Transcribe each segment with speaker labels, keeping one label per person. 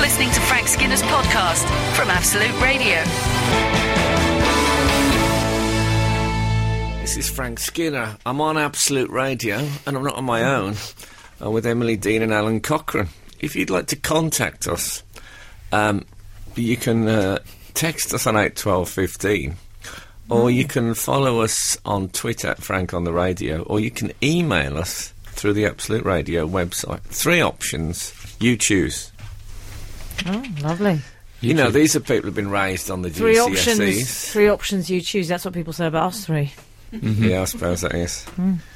Speaker 1: listening to Frank Skinner's podcast from Absolute Radio.
Speaker 2: This is Frank Skinner. I'm on Absolute Radio, and I'm not on my own. I'm with Emily Dean and Alan Cochrane. If you'd like to contact us, um, you can uh, text us on eight twelve fifteen, or you can follow us on Twitter at Frank on the Radio, or you can email us through the Absolute Radio website. Three options. You choose.
Speaker 3: Oh, lovely.
Speaker 2: You, know, these are people who've been raised on the
Speaker 3: Three
Speaker 2: GCSEs.
Speaker 3: options. Three options you choose. That's what people say about us three.
Speaker 2: Yeah, I suppose that is.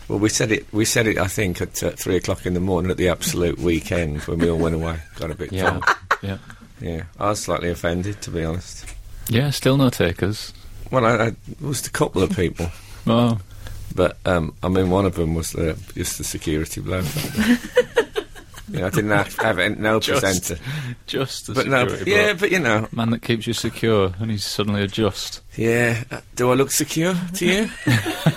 Speaker 2: Well, we said it. We said it. I think at uh, three o'clock in the morning at the absolute weekend when we all went away. Got a bit.
Speaker 4: Yeah,
Speaker 2: drunk.
Speaker 4: yeah,
Speaker 2: yeah. I was slightly offended, to be honest.
Speaker 4: yeah. Still no takers.
Speaker 2: Well, I, I was a couple of people,
Speaker 4: Oh,
Speaker 2: but um, I mean, one of them was the, just the security bloke. yeah, I didn't have, have any- no
Speaker 4: Just
Speaker 2: presenter,
Speaker 4: just the
Speaker 2: but no, yeah, but you know,
Speaker 4: man that keeps you secure, and he's suddenly a just.
Speaker 2: yeah. Uh, Do I look secure to you?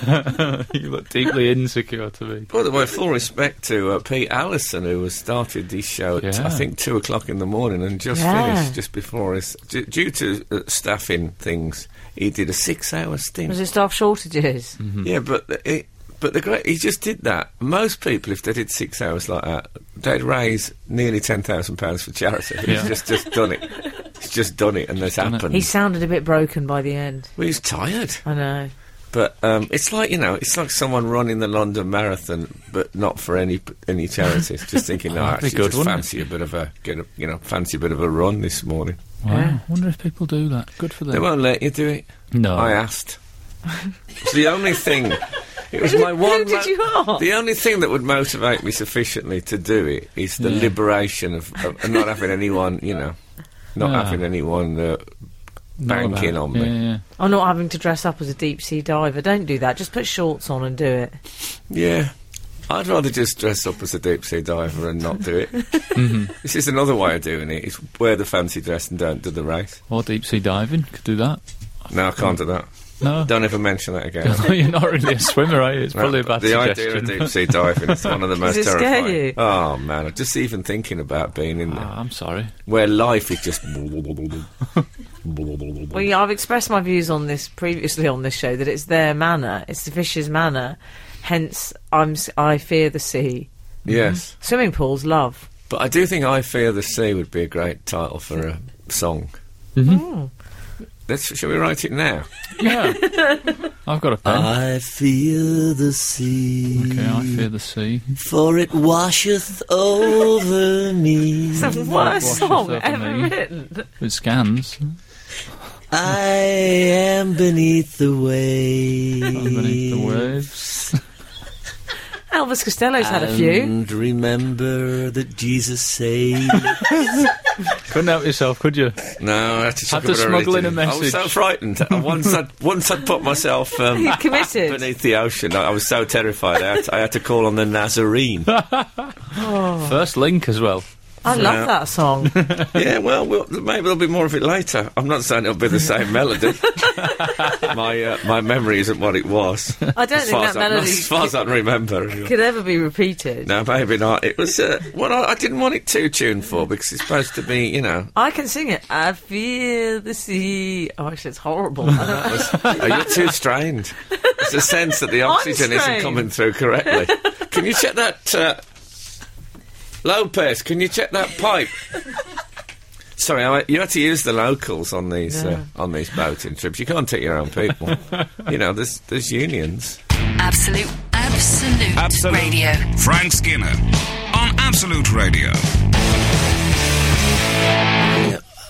Speaker 4: you look deeply insecure to me.
Speaker 2: By the way, full respect to uh, Pete Allison, who has started this show at,
Speaker 4: Yeah.
Speaker 2: I think, 2 o'clock in the morning and just
Speaker 3: Yeah.
Speaker 2: finished just before his. D- due to uh, staffing things, he did a six hour stint.
Speaker 3: Was it staff shortages?
Speaker 4: Mm-hmm.
Speaker 2: Yeah, but th- it, but the great, he just did that. Most people, if they did six hours like that, they'd raise nearly £10,000 for charity. He's
Speaker 4: Yeah.
Speaker 2: just, just done it. He's just done it and that's
Speaker 4: done it.
Speaker 2: happened.
Speaker 3: He sounded a bit broken by the end.
Speaker 2: Well, he's tired.
Speaker 3: I know.
Speaker 2: But um, it's like you know, it's like someone running the London Marathon, but not for any any charities. just thinking, no,
Speaker 4: Oh, that'd be
Speaker 2: actually,
Speaker 4: good,
Speaker 2: just
Speaker 4: wouldn't it?"
Speaker 2: fancy a bit of a get a, you know, fancy a bit of a run this morning.
Speaker 4: Wow.
Speaker 3: Yeah.
Speaker 4: Wonder if people do that. Good for them.
Speaker 2: They Oh, won't let you do it.
Speaker 4: no.
Speaker 2: I asked. it's the only thing. It was my
Speaker 3: Who
Speaker 2: one.
Speaker 3: did you ask?
Speaker 2: The only thing that would motivate me sufficiently to do it is the
Speaker 4: Yeah.
Speaker 2: liberation of, of, of not having anyone, you know, not
Speaker 4: Ah.
Speaker 2: having anyone uh,
Speaker 4: Not about-
Speaker 2: banking on me.
Speaker 4: yeah, Yeah,
Speaker 3: Or not having to dress up as a deep sea diver. Don't do that. Just put shorts on and do it.
Speaker 2: Yeah. I'd rather just dress up as a deep sea diver and not do it.
Speaker 4: Mm-hmm.
Speaker 2: This is another way of doing it. It's wear the fancy dress and don't do the race.
Speaker 4: Or deep sea diving could do that.
Speaker 2: No, I can't do that.
Speaker 4: No.
Speaker 2: Don't ever mention that again.
Speaker 4: You're not really a swimmer, are you? It's probably a
Speaker 2: Right,
Speaker 4: bad
Speaker 2: the idea
Speaker 4: suggestion.
Speaker 2: of deep sea diving is one of the most
Speaker 3: it scare
Speaker 2: terrifying.
Speaker 3: you?
Speaker 2: Oh man, I'm just even thinking about being in
Speaker 4: Ah,
Speaker 2: there,
Speaker 4: I'm sorry.
Speaker 2: where life is just.
Speaker 3: Well, yeah, I've expressed my views on this previously on this show that it's their manner, it's the fish's manner. Hence, I'm s- I fear the sea.
Speaker 4: Mm-hmm.
Speaker 2: yes,
Speaker 3: Swimming pools, love.
Speaker 2: but I do think "I Fear the Sea" would be a great title for a song.
Speaker 4: Mm-hmm.
Speaker 2: Let's, shall we write it now?
Speaker 4: Yeah. I've got a pen.
Speaker 2: Uh,
Speaker 5: I fear the sea,
Speaker 4: okay, I fear the sea.
Speaker 5: for it washeth over me.
Speaker 3: It's
Speaker 5: Mm.
Speaker 3: the worst
Speaker 4: wash
Speaker 3: song
Speaker 4: yourself in
Speaker 3: ever
Speaker 4: me.
Speaker 3: written.
Speaker 4: It scans.
Speaker 5: I am beneath the waves.
Speaker 4: Underneath the waves.
Speaker 3: Elvis Costello's had a
Speaker 2: Um,
Speaker 3: few.
Speaker 5: And remember that Jesus saved.
Speaker 4: Couldn't help yourself, could you?
Speaker 2: No, I had to, check
Speaker 4: Had
Speaker 2: what
Speaker 4: to
Speaker 2: I
Speaker 4: smuggle in
Speaker 2: did.
Speaker 4: a
Speaker 2: I was so
Speaker 4: message.
Speaker 2: frightened. I- once I'd once I'd put myself um,
Speaker 3: He'd committed.
Speaker 2: beneath the ocean, I, I was so terrified. I had, to, I had to call on the Nazarene.
Speaker 4: First link as well.
Speaker 3: I love that song.
Speaker 2: yeah, well, we'll, maybe there'll be more of it later. I'm not saying it'll be the same melody. my uh, my memory isn't what it was.
Speaker 3: I don't
Speaker 2: as
Speaker 3: think
Speaker 2: far
Speaker 3: that
Speaker 2: as I-
Speaker 3: melody
Speaker 2: as far as I can remember. anyway.
Speaker 3: could ever be repeated.
Speaker 2: No, maybe not. It was uh, well, I, I didn't want it too tuned for because it's supposed to be, you know.
Speaker 3: I can sing it. I fear the sea. Oh, actually, it's horrible. I don't-
Speaker 2: Oh, you're too strained. There's a sense that the oxygen isn't
Speaker 3: strained.
Speaker 2: coming through correctly. Can you check that, uh, Lopez? Can you check that pipe? Sorry, I, you had to use the locals on these
Speaker 3: Yeah.
Speaker 2: uh, on these boating trips. You can't take your own people. you know, there's there's unions.
Speaker 1: Absolute, absolute,
Speaker 6: Absolute.
Speaker 1: radio.
Speaker 6: Frank Skinner on Absolute Radio.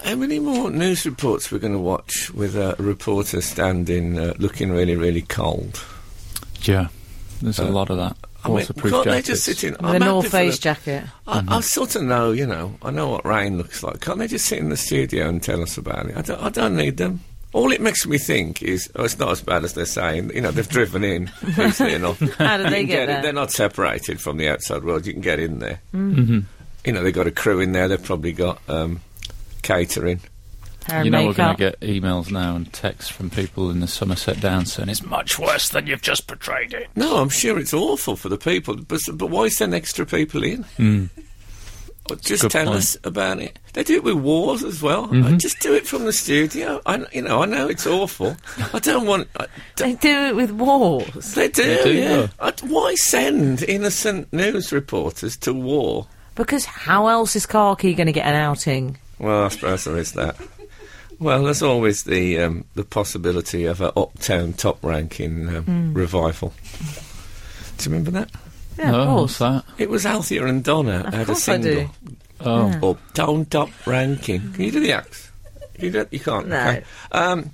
Speaker 2: How many more news reports we're going to watch with a reporter standing, uh, looking really, really cold?
Speaker 4: Yeah. There's a lot of that. Waterproof
Speaker 2: can't they
Speaker 4: jackets.
Speaker 2: just sit in?
Speaker 3: the
Speaker 2: I'm happy
Speaker 3: North
Speaker 2: for
Speaker 3: Face
Speaker 2: them.
Speaker 3: jacket.
Speaker 2: I, I sort of know, you know, I know what rain looks like. Can't they just sit in the studio and tell us about it? I don't, I don't need them. All it makes me think is, oh, it's not as bad as they're saying. You know, they've driven in easily enough.
Speaker 3: How do
Speaker 2: You
Speaker 3: they
Speaker 2: can
Speaker 3: get
Speaker 2: in-
Speaker 3: there?
Speaker 2: They're not separated from the outside world. You can get in there. Mm-hmm. You know, they've got a crew in there. They've probably got um, catering.
Speaker 3: Hair and
Speaker 4: You know we're going
Speaker 3: makeup.
Speaker 4: to get emails now and texts from people in the Somerset Oh, Downs saying it's much worse than you've just portrayed it.
Speaker 2: No, I'm sure it's awful for the people, but, but why send extra people in? Or just
Speaker 4: Hmm. good
Speaker 2: tell
Speaker 4: point. Mm-hmm.
Speaker 2: us about it. They do it with wars as well. Uh, just do it from the studio. I, you know, I know it's awful. I don't want. I, d-
Speaker 3: They do it with wars.
Speaker 2: they do.
Speaker 4: do,
Speaker 2: yeah.
Speaker 4: yeah.
Speaker 2: I, why send innocent news reporters to war?
Speaker 3: Because how else is Kharki going to get an outing?
Speaker 2: Well, I suppose there is that. Well, there's always the um, the possibility of a uptown top ranking um, revival. Do you remember that?
Speaker 3: Yeah,
Speaker 4: no,
Speaker 3: of course.
Speaker 4: what's that?
Speaker 2: It was Althea and Donna had a
Speaker 3: course I do.
Speaker 2: single.
Speaker 4: Oh,
Speaker 2: Uptown top ranking. Can you do the acts? You don't. You can't.
Speaker 3: No.
Speaker 2: Okay. Um,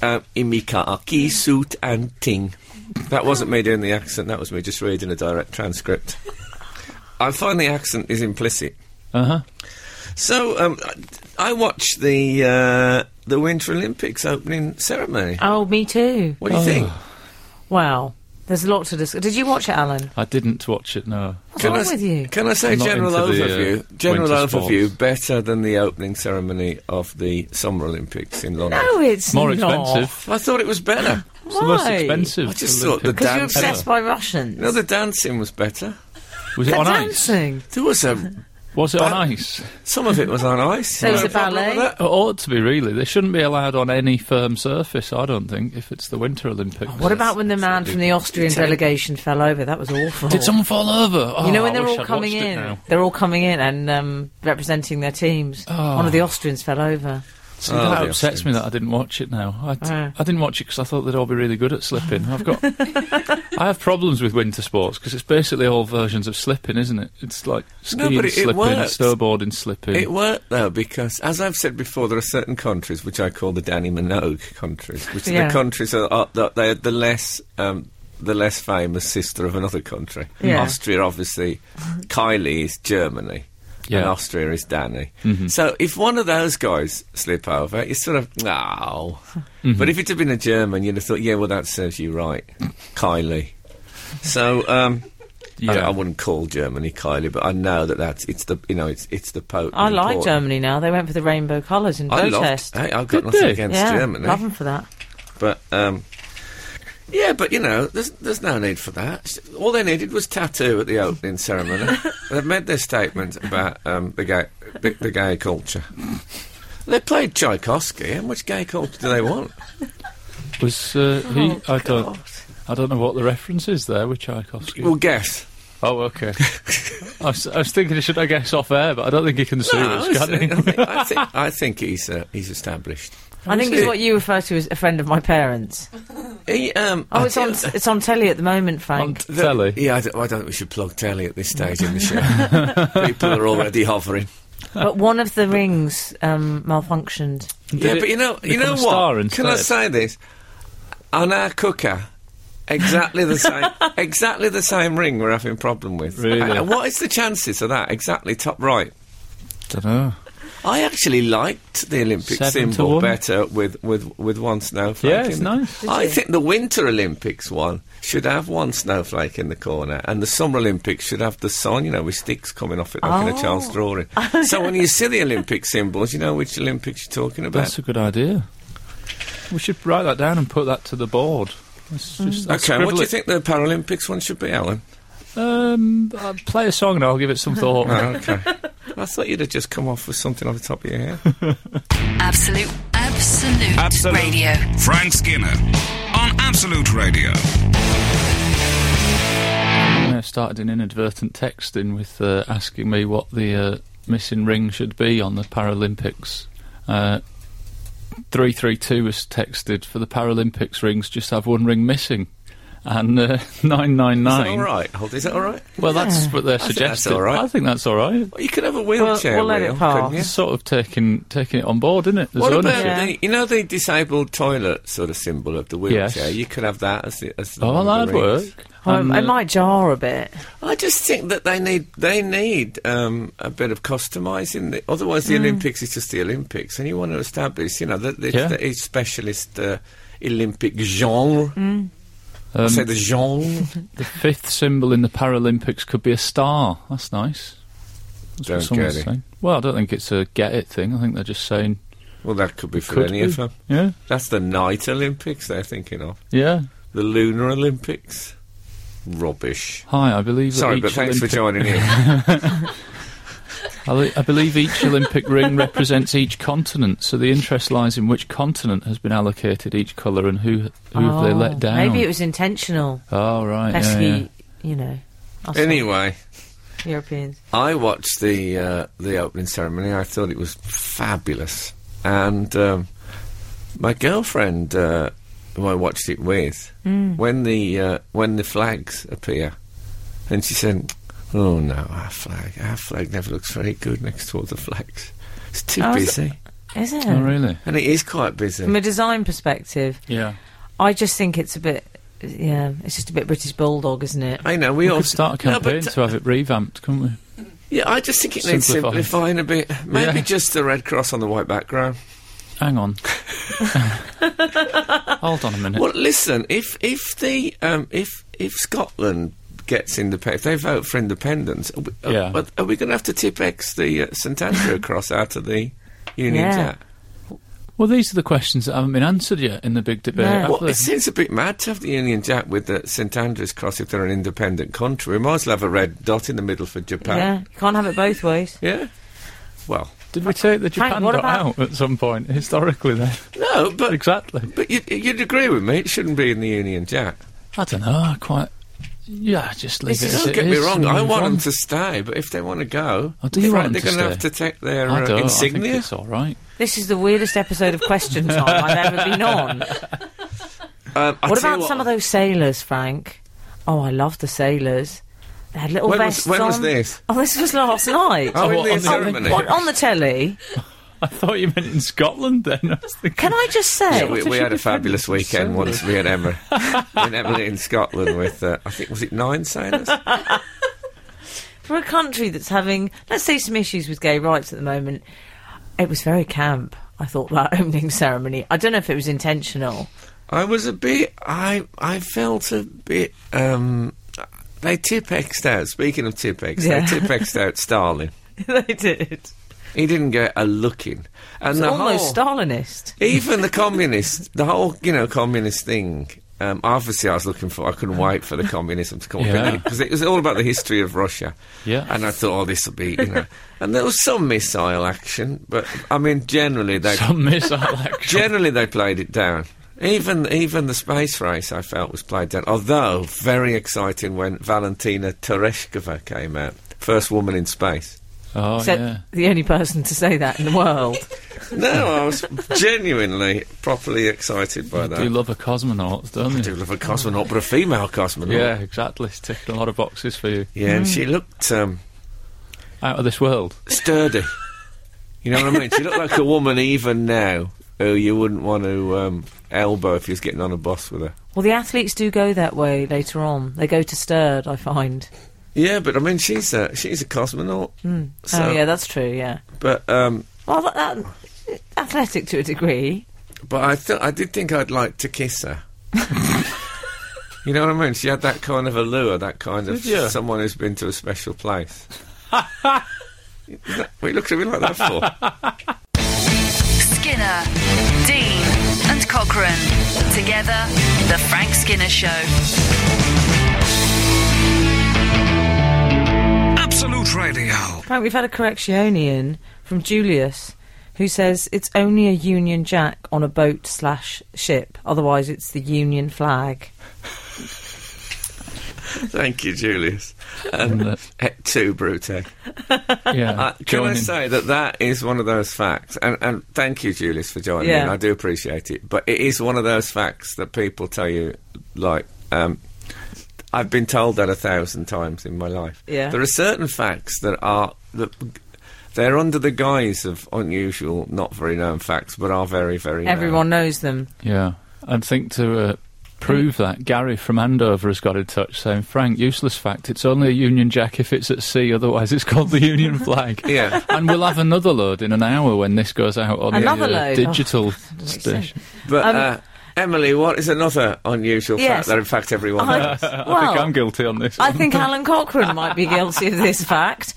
Speaker 2: uh, in me khaki suit and ting. That wasn't me doing the accent. That was me just reading a direct transcript. I find the accent is implicit.
Speaker 4: uh huh.
Speaker 2: So um, I I watched the uh, the Winter Olympics opening ceremony.
Speaker 3: Oh, me too.
Speaker 2: What do you
Speaker 4: Oh.
Speaker 2: think?
Speaker 3: Wow. There's a lot to discuss. Did you watch it, Alan?
Speaker 4: I didn't watch it. No.
Speaker 3: What's wrong
Speaker 2: I, s-
Speaker 3: with you?
Speaker 2: Can I say
Speaker 4: I'm not
Speaker 2: general
Speaker 4: into the, uh,
Speaker 2: overview? general
Speaker 4: winter sports.
Speaker 2: overview better than the opening ceremony of the Summer Olympics in London.
Speaker 3: No, it's
Speaker 4: More
Speaker 3: not.
Speaker 4: expensive.
Speaker 2: I thought it was better.
Speaker 4: It's the most
Speaker 3: Why?
Speaker 4: expensive.
Speaker 2: I just thought the
Speaker 4: Olympic
Speaker 3: Because you're
Speaker 2: Dance.
Speaker 3: obsessed by Russians.
Speaker 2: No, the dancing was better.
Speaker 4: was it
Speaker 3: They're
Speaker 4: on ice?
Speaker 3: dancing.
Speaker 2: There was a
Speaker 4: Was it on ice?
Speaker 2: some of it was on ice.
Speaker 3: There was
Speaker 2: No
Speaker 3: a
Speaker 2: problem
Speaker 3: ballet.
Speaker 2: with that.
Speaker 4: It ought to be really. They shouldn't be allowed on any firm surface. I don't think if it's the Winter Olympics.
Speaker 3: What about when the man from the Austrian delegation fell over? That was awful.
Speaker 4: Did someone fall over? Oh,
Speaker 3: you know when
Speaker 4: I
Speaker 3: they're
Speaker 4: wish
Speaker 3: all
Speaker 4: I'd
Speaker 3: coming
Speaker 4: watched it
Speaker 3: in,
Speaker 4: now.
Speaker 3: they're all coming in and um, representing their teams.
Speaker 4: Oh.
Speaker 3: One of the Austrians fell over.
Speaker 4: See,
Speaker 2: Oh,
Speaker 4: that
Speaker 2: the
Speaker 4: upsets me that I didn't watch it now. I, d-
Speaker 3: Yeah.
Speaker 4: I didn't watch it because I thought they'd all be really good at slipping. I've got, I have problems with winter sports because it's basically all versions of slipping, isn't it? It's like
Speaker 2: No,
Speaker 4: skiing
Speaker 2: but it- it
Speaker 4: slipping,
Speaker 2: works.
Speaker 4: snowboarding slipping.
Speaker 2: It worked though because, as I've said before, there are certain countries which I call the Danny Minogue countries, which are
Speaker 3: Yeah.
Speaker 2: the countries are, are the, they're the less um, the less famous sister of another country.
Speaker 3: Yeah.
Speaker 2: Austria, obviously, Kylie is Germany. And
Speaker 4: Yeah.
Speaker 2: Austria is Danny. So if one of those guys slip over, it's sort of, no. But if it had been a German, you'd have thought, yeah, well, that serves you right, Kylie. So, um, I,
Speaker 4: yeah,
Speaker 2: I wouldn't call Germany Kylie, but I know that that's it's the you know it's it's the Pope.
Speaker 3: I like Germany now. They went for the rainbow colours in
Speaker 2: I
Speaker 3: protest.
Speaker 2: loved. Hey, I've got
Speaker 4: Did
Speaker 2: nothing
Speaker 4: they?
Speaker 2: against
Speaker 3: yeah,
Speaker 2: Germany,
Speaker 3: love them for that.
Speaker 2: but um, yeah, but you know, there's there's no need for that. S- All they needed was tattoo at the opening ceremony. They've made their statement about um, the gay the, the gay culture. They played Tchaikovsky. How much gay culture do they want?
Speaker 4: was uh, he? I don't,
Speaker 2: Oh, God.
Speaker 4: I don't know what the reference is there with Tchaikovsky.
Speaker 2: Well, guess.
Speaker 4: oh, okay. I, was, I was thinking, should I guess off air? But I don't think he can sue
Speaker 2: No, uh,
Speaker 4: us,
Speaker 2: I
Speaker 4: can he?
Speaker 2: think, I think- I think I think he's uh, he's established.
Speaker 3: I think
Speaker 2: is
Speaker 3: it's
Speaker 2: it?
Speaker 3: what you refer to as a friend of my parents.
Speaker 2: He, um,
Speaker 3: Oh,
Speaker 2: I
Speaker 3: it's on
Speaker 2: think-
Speaker 3: it's on telly at the moment,
Speaker 4: on
Speaker 3: Frank.
Speaker 4: t-
Speaker 2: The-
Speaker 4: telly.
Speaker 2: Yeah, I don't, I don't think we should plug telly at this stage in the show. People are already hovering.
Speaker 3: but one of the rings um, malfunctioned.
Speaker 2: yeah,
Speaker 4: it
Speaker 2: but you know, you
Speaker 4: become
Speaker 2: know
Speaker 4: a star
Speaker 2: what? Can I
Speaker 4: instead?
Speaker 2: say this? On our cooker, exactly the same, exactly the same ring we're having problem with.
Speaker 4: Really?
Speaker 2: Uh, what is the chances of that? Exactly top right.
Speaker 4: don't know.
Speaker 2: I actually liked the Olympic
Speaker 4: Seven to
Speaker 2: symbol
Speaker 4: one.
Speaker 2: better with, with, with one snowflake.
Speaker 4: Yeah, it's
Speaker 2: in the-
Speaker 4: nice.
Speaker 2: I think the Winter Olympics one should have one snowflake in the corner, and the Summer Olympics should have the sun, you know, with sticks coming off it like in a child's
Speaker 4: Oh.
Speaker 2: drawing. so when you see the Olympic symbols, you know which Olympics you're talking about.
Speaker 4: That's a good idea. We should write that down and put that to the board. Let's just- let's
Speaker 2: okay, what
Speaker 4: scribble
Speaker 2: do you
Speaker 4: it.
Speaker 2: think the Paralympics one should be, Alan?
Speaker 4: Um, I'll play a song and I'll give it some thought.
Speaker 2: Oh, okay. I thought you'd have just come off with something off the top of your head.
Speaker 1: Absolute, absolute,
Speaker 6: Absolute.
Speaker 1: radio.
Speaker 6: Frank Skinner on Absolute Radio.
Speaker 4: I started an inadvertent texting with uh, asking me what the uh, missing ring should be on the Paralympics. Uh, 332 was texted for the Paralympics rings, just have one ring missing. And uh,
Speaker 2: Is that all
Speaker 4: 999.
Speaker 2: right? Hold, is that all right?
Speaker 4: Well, that's what they're
Speaker 2: think
Speaker 4: suggesting.
Speaker 2: that's all right.
Speaker 4: I think that's all right.
Speaker 2: Well, you could have a wheelchair
Speaker 3: we'll let it
Speaker 2: wheel,
Speaker 3: pass.
Speaker 2: couldn't you?
Speaker 4: It's sort of taking taking it on board, isn't it? There's
Speaker 2: What
Speaker 4: ownership.
Speaker 2: about the, you know the disabled toilet sort of symbol of the
Speaker 4: Yes.
Speaker 2: wheelchair? You could have that as the as the
Speaker 4: Oh,
Speaker 2: one of
Speaker 4: that'd
Speaker 2: the rings.
Speaker 4: work.
Speaker 3: Um,
Speaker 4: And,
Speaker 3: it
Speaker 4: uh,
Speaker 3: might jar a bit.
Speaker 2: I just think that they need they need um, a bit of customising. The- Otherwise,
Speaker 3: Mm.
Speaker 2: the Olympics is just the Olympics, and you want to establish, you know, that it's
Speaker 4: Yeah.
Speaker 2: the- it's specialist uh, Olympic genre.
Speaker 3: Mm.
Speaker 2: I
Speaker 4: um,
Speaker 2: say the genre.
Speaker 4: The fifth symbol in the Paralympics could be a star. That's nice. That's
Speaker 2: Don't
Speaker 4: what someone's
Speaker 2: get it.
Speaker 4: saying. Well, I don't think it's a get it thing. I think they're just saying
Speaker 2: well, that could be for
Speaker 4: could
Speaker 2: any
Speaker 4: be.
Speaker 2: of them.
Speaker 4: Yeah,
Speaker 2: That's the night Olympics they're thinking of.
Speaker 4: yeah.
Speaker 2: The lunar Olympics. Rubbish.
Speaker 4: Hi, I believe. that
Speaker 2: Sorry,
Speaker 4: each
Speaker 2: but thanks for joining
Speaker 4: Olympic-
Speaker 2: in.
Speaker 4: I, li- I believe each Olympic ring represents each continent, so the interest lies in which continent has been allocated each colour and who who have they
Speaker 3: Oh,
Speaker 4: let down.
Speaker 3: Maybe it was intentional.
Speaker 4: Oh right, yeah,
Speaker 3: Pesky,
Speaker 4: yeah.
Speaker 3: you know. us
Speaker 2: Anyway,
Speaker 3: Europeans.
Speaker 2: I watched the uh, the opening ceremony. I thought it was fabulous, and um, my girlfriend, uh, who I watched it with, when the uh, when the flags appear, and she said, "Oh no, our flag, our flag never looks very good next to all the flags. It's too
Speaker 3: I was-
Speaker 2: busy,
Speaker 3: Is it?
Speaker 4: Oh really?
Speaker 2: and it is quite busy."
Speaker 3: From a design perspective,
Speaker 4: Yeah.
Speaker 3: I just think it's a bit. Yeah, it's just a bit British bulldog, isn't it?
Speaker 2: I know we,
Speaker 4: We
Speaker 2: all
Speaker 4: could start a
Speaker 2: No, but
Speaker 4: campaign
Speaker 2: t-
Speaker 4: to have it revamped, couldn't we?
Speaker 2: yeah, I just think it needs
Speaker 4: Simplify.
Speaker 2: simplifying a bit. Maybe
Speaker 4: Yeah.
Speaker 2: just the red cross on the white background.
Speaker 4: Hang on. Hold on a minute.
Speaker 2: Well, listen. If if the um, if if Scotland gets independence, if they vote for independence, are we, are-
Speaker 4: Yeah.
Speaker 2: are, are we going to have to tip X the uh, St Andrew Cross out of the Union
Speaker 3: Yeah.
Speaker 2: Jack?
Speaker 4: Well, these are the questions that haven't been answered yet in the big debate.
Speaker 3: No.
Speaker 4: have
Speaker 2: Well,
Speaker 4: they?
Speaker 2: it seems a bit mad to have the Union Jack with the St Andrew's Cross if they're an independent country. We might as well have a red dot in the middle for
Speaker 3: Yeah,
Speaker 2: Japan.
Speaker 3: you can't have it both ways.
Speaker 2: Yeah. Well,
Speaker 4: Did we take the
Speaker 3: Frank,
Speaker 4: Japan
Speaker 3: what
Speaker 4: dot
Speaker 3: about-
Speaker 4: out at some point historically? Then
Speaker 2: no, but
Speaker 4: exactly.
Speaker 2: but you, you'd agree with me. It shouldn't be in the Union Jack.
Speaker 4: I don't know. I quite. Yeah, just leave
Speaker 3: This
Speaker 4: it
Speaker 3: is-
Speaker 4: as
Speaker 2: Don't
Speaker 4: it
Speaker 2: get me
Speaker 4: is
Speaker 2: wrong.
Speaker 4: and
Speaker 2: I
Speaker 4: move
Speaker 2: want them
Speaker 4: on.
Speaker 2: to stay, but if they want to go,
Speaker 4: Oh, do you
Speaker 2: they're
Speaker 4: want 'em to
Speaker 2: going to have to
Speaker 4: stay?
Speaker 2: take their
Speaker 4: I
Speaker 2: uh,
Speaker 4: don't. I think
Speaker 2: insignia.
Speaker 4: it's all right.
Speaker 3: This is the weirdest episode of Question Time I've ever been on.
Speaker 2: Um, I
Speaker 3: what
Speaker 2: tell you
Speaker 3: about some of those sailors, Frank? Oh, I love the sailors. They had little
Speaker 2: When was-
Speaker 3: vests
Speaker 2: when was
Speaker 3: on.
Speaker 2: this?
Speaker 3: Oh, this was last night.
Speaker 2: Oh, in
Speaker 4: Oh,
Speaker 2: the
Speaker 4: on the-
Speaker 2: ceremony.
Speaker 3: What, on the telly?
Speaker 4: I thought you meant in Scotland. Then I was thinking.
Speaker 3: Can I just
Speaker 2: Yeah,
Speaker 3: say?
Speaker 2: we, we had a fabulous weekend once, me and Emma. me and Emily in Scotland with, uh, I think, was it nine sailors?
Speaker 3: for a country that's having, let's say, some issues with gay rights at the moment, it was very camp. I thought that opening ceremony. I don't know if it was intentional.
Speaker 2: I was a bit, I I felt a bit, um, they tip-exed out, speaking of tip-ex,
Speaker 3: Yeah.
Speaker 2: they tip-exed out Starling.
Speaker 3: they did.
Speaker 2: He didn't get a look in. And the whole,
Speaker 3: Almost Stalinist.
Speaker 2: even the communists, the whole, you know, communist thing. Um, obviously, I was looking for. I couldn't wait for the communism to come
Speaker 4: Yeah.
Speaker 2: because it was all about the history of Russia.
Speaker 4: Yeah.
Speaker 2: and I thought, oh, this will be, you know. and there was some missile action, but I mean, generally they
Speaker 4: Some missile action.
Speaker 2: generally they played it down. Even even the space race, I felt, was played down. Although very exciting when Valentina Tereshkova came out, first woman in space.
Speaker 4: Oh
Speaker 3: Except
Speaker 4: yeah.
Speaker 3: the only person to say that in the world.
Speaker 2: No, I was genuinely properly excited by that.
Speaker 4: You love a cosmonaut,
Speaker 2: I
Speaker 4: don't
Speaker 2: do
Speaker 4: you?
Speaker 2: love a cosmonaut, but a female cosmonaut.
Speaker 4: Yeah, exactly. It's ticking a lot of boxes for you.
Speaker 2: Yeah, and she looked um,
Speaker 4: Out of this world.
Speaker 2: sturdy. you know what I mean? She looked like a woman even now who you wouldn't want to um, elbow if you was getting on a bus with her.
Speaker 3: well, the athletes do go that way later on. They go to stirred, I find.
Speaker 2: Yeah, but I mean, she's a, she's a cosmonaut. So,
Speaker 3: oh, yeah, that's true, yeah.
Speaker 2: But um,
Speaker 3: Well, that, that, athletic to a degree.
Speaker 2: but I th- I did think I'd like to kiss her. you know what I mean? She had that kind of allure, that kind of
Speaker 4: Did ya?
Speaker 2: someone who's been to a special place. we looked at me like that for.
Speaker 1: Skinner, Dean, and Cochrane. Together, The Frank Skinner Show.
Speaker 6: Absolute Radio.
Speaker 3: Frank, we've had a correctionian from Julius who says it's only a Union Jack on a boat slash ship, otherwise it's the Union flag.
Speaker 2: Thank you, Julius.
Speaker 4: And, uh,
Speaker 2: Et tu, Brute.
Speaker 4: yeah.
Speaker 2: Eh, Uh, can
Speaker 4: join
Speaker 2: I
Speaker 4: in.
Speaker 2: say that that is one of those facts, and, and thank you, Julius, for joining
Speaker 3: Yeah.
Speaker 2: in. I do appreciate it, but it is one of those facts that people tell you, like, um, I've been told that a thousand times in my life.
Speaker 3: Yeah.
Speaker 2: There are certain facts that are that they're under the guise of unusual, not very known facts, but are very, very. known.
Speaker 3: Everyone knows them.
Speaker 4: Yeah, and think to uh, prove that, Gary from Andover has got in touch saying, Frank, useless fact, it's only a Union Jack if it's at sea, otherwise it's called the Union flag.
Speaker 2: Yeah.
Speaker 4: And we'll have another load in an hour when this goes out on
Speaker 3: Another
Speaker 4: the uh,
Speaker 3: load? Oh,
Speaker 4: digital
Speaker 3: makes
Speaker 4: station.
Speaker 2: But
Speaker 3: Um,
Speaker 2: uh, Emily, what is another unusual
Speaker 3: Yes. Uh-huh.
Speaker 2: fact that, in fact, everyone
Speaker 3: I-
Speaker 2: knows?
Speaker 4: I
Speaker 3: well,
Speaker 4: think I'm guilty on this.
Speaker 3: I
Speaker 4: one.
Speaker 3: think Alan Cochrane might be guilty of this fact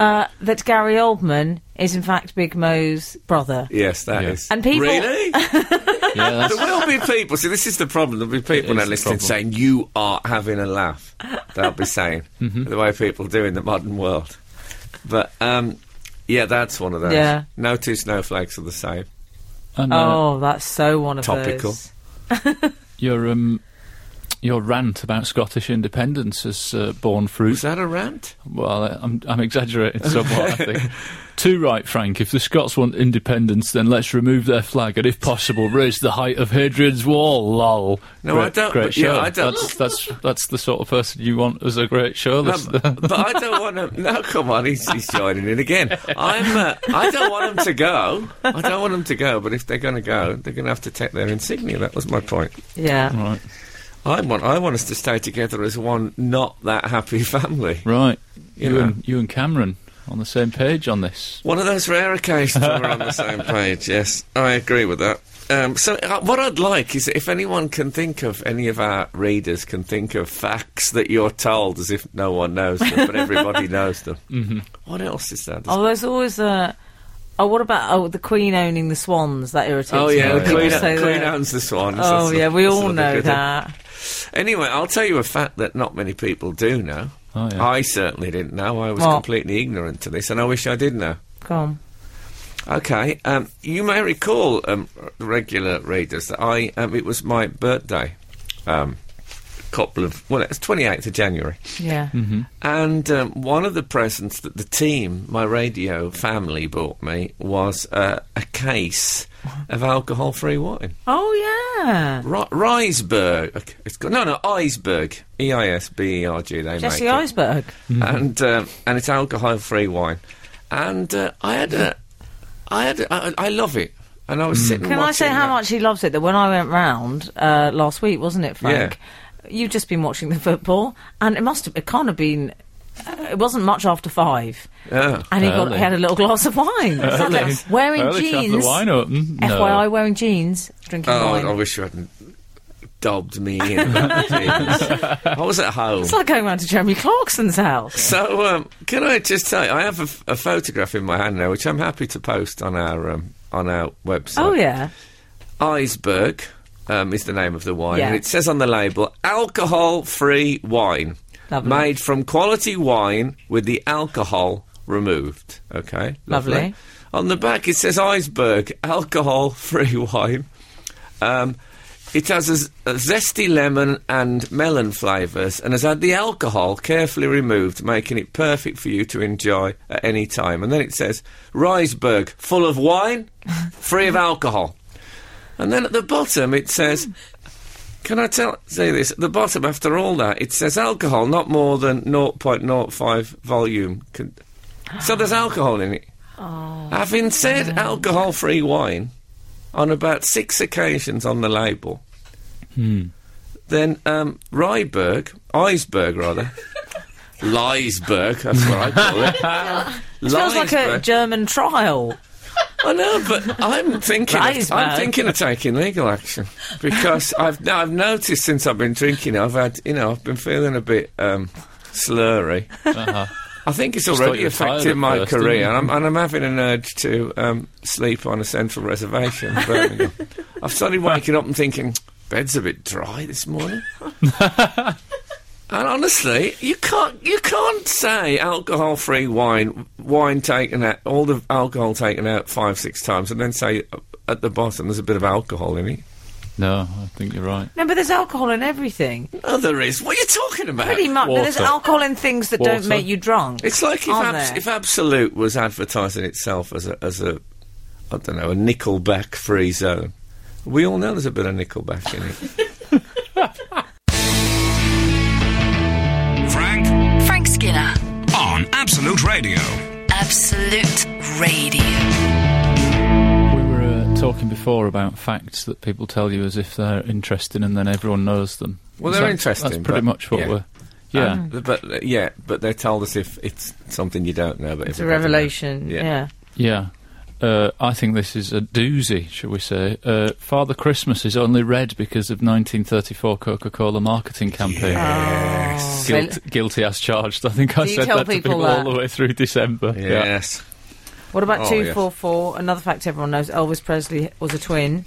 Speaker 3: uh, that Gary Oldman is in fact Big Mo's brother.
Speaker 2: Yes, that is.
Speaker 4: Yeah.
Speaker 3: And people-
Speaker 2: really.
Speaker 4: yeah, that's,
Speaker 2: There will be people. See, this is the problem. There'll be people
Speaker 4: It
Speaker 2: now
Speaker 4: is the
Speaker 2: listening
Speaker 4: problem.
Speaker 2: saying you are having a
Speaker 4: Mm-hmm.
Speaker 2: laugh. They'll be saying the way people do in the modern world. But um, Yeah, that's one of those.
Speaker 3: Yeah.
Speaker 2: No two snowflakes are the same.
Speaker 4: And, uh,
Speaker 3: Oh, that's so one of
Speaker 2: Topical.
Speaker 3: those.
Speaker 4: Your um, your rant about Scottish independence has uh, borne fruit.
Speaker 2: Was that a rant?
Speaker 4: Well, I- I'm, I'm exaggerating somewhat, I think. Too right, Frank. If the Scots want independence, then let's remove their flag and, if possible, raise the height of Hadrian's Wall. Lol.
Speaker 2: No,
Speaker 4: great,
Speaker 2: I don't-
Speaker 4: Great
Speaker 2: but yeah,
Speaker 4: show.
Speaker 2: I don't-
Speaker 4: That's, that's that's the sort of person you want as a great
Speaker 2: No,
Speaker 4: show. That's
Speaker 2: but,
Speaker 4: the-
Speaker 2: but I don't want him. No, come on, he's, he's joining in again. I'm. Uh, I don't want him to go. I don't want him to go. But if they're going to go, they're going to have to take their insignia. That was my point.
Speaker 3: Yeah.
Speaker 2: Mm.
Speaker 4: right,
Speaker 2: I want. I want us to stay together as one, not that happy family.
Speaker 4: right.
Speaker 2: You
Speaker 4: You,
Speaker 2: know.
Speaker 4: and you and Cameron on the same page on this.
Speaker 2: One of those rare occasions when we're on the same page, yes. I agree with that. Um, so, uh, what I'd like is if anyone can think of, any of our readers can think of facts that you're told as if no one knows them, but everybody knows them. Mm-hmm. What else is that?
Speaker 3: Oh, there's always a. Oh, what about oh the Queen owning the swans? That irritates
Speaker 2: Oh,
Speaker 3: me.
Speaker 2: yeah,
Speaker 3: when
Speaker 2: the
Speaker 3: people
Speaker 2: Queen,
Speaker 3: say
Speaker 2: Queen
Speaker 3: that.
Speaker 2: owns the swans.
Speaker 3: Oh
Speaker 2: That's a-
Speaker 3: yeah, we
Speaker 2: that's
Speaker 3: all
Speaker 2: another
Speaker 3: know
Speaker 2: good one.
Speaker 3: that.
Speaker 2: Anyway, I'll tell you a fact that not many people do know.
Speaker 4: Oh, yeah.
Speaker 2: I certainly didn't know. I was
Speaker 3: What?
Speaker 2: completely ignorant to this, and I wish I did know.
Speaker 3: Come on.
Speaker 2: Okay. Um, you may recall, um, r- regular readers, that I um, it was my birthday. Um, couple of well, it's twenty eighth of January,
Speaker 3: Yeah.
Speaker 2: and um, one of the presents that the team, my radio family, bought me was uh, a case of alcohol free wine.
Speaker 3: Oh yeah.
Speaker 2: Ri Reisberg. okay, It's got, no, no, Eisberg. E I S B E R G. They
Speaker 3: Jesse
Speaker 2: make it
Speaker 3: Eisberg.
Speaker 2: and um, and it's alcohol-free wine. And uh, I had a, I had, a, I, I love it. And I was sitting.
Speaker 3: Can I say
Speaker 2: watching
Speaker 3: how
Speaker 2: that.
Speaker 3: much he loves it? That when I went round uh, last week, wasn't it, Frank? You've just been watching the football, and it must have. It can't have been. Uh, it wasn't much after five,
Speaker 2: Yeah.
Speaker 3: and he, got,
Speaker 4: Early.
Speaker 3: he had a little glass of wine.
Speaker 4: Early.
Speaker 3: Wearing
Speaker 4: Early to have
Speaker 3: jeans.
Speaker 4: the wine open. No.
Speaker 3: FYI, wearing jeans, drinking
Speaker 2: Oh,
Speaker 3: wine.
Speaker 2: I wish you hadn't dobbed me in. Jeez. I was at home.
Speaker 3: it's like going round to Jeremy Clarkson's house.
Speaker 2: So um, can I just say I have a f- a, photograph in my hand now, which I'm happy to post on our um, on our website.
Speaker 3: Oh yeah,
Speaker 2: Iceberg um, is the name of the wine,
Speaker 3: Yeah.
Speaker 2: and it says on the label alcohol free wine.
Speaker 3: Lovely.
Speaker 2: Made from quality wine with the alcohol removed. Okay. Lovely.
Speaker 3: Lovely.
Speaker 2: On the back it says iceberg, alcohol free wine. Um, it has a, z- a zesty lemon and melon flavours and has had the alcohol carefully removed, making it perfect for you to enjoy at any time. And then it says, Riseberg, full of wine, free of alcohol. And then at the bottom it says, can I tell say this? At the bottom, after all that, it says alcohol, not more than 0.05 volume. Con- so there's alcohol in it. Having said
Speaker 3: Um,
Speaker 2: alcohol-free wine on about six occasions on the label,
Speaker 3: Hmm.
Speaker 2: then um, Ryberg, Iceberg rather, Liesberg, that's what I call it.
Speaker 3: feels like a
Speaker 2: Liesberg.
Speaker 3: German trial.
Speaker 2: I know, but I'm thinking. Of, I'm
Speaker 3: Reisberg.
Speaker 2: thinking of taking legal action because I've now I've noticed since I've been drinking, I've had you know I've been feeling a bit um, slurry. I think it's
Speaker 4: thought
Speaker 2: already
Speaker 4: you were tired
Speaker 2: affected
Speaker 4: at
Speaker 2: my
Speaker 4: first, didn't
Speaker 2: career,
Speaker 4: you?
Speaker 2: and I'm, and I'm having an urge to um, sleep on a central reservation. in Birmingham. I've started waking up and thinking bed's a bit dry this morning. And honestly, you can't you can't say alcohol free wine wine taken out all the alcohol taken out five six times and then say uh, at the bottom there's a bit of alcohol in it.
Speaker 4: No, I think you're right.
Speaker 3: No, but there's alcohol in everything.
Speaker 2: No, there is. What are you talking about?
Speaker 3: Pretty much. but There's
Speaker 4: Water.
Speaker 3: alcohol in things that
Speaker 4: Water.
Speaker 3: don't make you drunk.
Speaker 2: It's like if,
Speaker 3: aren't
Speaker 2: Abs-
Speaker 3: there?
Speaker 2: if Absolute was advertising itself as a, as a I don't know a Nickelback free zone. We all know there's a bit of Nickelback in it.
Speaker 6: Frank
Speaker 1: Frank Skinner,
Speaker 6: on Absolute Radio.
Speaker 1: Absolute Radio.
Speaker 4: We were uh, talking before about facts that people tell you as if they're interesting and then everyone knows them.
Speaker 2: Well,
Speaker 4: Is
Speaker 2: they're
Speaker 4: that-
Speaker 2: interesting,
Speaker 4: That's pretty
Speaker 2: but-
Speaker 4: much what
Speaker 2: yeah.
Speaker 4: we're. Yeah.
Speaker 2: Um, but uh, yeah, but they told us if it's something you don't know. But
Speaker 3: It's a revelation. Yeah.
Speaker 4: Yeah. Uh, I think this is a doozy, shall we say. Uh, Father Christmas is only red because of 1934 Coca Cola marketing campaign.
Speaker 2: Yes.
Speaker 4: Guilt, guilty as charged. I think I
Speaker 3: Oh. Do you
Speaker 4: said
Speaker 3: tell
Speaker 4: that to
Speaker 3: people
Speaker 4: people
Speaker 3: that?
Speaker 4: all the way through December.
Speaker 2: Yes.
Speaker 3: What about
Speaker 2: Oh, yes.
Speaker 3: two four four? Another fact everyone knows: Elvis Presley was a twin.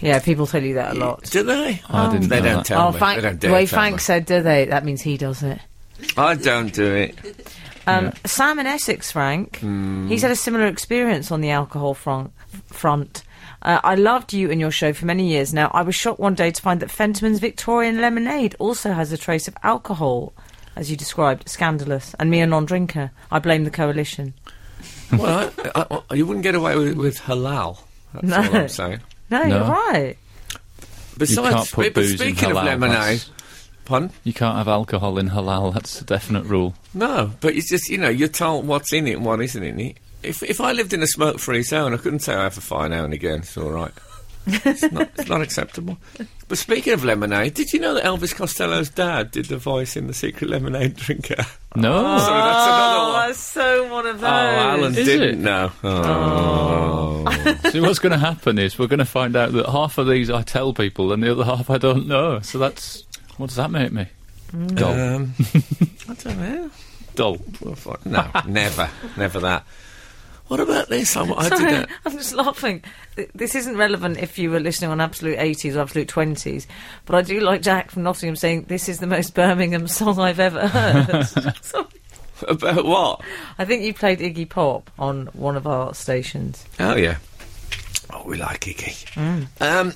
Speaker 3: Yeah, people tell you that a lot.
Speaker 2: Do they?
Speaker 4: I didn't
Speaker 2: They
Speaker 4: know
Speaker 2: don't
Speaker 4: that.
Speaker 2: tell
Speaker 3: oh,
Speaker 2: me.
Speaker 3: Frank,
Speaker 2: they don't
Speaker 3: the
Speaker 2: dare
Speaker 3: way
Speaker 2: tell
Speaker 3: Frank
Speaker 2: me.
Speaker 3: said, do they? That means he does it.
Speaker 2: I don't do it.
Speaker 3: Um,
Speaker 4: Yeah.
Speaker 3: Sam in Essex, Frank,
Speaker 2: Hmm.
Speaker 3: he's had a similar experience on the alcohol front. front. Uh, I loved you and your show for many years now. I was shocked one day to find that Fentimans Victorian Lemonade also has a trace of alcohol, as you described. Scandalous. And me, a non drinker. I blame the coalition.
Speaker 2: well, I, I, I- you wouldn't get away with, with halal. That's
Speaker 3: No.
Speaker 2: all I'm saying.
Speaker 3: No,
Speaker 4: No.
Speaker 3: you're right.
Speaker 4: You
Speaker 2: Besides,
Speaker 4: can't put
Speaker 2: but
Speaker 4: booze in
Speaker 2: speaking
Speaker 4: halal.
Speaker 2: of lemonade,
Speaker 4: that's-
Speaker 2: pun.
Speaker 4: you can't have alcohol in halal. That's a definite rule.
Speaker 2: No, but it's just you know you're told what's in it and what isn't in it. If if I lived in a smoke-free zone, I couldn't say I have a fire now and again. It's all right. it's, not, it's not acceptable. But speaking of lemonade, did you know that Elvis Costello's dad did the voice in The Secret Lemonade Drinker?
Speaker 4: No.
Speaker 3: Oh.
Speaker 2: Sorry, that's another one.
Speaker 3: that's so one of
Speaker 2: Oh,
Speaker 3: those.
Speaker 2: Alan
Speaker 4: Is
Speaker 2: didn't
Speaker 4: it?
Speaker 2: know. Oh.
Speaker 4: See, what's going to happen is we're going to find out that half of these I tell people and the other half I don't know. So that's. What does that make me? Dull.
Speaker 2: Um, I don't know.
Speaker 4: Dull.
Speaker 2: Well, fuck, No, never, never that. What about this? I, I did
Speaker 3: Sorry,
Speaker 2: that.
Speaker 3: I'm just laughing. Th- This isn't relevant if you were listening on Absolute 80s or Absolute 20s, but I do like Jack from Nottingham saying, This is the most Birmingham song I've ever heard. Sorry.
Speaker 2: About what?
Speaker 3: I think you played Iggy Pop on one of our stations.
Speaker 2: Oh yeah. Oh, we like Iggy. Um,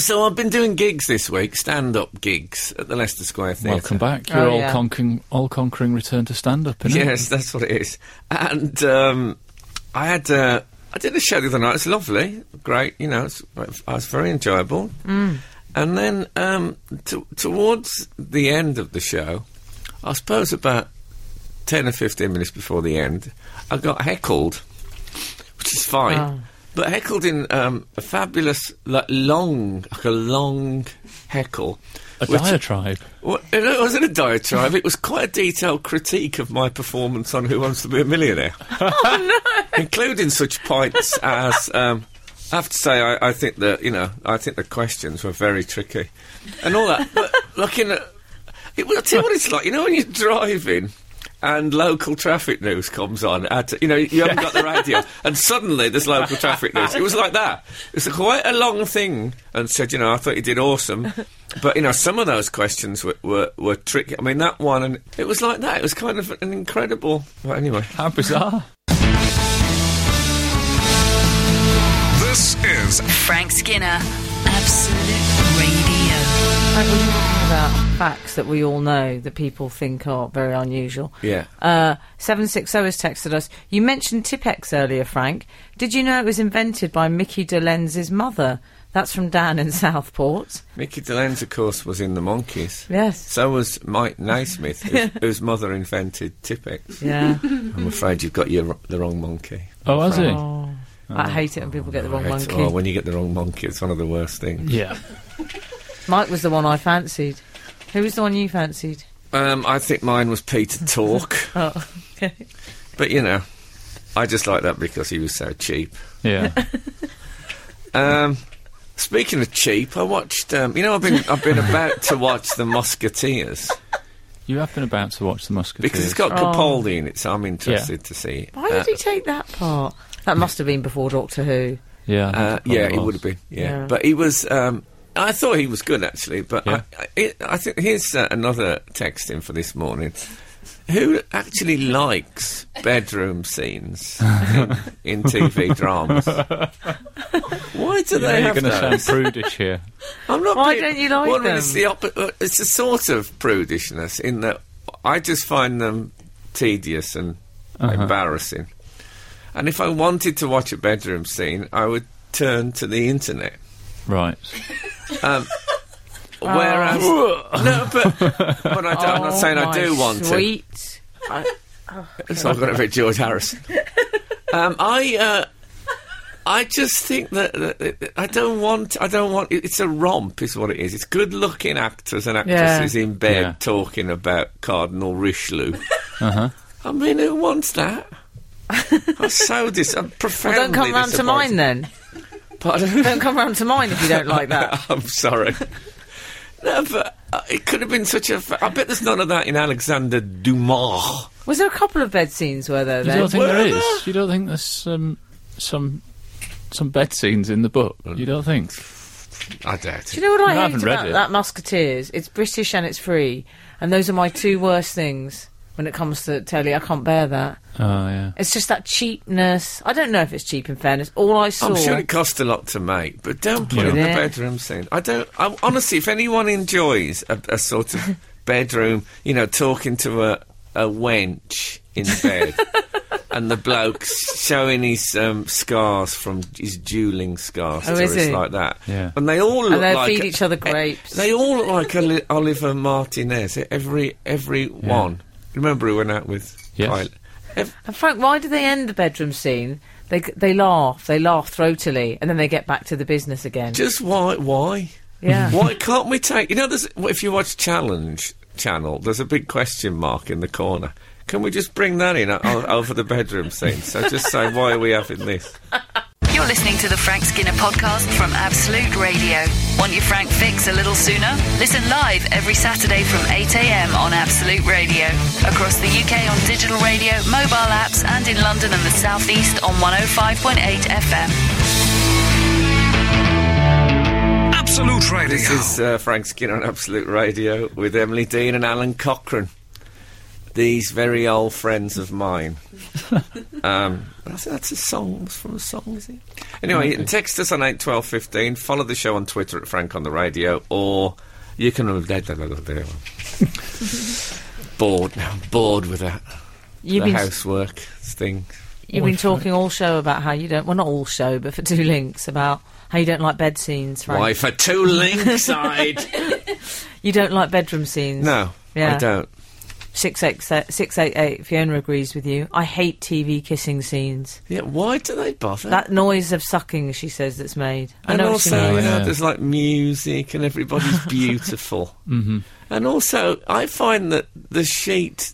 Speaker 2: so I've been doing gigs this week, stand-up gigs at the Leicester Square Theatre.
Speaker 4: Welcome back. Your
Speaker 3: Oh,
Speaker 4: all
Speaker 3: yeah.
Speaker 4: conquering, all conquering return to stand up, innit?
Speaker 2: Yes, that's what it is. And um, I had uh, I did a show the other night. It's lovely, great. You know, it's, I was very enjoyable. And then um, t- towards the end of the show, I suppose about ten or fifteen minutes before the end, I got heckled, which is fine.
Speaker 3: Oh.
Speaker 2: But heckled in um, a fabulous, like long, like a long heckle.
Speaker 4: A
Speaker 2: which-
Speaker 4: diatribe.
Speaker 2: well, it wasn't a diatribe. It was quite a detailed critique of my performance on Who Wants to Be a Millionaire, including such points as um, I have to say, I, I think that you know, I think the questions were very tricky, and all that. but looking at it, well, I'll tell you what it's like. You know, when you're driving. And local traffic news comes on. At, you know, you haven't got the radio, and suddenly there's local traffic news. It was like that. It was quite a long thing, and said, you know, I thought you did awesome, but you know, some of those questions were were, were tricky. I mean, that one, and it was like that. It was kind of an incredible. Well, anyway,
Speaker 4: How bizarre.
Speaker 6: This is
Speaker 1: Frank Skinner, Absolute Radio.
Speaker 3: Like we were talking about facts that we all know that people think are very unusual.
Speaker 2: Yeah.
Speaker 3: Uh, 760 has texted us. You mentioned Tippex earlier, Frank. Did you know it was invented by Mickey DeLenz's mother? That's from Dan in Southport.
Speaker 2: Mickey DeLenz, of course, was in the Monkeys.
Speaker 3: Yes.
Speaker 2: So was Mike Naismith, whose, whose mother invented Tippex.
Speaker 3: Yeah.
Speaker 2: I'm afraid you've got your, the wrong monkey.
Speaker 4: Oh, has he?
Speaker 3: Oh, I hate it when people get the wrong
Speaker 2: It's-
Speaker 3: monkey.
Speaker 2: Oh, when you get the wrong monkey, it's one of the worst things.
Speaker 4: Yeah.
Speaker 3: Mike was the one I fancied. Who was the one you fancied?
Speaker 2: Um, I think mine was Peter Talk,
Speaker 3: Oh, okay.
Speaker 2: but you know, I just like that because he was so cheap.
Speaker 4: Yeah.
Speaker 2: Um, speaking of cheap, I watched. Um, you know, I've been I've been about to watch The Musketeers
Speaker 4: you have been about to watch The Musketeers.
Speaker 2: because it's got Capaldi in it, so I'm interested to see. it.
Speaker 3: Oh. Why did he take that part? That must have been before Doctor Who.
Speaker 4: Yeah.
Speaker 2: Uh,
Speaker 4: I think
Speaker 2: yeah,
Speaker 4: it
Speaker 2: it
Speaker 4: was.
Speaker 2: would have been. Yeah.
Speaker 3: Yeah.
Speaker 2: but he was. Um, I thought he was good actually. But
Speaker 4: Yeah.
Speaker 2: I, I, it, I think here's uh, another text in for this morning. Who actually likes bedroom scenes in, in TV dramas? Why do
Speaker 4: Yeah,
Speaker 2: they
Speaker 4: you're
Speaker 2: have
Speaker 4: going to sound
Speaker 2: those?
Speaker 4: prudish here.
Speaker 2: I'm not.
Speaker 3: Why
Speaker 2: being-
Speaker 3: don't you like
Speaker 2: well, I mean, It's
Speaker 3: them?
Speaker 2: the oppo- uh, it's a sort of prudishness in that I just find them tedious and
Speaker 3: Uh-huh.
Speaker 2: embarrassing. And if I wanted to watch a bedroom scene, I would turn to the internet.
Speaker 4: Right.
Speaker 3: Ah.
Speaker 2: Whereas, no, but but I don't, I'm not saying I do want to.
Speaker 3: Oh sweet. I-
Speaker 2: So I've got to be George Harrison. um, I uh, I just think that, that- that- I don't want I don't want it- it's a romp is what it is. It's good looking actors and actresses in bed
Speaker 4: Yeah.
Speaker 2: talking about Cardinal Richelieu. I mean, who wants that? I'm so dis. I'm profoundly
Speaker 3: Don't come round to mine
Speaker 2: disappointed.
Speaker 3: then.
Speaker 2: Pardon?
Speaker 3: Don't come round to mine if you don't like that.
Speaker 2: I'm sorry. No, but uh, it could have been such a. Fa- I bet there's none of that in Alexander Dumas.
Speaker 3: Was there a couple of bed scenes were there
Speaker 4: You
Speaker 3: then?
Speaker 4: don't think there
Speaker 2: Whatever.
Speaker 4: is? You don't think there's um, some some bed scenes in the book?
Speaker 2: Mm.
Speaker 4: You don't think?
Speaker 2: I doubt
Speaker 3: Do
Speaker 2: it.
Speaker 3: you know what I,
Speaker 4: No, I
Speaker 3: hate
Speaker 4: haven't read
Speaker 3: about
Speaker 4: it.
Speaker 3: that Musketeers? It's British and it's free, and those are my two worst things. when it comes to telly. I can't bear that.
Speaker 4: Oh yeah.
Speaker 3: It's just that cheapness. I don't know if it's cheap. In fairness, all I saw.
Speaker 2: I'm sure it cost a lot to make, but don't put it in the
Speaker 3: Yeah.
Speaker 2: bedroom scene. I don't. I, honestly, if anyone enjoys a, a sort of bedroom, you know, talking to a a wench in bed, and the bloke showing his um, scars from his dueling scars,
Speaker 3: Oh,
Speaker 2: to
Speaker 3: is
Speaker 2: us
Speaker 3: he?
Speaker 2: like that,
Speaker 4: Yeah.
Speaker 2: and they all look
Speaker 3: and they
Speaker 2: like eh,
Speaker 3: feed each other grapes.
Speaker 2: They all look like Oli- Oliver Martinez. Every every one. Remember who went out with?
Speaker 4: Yes.
Speaker 2: Kyle? Ev-
Speaker 3: and Frank, why do they end the bedroom scene? They they laugh, they laugh throatily, and then they get back to the business again.
Speaker 2: Just why? Why?
Speaker 3: Yeah.
Speaker 2: Why can't we take? You know, there's, if you watch Challenge Channel, there's a big question mark in the corner. Can we just bring that in o- o- over the bedroom scene? So just say, why are we having this?
Speaker 1: You're listening to the Frank Skinner podcast from Absolute Radio. Want your Frank fix a little sooner? Listen live every Saturday from 8 a.m. on Absolute Radio. Across the UK on digital radio, mobile apps, and in London and the South East on 105.8 FM.
Speaker 6: Absolute Radio.
Speaker 2: This is uh, Frank Skinner on Absolute Radio with Emily Dean and Alan Cochrane. These very old friends of mine. um, that's, that's a song. It's from a song, is it? Anyway,
Speaker 3: Mm-hmm.
Speaker 2: text us on eight twelve fifteen. Follow the show on Twitter at Frank on the Radio, or you can. uh, bored now. Bored with that.
Speaker 3: You've
Speaker 2: the
Speaker 3: been
Speaker 2: housework thing.
Speaker 3: you've been talking all show about how you don't. Well, not all show, but for two links about how you don't like bed scenes. Frank.
Speaker 2: Why for two links? I'd
Speaker 3: You don't like bedroom scenes.
Speaker 2: no,
Speaker 3: Yeah.
Speaker 2: I don't.
Speaker 3: Six eight six eight eight. Fiona agrees with you. I hate TV kissing scenes.
Speaker 2: Yeah, why do they bother?
Speaker 3: That noise of sucking, she says, that's made. I
Speaker 2: and
Speaker 3: know what you
Speaker 2: also,
Speaker 3: mean.
Speaker 2: you know,
Speaker 4: Yeah.
Speaker 2: there's like music and everybody's beautiful. mm-hmm. And also, I find that the sheet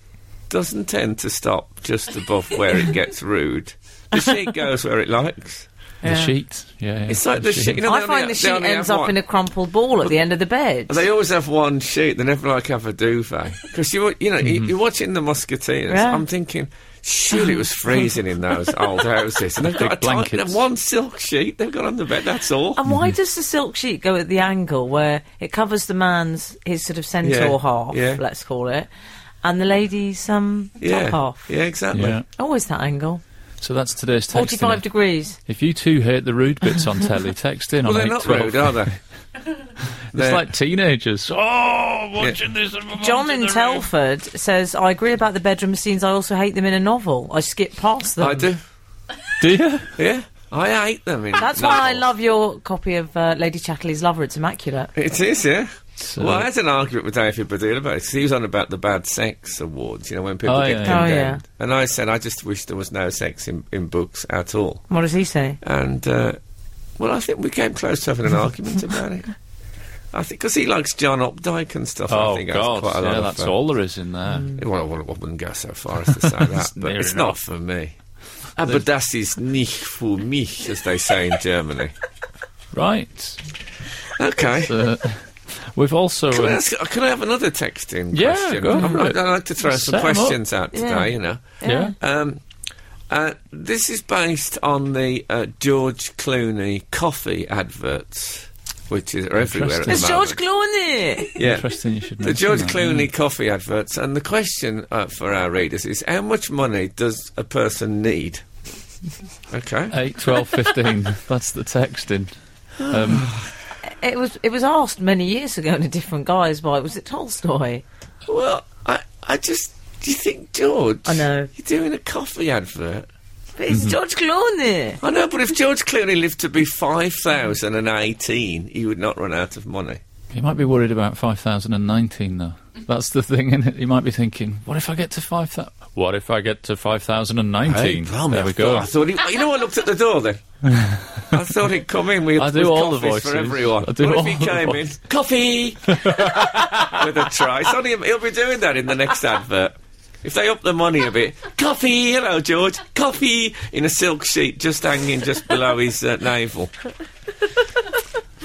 Speaker 2: doesn't tend to stop just above where it gets rude. The sheet goes where it likes.
Speaker 4: The
Speaker 3: Yeah.
Speaker 4: sheet. Yeah. yeah.
Speaker 2: It's like the sheet. You know,
Speaker 3: I
Speaker 2: uh, they only
Speaker 3: find
Speaker 2: ha-
Speaker 3: the
Speaker 2: they
Speaker 3: sheet
Speaker 2: only
Speaker 3: ends
Speaker 2: have
Speaker 3: up
Speaker 2: one.
Speaker 3: in a crumpled ball at the end of the bed.
Speaker 2: They always have one sheet. They never like have a duvet because you wa- you know you, you're watching the Musketeers.
Speaker 3: Yeah.
Speaker 2: I'm thinking. Surely it was freezing in those old houses, and they've got a
Speaker 4: Big
Speaker 2: tiny,
Speaker 4: blankets.
Speaker 2: one silk sheet they've got on the bed. That's all.
Speaker 3: And why does the silk sheet go at the angle where it covers the man's, his sort of centaur
Speaker 2: Yeah,
Speaker 3: half,
Speaker 2: yeah.
Speaker 3: let's call it, and the lady's um,
Speaker 2: yeah,
Speaker 3: top half?
Speaker 2: yeah, exactly.
Speaker 4: Yeah.
Speaker 3: Always that angle.
Speaker 4: So that's today's text.
Speaker 3: 45 degrees.
Speaker 4: If you two hate the rude bits on telly, text in
Speaker 2: Well,
Speaker 4: on
Speaker 2: they're
Speaker 4: eight
Speaker 2: not
Speaker 4: twelve.
Speaker 2: rude, are they?
Speaker 4: It's
Speaker 2: They're-
Speaker 4: like teenagers. Oh, watching this. and
Speaker 3: John
Speaker 4: watching
Speaker 3: in
Speaker 4: the rude-
Speaker 3: Telford says, I agree about the bedroom scenes. I also hate them in a novel. I skip past them.
Speaker 2: I do.
Speaker 4: Do you?
Speaker 2: Yeah, I hate them. In
Speaker 3: That's why I
Speaker 2: novels.
Speaker 3: love your copy of uh, Lady Chatterley's Lover. It's immaculate.
Speaker 2: It is, yeah.
Speaker 4: So-
Speaker 2: well, I had an argument with David Baddiel about it. 'cause He was on about the bad sex awards, you know, when people
Speaker 4: Oh,
Speaker 2: get
Speaker 4: yeah.
Speaker 2: condemned.
Speaker 3: Oh, yeah.
Speaker 2: And I said, I just wish there was no sex in, in books at all.
Speaker 3: What does he say?
Speaker 2: And, uh, well, I think we came close to having an argument about it. I think because he likes John Updike and stuff.
Speaker 4: Oh
Speaker 2: I think
Speaker 4: God!
Speaker 2: that's quite a lot
Speaker 4: yeah,
Speaker 2: of
Speaker 4: that's
Speaker 2: fun. Mm.
Speaker 4: all there is in there.
Speaker 2: Well, well, I wouldn't go so far as to say that, but
Speaker 4: near
Speaker 2: it's not
Speaker 4: enough.
Speaker 2: for me. Aber das ist nicht für mich, as they say in Germany.
Speaker 4: Right.
Speaker 2: Okay.
Speaker 4: Uh, we've also.
Speaker 2: Can I,
Speaker 4: uh,
Speaker 2: ask, can I have another texting
Speaker 4: Yeah,
Speaker 2: question?
Speaker 4: go
Speaker 2: I'm-
Speaker 4: for
Speaker 2: I'd,
Speaker 4: it.
Speaker 2: I'd like to throw some
Speaker 4: Set 'em up.
Speaker 2: questions out today,
Speaker 3: Yeah.
Speaker 2: you know.
Speaker 4: yeah.
Speaker 2: Um, uh, this is based on the uh, George Clooney coffee adverts, which is, are everywhere at the
Speaker 4: Interesting.
Speaker 3: It's
Speaker 2: moment.
Speaker 3: George Clooney.
Speaker 2: yeah.
Speaker 4: Interesting. You should.
Speaker 2: The
Speaker 4: mention
Speaker 2: George
Speaker 4: that,
Speaker 2: Clooney coffee adverts. And the question uh, for our readers is how much money does a person need? Okay.
Speaker 3: Uh,
Speaker 4: Yeah. Eight, twelve, fifteen. that's the texting. Um,
Speaker 3: It was it was asked many years ago in a different guise by was it Tolstoy?
Speaker 2: well, I, I just. Do you think, George?
Speaker 3: I know.
Speaker 2: You're doing a coffee advert.
Speaker 3: But
Speaker 2: Mm-hmm.
Speaker 3: it's George Clooney.
Speaker 2: I know, but if George Clooney lived to be 5,018, he would not run out of money.
Speaker 4: he might be worried about 5,019 though. That's the thing, is it? He might be thinking, "What if I get to 5,000? What if I get to 5,019?"
Speaker 2: blimey,
Speaker 4: there
Speaker 2: I
Speaker 4: we go.
Speaker 2: thought- I thought he, you know, I looked at the door then. I thought he'd come in with,
Speaker 4: I do
Speaker 2: with
Speaker 4: all the
Speaker 2: coffees for
Speaker 4: voices.
Speaker 2: everyone.
Speaker 4: I do
Speaker 2: what
Speaker 4: all
Speaker 2: if he
Speaker 4: the
Speaker 2: came in,
Speaker 4: voices.
Speaker 2: coffee, with a try? It's only him- he'll be doing that in the next advert. If they up the money a bit, coffee, hello George, coffee, in a silk sheet just hanging just below his uh, navel.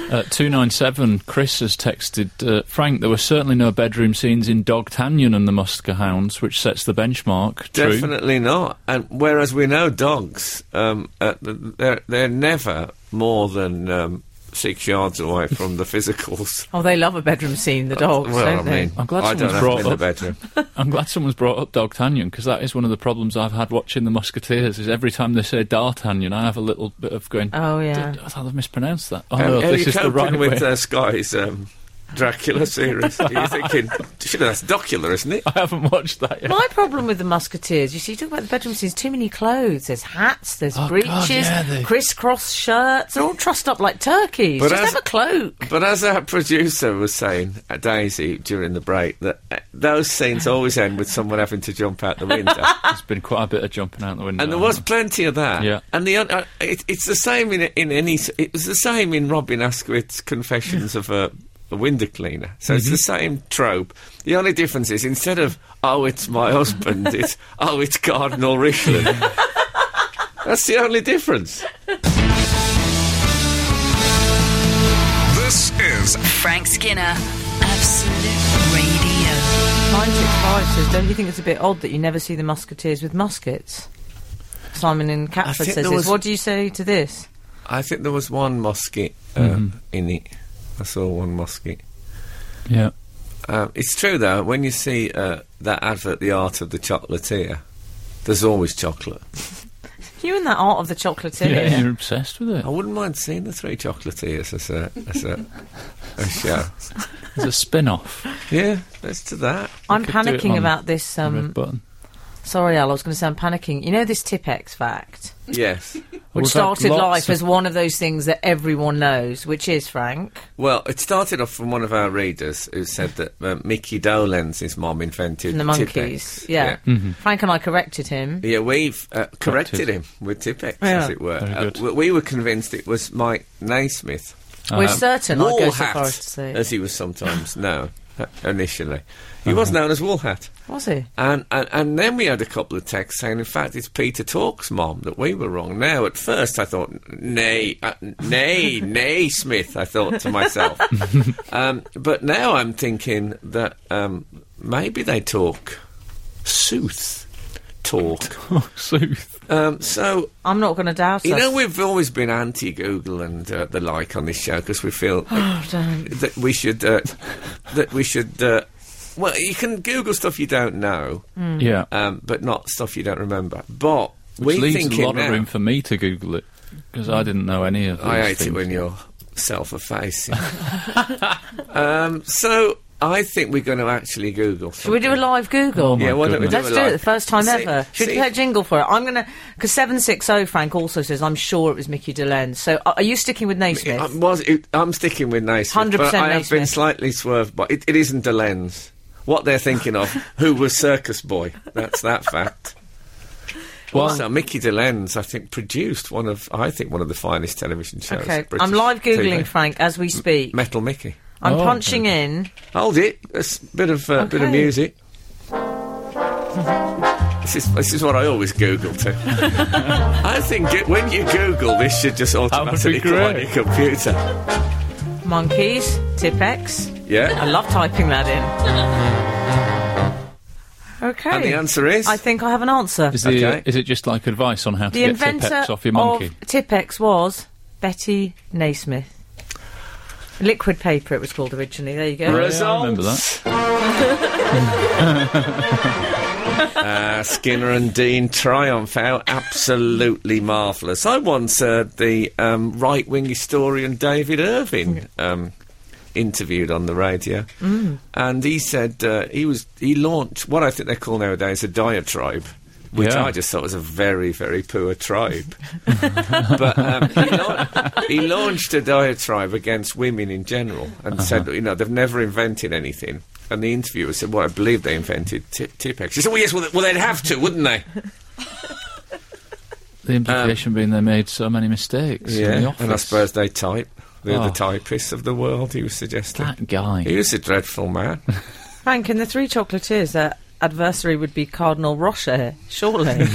Speaker 4: Uh, 297, Chris has texted uh, Frank, there were certainly no bedroom scenes in Dog Tanyan and the Musker Hounds, which sets the benchmark. True.
Speaker 2: Definitely not. And whereas we know dogs, um, uh, th- they're they're never more than um, six yards away from the physicals.
Speaker 3: Oh, they love a bedroom scene, the dogs,
Speaker 2: well,
Speaker 3: don't
Speaker 2: I
Speaker 3: they?
Speaker 2: mean,
Speaker 4: I'm glad
Speaker 2: I don't
Speaker 4: someone's
Speaker 2: have
Speaker 4: brought
Speaker 2: them in the
Speaker 4: up-
Speaker 2: bedroom.
Speaker 4: I'm glad someone's brought up Dogtanyan because that is one of the problems I've had watching The Musketeers. Is every time they say D'Artagnan, I have a little bit of going.
Speaker 3: Oh, yeah.
Speaker 4: "Did- I thought I've mispronounced that. Oh
Speaker 2: Um,
Speaker 4: no,
Speaker 2: Eric
Speaker 4: this is the
Speaker 2: Copin
Speaker 4: right way.
Speaker 2: with uh, Sky's um, Dracula series. You're thinking, shit, that's Docula, isn't it?
Speaker 4: I haven't watched that yet.
Speaker 3: My problem with the Musketeers, you see, you talk about the bedroom scenes, too many clothes. There's hats, there's
Speaker 4: Oh, God,
Speaker 3: breeches,
Speaker 4: yeah, they-
Speaker 3: crisscross shirts. They're all trussed up like turkeys.
Speaker 2: But
Speaker 3: Just
Speaker 2: as-
Speaker 3: have a cloak.
Speaker 2: But as our producer was saying, uh, Daisy, during the break, that uh, those scenes always end with someone having to jump out the window.
Speaker 4: There's been quite a bit of jumping out the window.
Speaker 2: And there was plenty of that.
Speaker 4: Yeah.
Speaker 2: And the un- uh, it, it's the same in in any. s- It was the same in Robin Asquith's Confessions of a, a Window Cleaner. So it's the same trope. The only difference is instead of "Oh, it's my husband," it's "Oh, it's Cardinal Richelieu." That's the only difference.
Speaker 6: This is
Speaker 1: Frank Skinner, Absolute Radio.
Speaker 3: 965 says, don't you think it's a bit odd that you never see the Musketeers with muskets? Simon in Catford
Speaker 2: think
Speaker 3: says
Speaker 2: there
Speaker 3: this.
Speaker 2: was-
Speaker 3: What do you say to this?
Speaker 2: I think there was one musket uh, in it. I saw one musket.
Speaker 4: Yeah.
Speaker 2: Um, it's true though. When you see uh, that advert, "The Art of the Chocolatier," there's always chocolate.
Speaker 3: You and that art of the chocolatier.
Speaker 4: yeah, you're obsessed with it.
Speaker 2: I wouldn't mind seeing the three chocolatiers as a as a, a show.
Speaker 4: It's a spin-off.
Speaker 3: Um,
Speaker 2: Yeah, let's do that.
Speaker 3: I'm
Speaker 4: could do it
Speaker 3: panicking
Speaker 4: on
Speaker 3: about this.
Speaker 4: Red
Speaker 3: Um,
Speaker 4: button.
Speaker 3: sorry, Al, I was going to say I'm panicking. You know this Tipex fact?
Speaker 2: Yes.
Speaker 4: We've
Speaker 3: Which
Speaker 4: had
Speaker 3: started
Speaker 4: lots
Speaker 3: life
Speaker 4: of-
Speaker 3: as one of those things that everyone knows, which is, Frank.
Speaker 2: Well, it started off from one of our readers who said that uh, Mickey Dolenz, mom, invented
Speaker 3: And the
Speaker 2: Tipex.
Speaker 3: monkeys. Yeah.
Speaker 2: Mm-hmm.
Speaker 3: Frank and I corrected him.
Speaker 2: Yeah, we've uh, corrected
Speaker 4: Corrected.
Speaker 2: him with Tipex,
Speaker 3: Yeah.
Speaker 2: as it were.
Speaker 4: Very
Speaker 2: Uh,
Speaker 4: good.
Speaker 2: w- we were convinced it was Mike Naismith.
Speaker 3: We're certain I'd go
Speaker 2: Wool
Speaker 3: so far as to
Speaker 2: Uh-huh. hat,
Speaker 3: say.
Speaker 2: as he was sometimes known uh, initially. He was
Speaker 4: Uh-huh.
Speaker 2: known as Wool Hat.
Speaker 3: Was he?
Speaker 2: And, and and then we had a couple of texts saying, in fact, it's Peter Talk's mom that we were wrong. Now, at first, I thought, nay, uh, nay, nay, Smith. I thought to myself, um, but now I'm thinking that um, maybe they talk sooth talk.
Speaker 4: Oh, Sooth.
Speaker 2: Um, so
Speaker 3: I'm not going to doubt
Speaker 2: you
Speaker 3: us.
Speaker 2: know, we've always been anti-Google and uh, the like on this show because we feel
Speaker 3: Oh, don't.
Speaker 2: that we should uh, that we should. Uh, well, you can Google stuff you don't know
Speaker 3: Mm.
Speaker 4: Yeah.
Speaker 2: um, but not stuff you don't remember. But
Speaker 4: Which
Speaker 2: we
Speaker 4: leaves
Speaker 2: thinking
Speaker 4: a lot
Speaker 2: now,
Speaker 4: of room for me to Google it because I didn't know any of these
Speaker 2: I hate
Speaker 4: things.
Speaker 2: it when you're self-effacing. um, so I think we're going to actually Google.
Speaker 3: Should we do a live Google?
Speaker 4: Oh, my
Speaker 2: Yeah, why don't we
Speaker 4: goodness.
Speaker 2: do a
Speaker 3: Let's do it
Speaker 2: live-
Speaker 3: the first time
Speaker 2: See-
Speaker 3: ever. Should we
Speaker 2: see-
Speaker 3: play a jingle for it? I'm going to. Because 760 Frank also says, I'm sure it was Mickey DeLenz. So uh, are are you sticking with Naismith?
Speaker 2: I was, it, I'm sticking with Naismith,
Speaker 3: 100%
Speaker 2: but I have been
Speaker 3: Naismith.
Speaker 2: slightly swerved by it. It isn't a lens. What they're thinking of, who was Circus Boy? That's that fact.
Speaker 4: Well-
Speaker 2: also, Mickey DeLenz, I think, produced one of, I think, one of the finest television shows.
Speaker 3: okay.
Speaker 2: British
Speaker 3: I'm live Googling
Speaker 2: TV.
Speaker 3: Frank as we speak.
Speaker 2: Metal Mickey.
Speaker 3: I'm
Speaker 4: Oh,
Speaker 3: punching in.
Speaker 2: Hold it. A s- bit of uh, bit of
Speaker 3: Okay.
Speaker 2: music. this is this is what I always Google to. I think it, when you Google, this should just automatically come on
Speaker 4: great.
Speaker 2: your computer.
Speaker 3: Monkeys, Tipex. I
Speaker 2: Yeah.
Speaker 3: love typing that in. Okay.
Speaker 2: And the answer is.
Speaker 3: I think I have an answer.
Speaker 4: Is, the,
Speaker 2: Okay.
Speaker 4: is it just like advice on how to
Speaker 3: the
Speaker 4: get
Speaker 3: inventor
Speaker 4: Tipex off your monkey?
Speaker 3: of Tipex was Betty Naismith. Liquid paper, it was called originally. There you go.
Speaker 4: Yeah, I remember
Speaker 2: Results. uh, Skinner and Dean triumph. How absolutely marvellous. I once heard the um, right wing historian David Irving
Speaker 3: Mm.
Speaker 2: um, interviewed on the radio. And he said uh, he was he launched what I think they call nowadays a diatribe. Which
Speaker 4: Yeah.
Speaker 2: I just thought was a very, very poor tribe. but um, he, lau- he launched a diatribe against women in general and
Speaker 4: Uh-huh.
Speaker 2: said, you know, they've never invented anything. And the interviewer said, well, I believe they invented ti- Tipex. He said, well, yes, well, they- well, they'd have to, wouldn't they?
Speaker 4: The implication being they made so many mistakes. in the office.
Speaker 2: and I suppose they type. They're
Speaker 4: Oh.
Speaker 2: the typists of the world, he was suggesting.
Speaker 4: that guy.
Speaker 2: He was a dreadful man.
Speaker 3: Frank, in the Three Chocolatiers, their adversary would be Cardinal Rocher, surely. Very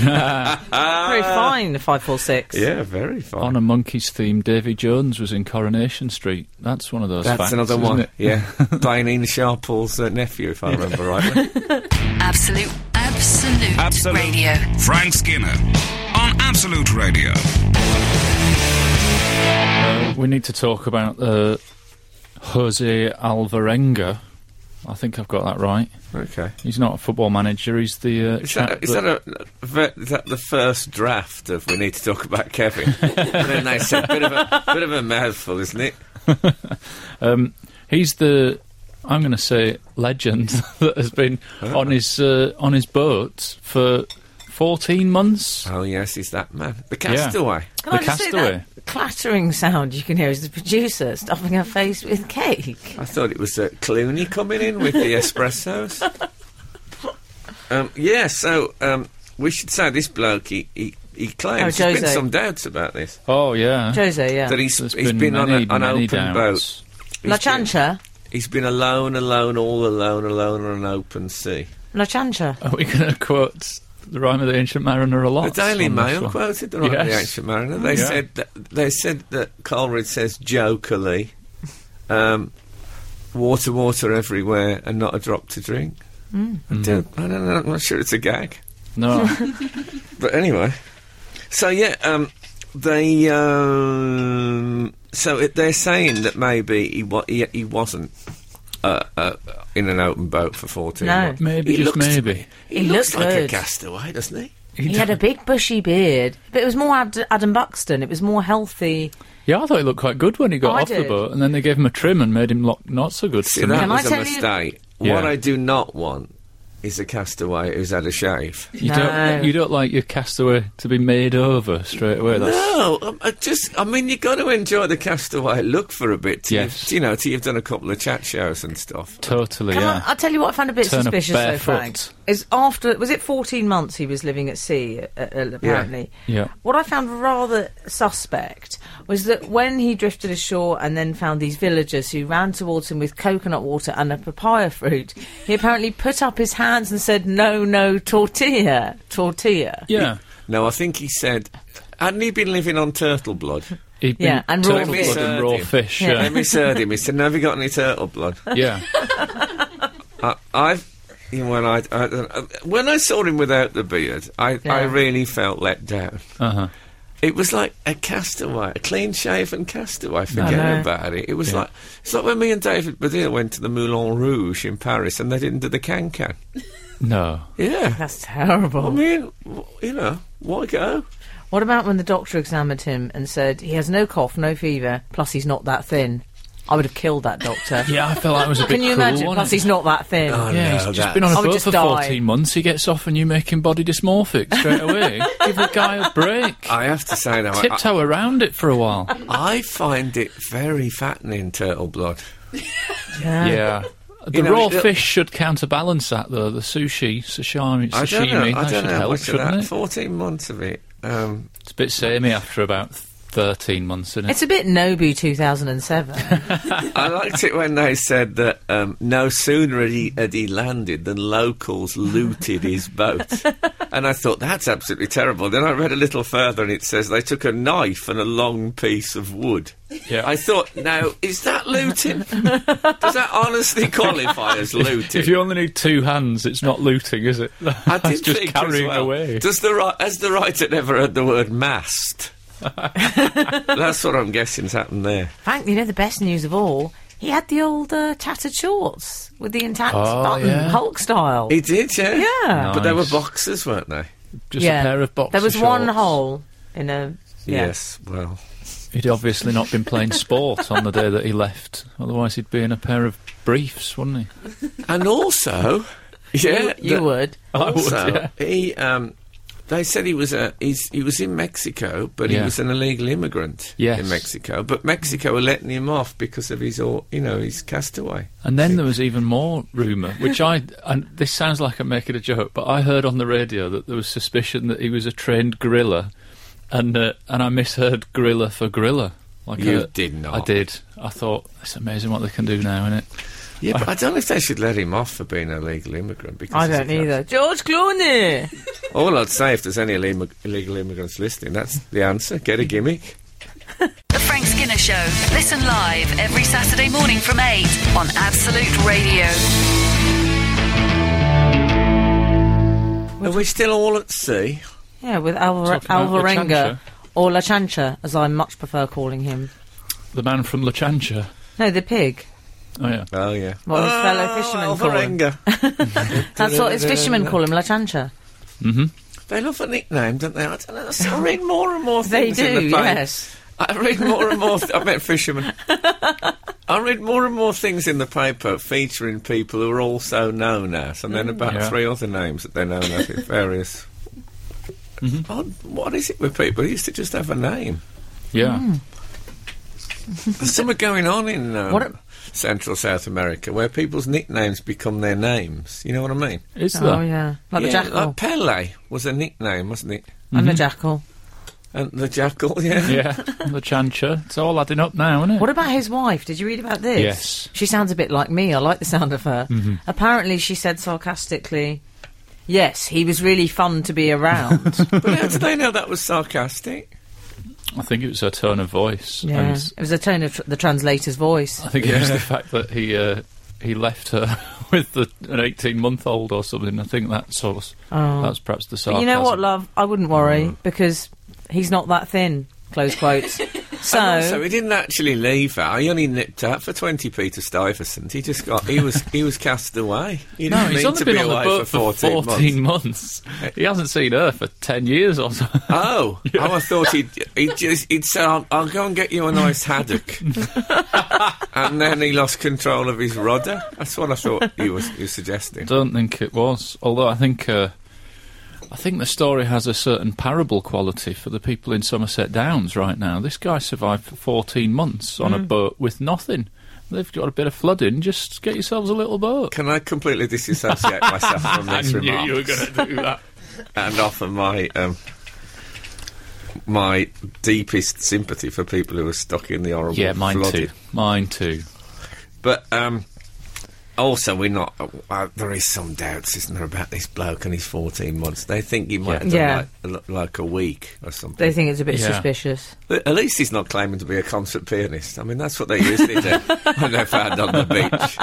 Speaker 3: fine, 546.
Speaker 2: yeah, very fine.
Speaker 4: on a monkey's theme, Davy Jones was in Coronation Street. That's one of those.
Speaker 2: That's
Speaker 4: facts,
Speaker 2: another
Speaker 4: isn't
Speaker 2: one.
Speaker 4: it?
Speaker 2: Yeah, playing Ian Sharple's uh, nephew, if I remember rightly.
Speaker 1: Absolute, Absolute,
Speaker 6: Absolute.
Speaker 1: Radio.
Speaker 6: Frank Skinner on Absolute Radio.
Speaker 4: Uh, We need to talk about uh, Jose Alvarenga. I think I've got that right.
Speaker 2: Okay.
Speaker 4: He's not a football manager. He's the uh,
Speaker 2: Is
Speaker 4: chap
Speaker 2: that, is,
Speaker 4: that-
Speaker 2: that a, ver- is that the first draft of We Need to Talk About Kevin? and then they said, bit of, a, bit of a mouthful, isn't it?
Speaker 4: Um, he's the, I'm going to say, legend that has been on his uh, on his boat for 14 months.
Speaker 2: Oh, yes, he's that man. The castaway.
Speaker 3: Can
Speaker 4: The
Speaker 3: I just
Speaker 4: castaway.
Speaker 3: say that clattering sound you can hear is the producer stuffing her face with cake.
Speaker 2: I thought it was uh, Clooney coming in with the espressos. Um, yeah, so um, we should say this bloke, he, he, he
Speaker 3: Oh,
Speaker 2: claims there's been
Speaker 3: Jose.
Speaker 2: some doubts about this.
Speaker 4: Oh yeah,
Speaker 3: Jose, yeah.
Speaker 2: That he's,
Speaker 4: There's
Speaker 2: he's been, on a,
Speaker 4: many,
Speaker 2: an
Speaker 4: many
Speaker 2: open boat.
Speaker 4: doubts.
Speaker 2: He's
Speaker 3: La
Speaker 2: been-
Speaker 3: Chancha.
Speaker 2: He's been alone, alone, all alone, alone on an open sea.
Speaker 3: La Chancha.
Speaker 4: Are we going to quote the rhyme of the ancient mariner a lot?
Speaker 2: The Daily
Speaker 4: on this
Speaker 2: Mail
Speaker 4: one?
Speaker 2: quoted the right of the
Speaker 4: Oh, Yes.
Speaker 2: ancient mariner. They
Speaker 4: Yeah.
Speaker 2: said that, they said that Coleridge says jokerly, um, "Water, water everywhere, and not a drop to drink." I do.
Speaker 4: Mm.
Speaker 2: I don't know. I'm not sure it's a gag,
Speaker 4: No,
Speaker 2: but anyway. So yeah, um, they um, so it, they're saying that maybe he wa- he, he wasn't. Uh, uh, in an open boat for 14
Speaker 3: No.
Speaker 2: months.
Speaker 4: maybe
Speaker 2: He
Speaker 4: just
Speaker 2: looks-
Speaker 4: maybe.
Speaker 2: He,
Speaker 3: He
Speaker 2: looks
Speaker 3: looked
Speaker 2: like a
Speaker 3: good.
Speaker 2: castaway, doesn't he?
Speaker 3: He, had a big bushy beard, but it was more Ad- Adam Buxton. It was more healthy.
Speaker 4: Yeah, I thought he looked quite good when he got
Speaker 3: I
Speaker 4: off the
Speaker 3: did.
Speaker 4: boat, and then they gave him a trim and made him look not so good.
Speaker 2: See,
Speaker 4: to
Speaker 2: that
Speaker 3: Can
Speaker 2: was
Speaker 3: I
Speaker 2: a
Speaker 3: tell you-
Speaker 2: mistake.
Speaker 4: Yeah.
Speaker 2: What I do not want is a castaway who's had a shave.
Speaker 4: me. You
Speaker 3: No.
Speaker 4: don't, you don't like your castaway to be made over straight away. That's
Speaker 2: No, um, I just, I mean, you got to enjoy the castaway look for a bit. Till
Speaker 4: Yes.
Speaker 2: you've, you know, till you've done a couple of chat shows and stuff.
Speaker 4: totally
Speaker 3: Can
Speaker 4: yeah.
Speaker 3: I, I'll tell you what I found a bit
Speaker 4: Turn up
Speaker 3: suspicious though,
Speaker 4: barefoot.
Speaker 3: Frank. Is after was it 14 months he was living at sea? Uh, uh, apparently,
Speaker 4: Yeah.
Speaker 3: What I found rather suspect was that when he drifted ashore and then found these villagers who ran towards him with coconut water and a papaya fruit, he apparently put up his hands and said, "No, no, tortilla, tortilla."
Speaker 4: yeah.
Speaker 2: No, I think he said, hadn't he been living on turtle blood?
Speaker 4: He'd been
Speaker 3: Yeah, and raw
Speaker 4: turtle
Speaker 2: fish.
Speaker 4: blood and raw fish.
Speaker 3: Yeah.
Speaker 4: Yeah,
Speaker 2: Then we served him. He said, "No, have you got any turtle blood?"
Speaker 4: yeah.
Speaker 2: I, I've. you know, When I, I don't know. when I saw him without the beard, I, I
Speaker 3: Yeah.
Speaker 2: really felt let down.
Speaker 4: Uh huh.
Speaker 2: It was like a castaway, a clean shaven castaway.
Speaker 3: know.
Speaker 2: Forget about it. It was
Speaker 4: Yeah.
Speaker 2: like it's like when me and David Baddiel went to the Moulin Rouge in Paris, and they didn't do the can can.
Speaker 4: No.
Speaker 2: Yeah,
Speaker 3: That's terrible.
Speaker 2: I mean, w- you know, why go?
Speaker 3: What about when the doctor examined him and said he has no cough, no fever, plus he's not that thin? I would have killed that doctor.
Speaker 4: Yeah, I felt like it was a bit
Speaker 3: Can you
Speaker 4: cruel,
Speaker 3: imagine?
Speaker 4: wasn't
Speaker 3: Plus,
Speaker 4: it? Oh,
Speaker 3: he's not that thin.
Speaker 4: Yeah,
Speaker 2: No,
Speaker 4: he's just been on
Speaker 3: I
Speaker 4: a
Speaker 3: would
Speaker 4: boat
Speaker 3: just
Speaker 4: for
Speaker 3: die.
Speaker 4: 14 months. He gets off and you make him body dysmorphic straight away. Give the guy a break.
Speaker 2: I have to say though, I,
Speaker 4: Tiptoe around it for a while.
Speaker 2: I find it very fattening turtle blood.
Speaker 4: yeah. The
Speaker 2: You know,
Speaker 4: raw
Speaker 2: it-
Speaker 4: fish should counterbalance that, though. The sushi, sashimi,
Speaker 2: I don't
Speaker 4: sashimi,
Speaker 2: know. I
Speaker 4: that
Speaker 2: don't
Speaker 4: should
Speaker 2: know how
Speaker 4: help,
Speaker 2: much of that.
Speaker 4: shouldn't it?
Speaker 2: Fourteen months of it. Um,
Speaker 4: It's a bit samey after about 13 months, isn't it?
Speaker 3: It's a bit Nobu 2007.
Speaker 2: I liked it when they said that um, no sooner had he, had he landed than locals looted his boat. and I thought, that's absolutely terrible. Then I read a little further and it says they took a knife and a long piece of wood.
Speaker 4: Yeah.
Speaker 2: I thought, now, is that looting? Does that honestly qualify as looting?
Speaker 4: if you only need two hands, it's not looting, is it?
Speaker 2: I
Speaker 4: That's
Speaker 2: did
Speaker 4: just
Speaker 2: think as
Speaker 4: carrying
Speaker 2: well,
Speaker 4: away.
Speaker 2: Does the ri- has the writer never heard the word mast? That's what I'm guessing's happened there.
Speaker 3: Frank, you know the best news of all? He had the old uh, tattered shorts with the intact
Speaker 4: Oh,
Speaker 3: button,
Speaker 4: yeah.
Speaker 3: Hulk style.
Speaker 2: He did, yeah.
Speaker 3: Yeah.
Speaker 2: But they were
Speaker 4: Nice.
Speaker 2: boxers, weren't they?
Speaker 4: Just
Speaker 3: Yeah.
Speaker 4: a pair of boxer
Speaker 3: There was one
Speaker 4: shorts.
Speaker 3: hole in a. Yeah.
Speaker 2: Yes, well.
Speaker 4: He'd obviously not been playing sport on the day that he left. Otherwise, he'd be in a pair of briefs, wouldn't he?
Speaker 2: And also, yeah,
Speaker 3: You, you
Speaker 2: the-
Speaker 3: would.
Speaker 4: I would,
Speaker 2: Also,
Speaker 4: yeah.
Speaker 2: he. Um, they said he was a he's, he was in Mexico, but he
Speaker 4: Yeah.
Speaker 2: was an illegal immigrant
Speaker 4: Yes.
Speaker 2: in Mexico. But Mexico were letting him off because of his, or you know, his castaway.
Speaker 4: And then there was even more rumour, which I, and this sounds like I'm making a joke, but I heard on the radio that there was suspicion that he was a trained gorilla, and uh, and I misheard gorilla for gorilla. Like
Speaker 2: You
Speaker 4: uh,
Speaker 2: did not.
Speaker 4: I did. I thought it's amazing what they can do now, isn't it?
Speaker 2: Yeah, but I don't know if they should let him off for being an illegal immigrant. Because
Speaker 3: I
Speaker 2: he's a
Speaker 3: don't
Speaker 2: cast-
Speaker 3: either. George Clooney!
Speaker 2: All I'd say, if there's any illim- illegal immigrants listening, that's the answer. Get a gimmick.
Speaker 1: The Frank Skinner Show. Listen live every Saturday morning from 8 on Absolute Radio.
Speaker 2: Are we still all at sea?
Speaker 3: yeah, with Alvar-
Speaker 4: Talking about La
Speaker 3: Alvarenga.
Speaker 4: Chancha.
Speaker 3: Or La Chancha, as I much prefer calling him.
Speaker 4: the man from La Chancha.
Speaker 3: No, the pig.
Speaker 4: Oh yeah,
Speaker 2: Oh, yeah.
Speaker 3: What his fellow
Speaker 2: Oh,
Speaker 3: fishermen call him. That's what his fishermen call him, La Chancha.
Speaker 2: They love a nickname, don't they? I don't know. I read more and more
Speaker 3: They
Speaker 2: things. in
Speaker 3: do,
Speaker 2: the paper.
Speaker 3: yes.
Speaker 2: I read more and more. Th- I met fishermen. I read more and more things in the paper featuring people who are also known as, and
Speaker 3: Mm,
Speaker 2: then about
Speaker 4: Yeah.
Speaker 2: three other names that they're known as in various.
Speaker 3: Mm-hmm.
Speaker 2: Odd- what is it with people? They used to just have a name.
Speaker 4: yeah.
Speaker 3: Hmm.
Speaker 2: There's something going on in um,
Speaker 3: What a-
Speaker 2: Central South America where people's nicknames become their names. You know what I mean?
Speaker 4: Is
Speaker 3: Oh,
Speaker 4: there?
Speaker 3: yeah. Like the
Speaker 2: Yeah,
Speaker 3: jackal.
Speaker 2: like Pele was a nickname, wasn't it?
Speaker 3: I'm
Speaker 4: Mm-hmm.
Speaker 3: the jackal.
Speaker 2: And the jackal, yeah.
Speaker 4: yeah, La Chancha. It's all adding up now, isn't it?
Speaker 3: What about his wife? Did you read about this?
Speaker 4: Yes. Mm-hmm.
Speaker 3: She sounds a bit like me. I like the sound of her. Apparently, she said sarcastically, Yes, he was really fun to be around.
Speaker 2: but how did they know that was sarcastic?
Speaker 4: I think it was her tone of voice.
Speaker 3: yeah.
Speaker 4: And
Speaker 3: It was the tone of tr- the translator's voice.
Speaker 4: I think it was the fact that he uh, he left her with the, an eighteen month old or something. I think that source
Speaker 3: Oh.
Speaker 4: that's perhaps the
Speaker 3: But
Speaker 4: sarcasm. Mm.
Speaker 3: you know what, love? I wouldn't worry because he's not that thin. Close quotes. so,
Speaker 4: Oh.
Speaker 2: So he didn't actually leave her. He only nipped out for twenty Peter Stuyvesant. He just got he was he was cast away. He
Speaker 4: No,
Speaker 2: didn't
Speaker 4: he's
Speaker 2: need
Speaker 4: only
Speaker 2: to
Speaker 4: been
Speaker 2: be
Speaker 4: on the
Speaker 2: away
Speaker 4: boat
Speaker 2: for
Speaker 4: for
Speaker 2: 14, months.
Speaker 4: months. He hasn't seen her for ten years or so.
Speaker 2: Oh, oh! I thought he'd he'd just he'd say, "I'll, I'll go and get you a nice haddock," and then he lost control of his rudder. That's what I thought he was he was suggesting.
Speaker 4: Don't think it was. Although I think uh, I think the story has a certain parable quality for the people in Somerset Downs right now. This guy survived for 14 months on a
Speaker 3: Mm.
Speaker 4: boat with nothing. They've got a bit of flooding. Just get yourselves a little boat.
Speaker 2: Can I completely disassociate myself from this remark
Speaker 4: going to do that.
Speaker 2: and offer my um, my deepest sympathy for people who are stuck in the horrible
Speaker 4: yeah, mine
Speaker 2: flooded
Speaker 4: too. Mine too.
Speaker 2: But um, also, we're not. Uh, uh, there is some doubts, isn't there, about this bloke and his 14 months? They think he might have done
Speaker 3: Yeah.
Speaker 2: like, l- like a week or something.
Speaker 3: they think it's a bit
Speaker 4: Yeah.
Speaker 3: suspicious.
Speaker 2: But at least he's not claiming to be a concert pianist. I mean, that's what they usually do when they're found on the beach.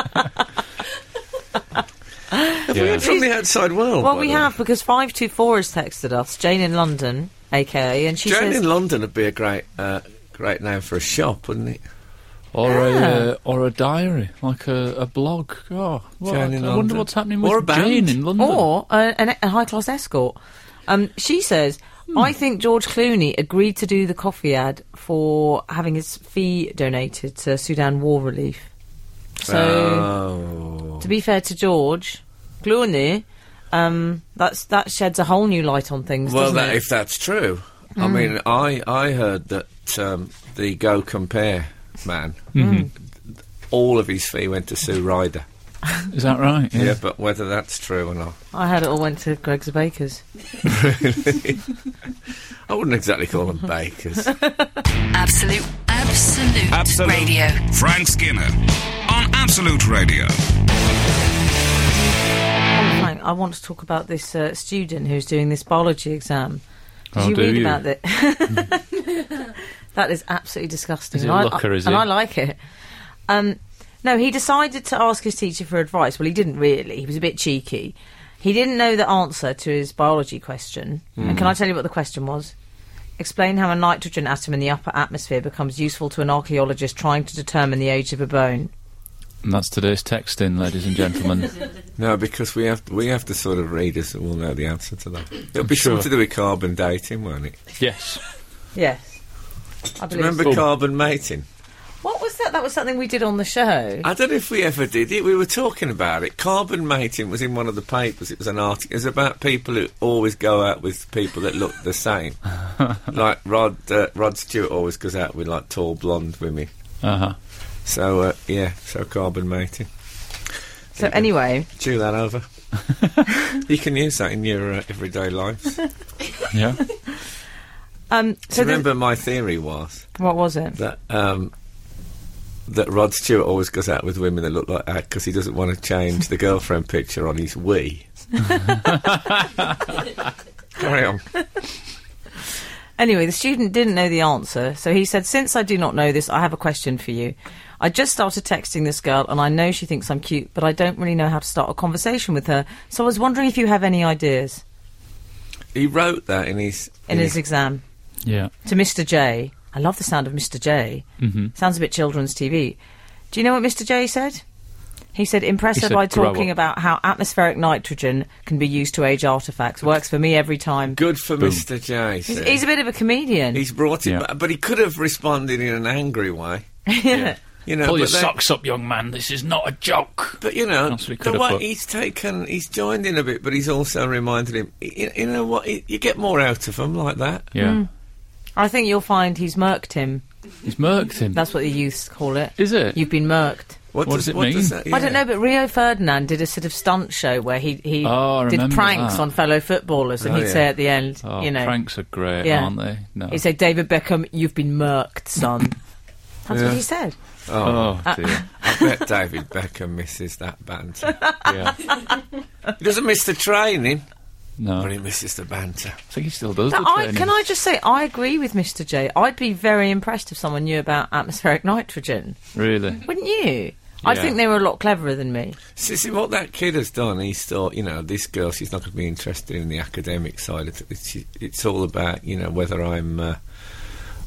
Speaker 2: have we heard from the outside world?
Speaker 3: Well,
Speaker 2: by
Speaker 3: we
Speaker 2: the way?
Speaker 3: have because 524 has texted us, Jane in London, aka, and she
Speaker 2: Joan
Speaker 3: says.
Speaker 2: in London would be a great, uh, great name for a shop, wouldn't it?
Speaker 4: Or
Speaker 3: Ah.
Speaker 4: a uh, or a diary, like a, a blog. Oh, what,
Speaker 2: Jane
Speaker 4: I
Speaker 2: in
Speaker 4: wonder
Speaker 2: London.
Speaker 4: what's happening
Speaker 2: Or a
Speaker 4: with
Speaker 2: band.
Speaker 4: Jane in London.
Speaker 3: or a, an, e, a high class escort. Um, she says,
Speaker 2: Hmm.
Speaker 3: I think George Clooney agreed to do the coffee ad for having his fee donated to Sudan war relief. So,
Speaker 2: oh.
Speaker 3: to be fair to George Clooney, um, that's that sheds a whole new light on things.
Speaker 2: Well,
Speaker 3: doesn't
Speaker 2: that,
Speaker 3: it?
Speaker 2: if that's true, I mean, I I heard that um, the Go Compare man, all of his fee went to Sue Ryder.
Speaker 4: Is that right?
Speaker 2: Yeah, but whether that's true or not,
Speaker 3: I had it all went to Greg's Bakers.
Speaker 2: I wouldn't exactly call them bakers.
Speaker 1: Absolute, absolute,
Speaker 6: Absolute.
Speaker 1: radio.
Speaker 6: Frank Skinner on Absolute Radio.
Speaker 3: Oh, Frank, I want to talk about this uh, student who's doing this biology exam. Did
Speaker 4: Oh,
Speaker 3: you
Speaker 4: do
Speaker 3: read
Speaker 4: you?
Speaker 3: about that? that is absolutely disgusting.
Speaker 4: Is it
Speaker 3: and I-
Speaker 4: a looker, is
Speaker 3: and
Speaker 4: it?
Speaker 3: I like it. Um, no, he decided to ask his teacher for advice. Well, he didn't really. He was a bit cheeky. He didn't know the answer to his biology question. And
Speaker 4: Hmm.
Speaker 3: can I tell you what the question was? Explain how a nitrogen atom in the upper atmosphere becomes useful to an archaeologist trying to determine the age of a bone.
Speaker 4: And that's today's texting, ladies and gentlemen.
Speaker 2: no, because we have we have the sort of readers that will know the answer to that. It'll be
Speaker 4: Sure.
Speaker 2: something to do with carbon dating, won't it?
Speaker 4: yes.
Speaker 3: Yes. I believe
Speaker 2: Remember
Speaker 4: Boom.
Speaker 2: carbon mating?
Speaker 3: What was that? That was something we did on the show.
Speaker 2: I don't know if we ever did it. We were talking about it. Carbon mating was in one of the papers. It was an article. It was about people who always go out with people that look the same. like Rod uh, Rod Stewart always goes out with like tall blonde women.
Speaker 4: Uh huh.
Speaker 2: So uh, yeah, so carbon mating.
Speaker 3: So anyway,
Speaker 2: Chew that over. you can use that in your uh, everyday lives.
Speaker 4: Yeah.
Speaker 3: um, so the-
Speaker 2: Remember, my theory was
Speaker 3: what was it?
Speaker 2: that um, that Rod Stewart always goes out with women that look like that because he doesn't want to change the girlfriend picture on his Wii. Carry on.
Speaker 3: Anyway, the student didn't know the answer, so he said, Since I do not know this, I have a question for you. I just started texting this girl, and I know she thinks I'm cute, but I don't really know how to start a conversation with her, so I was wondering if you have any ideas
Speaker 2: He wrote that in his
Speaker 3: in his exam
Speaker 4: Yeah.
Speaker 3: to Mr. J. I love the sound of Mr. J. Mm-hmm. Sounds a bit children's TV. Do you know what Mr. J said? He said, impressive
Speaker 4: He said,
Speaker 3: by
Speaker 4: "Grow up."
Speaker 3: talking about how atmospheric nitrogen can be used to age artifacts. Works for me every time.
Speaker 2: Good for Mr. J.
Speaker 3: He's,
Speaker 2: sir.
Speaker 3: he's a bit of a comedian.
Speaker 2: He's brought it,
Speaker 4: Yeah.
Speaker 2: back, but he could have responded in an angry way. You know,
Speaker 4: Pull
Speaker 2: but they-
Speaker 4: your socks up, young man. This is not a joke.
Speaker 2: But you know,
Speaker 4: That's what he
Speaker 2: the
Speaker 4: could have
Speaker 2: way
Speaker 4: put.
Speaker 2: he's taken, he's joined in a bit, but he's also reminded him. You, you know what? You get more out of him like that.
Speaker 4: Yeah.
Speaker 3: I think you'll find he's murked him.
Speaker 4: Mm. He's murked him.
Speaker 3: That's what the youths call it.
Speaker 4: Is it?
Speaker 3: You've been murked.
Speaker 4: What does it mean?
Speaker 2: that,
Speaker 3: I don't
Speaker 2: yeah.
Speaker 3: know, but Rio Ferdinand did a sort of stunt show where he, he
Speaker 4: Oh, I
Speaker 3: did
Speaker 4: remember
Speaker 3: pranks
Speaker 4: that.
Speaker 3: on fellow footballers, and
Speaker 2: Oh,
Speaker 3: he'd
Speaker 2: yeah.
Speaker 3: say at the end,
Speaker 4: oh,
Speaker 3: you know,
Speaker 4: pranks are great,
Speaker 3: Yeah.
Speaker 4: aren't they? No.
Speaker 3: he'd say, David Beckham, you've been murked, son. That's
Speaker 2: Yeah.
Speaker 3: what he said.
Speaker 4: oh,
Speaker 3: Uh,
Speaker 4: dear.
Speaker 2: I bet David Beckham misses that banter.
Speaker 4: yeah.
Speaker 2: he doesn't miss the training,
Speaker 4: No.
Speaker 2: but
Speaker 4: I
Speaker 2: he misses the banter.
Speaker 4: think he still does.
Speaker 3: But
Speaker 4: the
Speaker 3: I,
Speaker 4: training.
Speaker 3: can I just say, I agree with Mr. J. I'd be very impressed if someone knew about atmospheric nitrogen,
Speaker 4: Really?
Speaker 3: wouldn't you? I
Speaker 4: Yeah.
Speaker 3: think they were a lot cleverer than me.
Speaker 2: See, see, what that kid has done, he's thought, you know, this girl, she's not going to be interested in the academic side of it. It's, it's all about, you know, whether I'm, uh,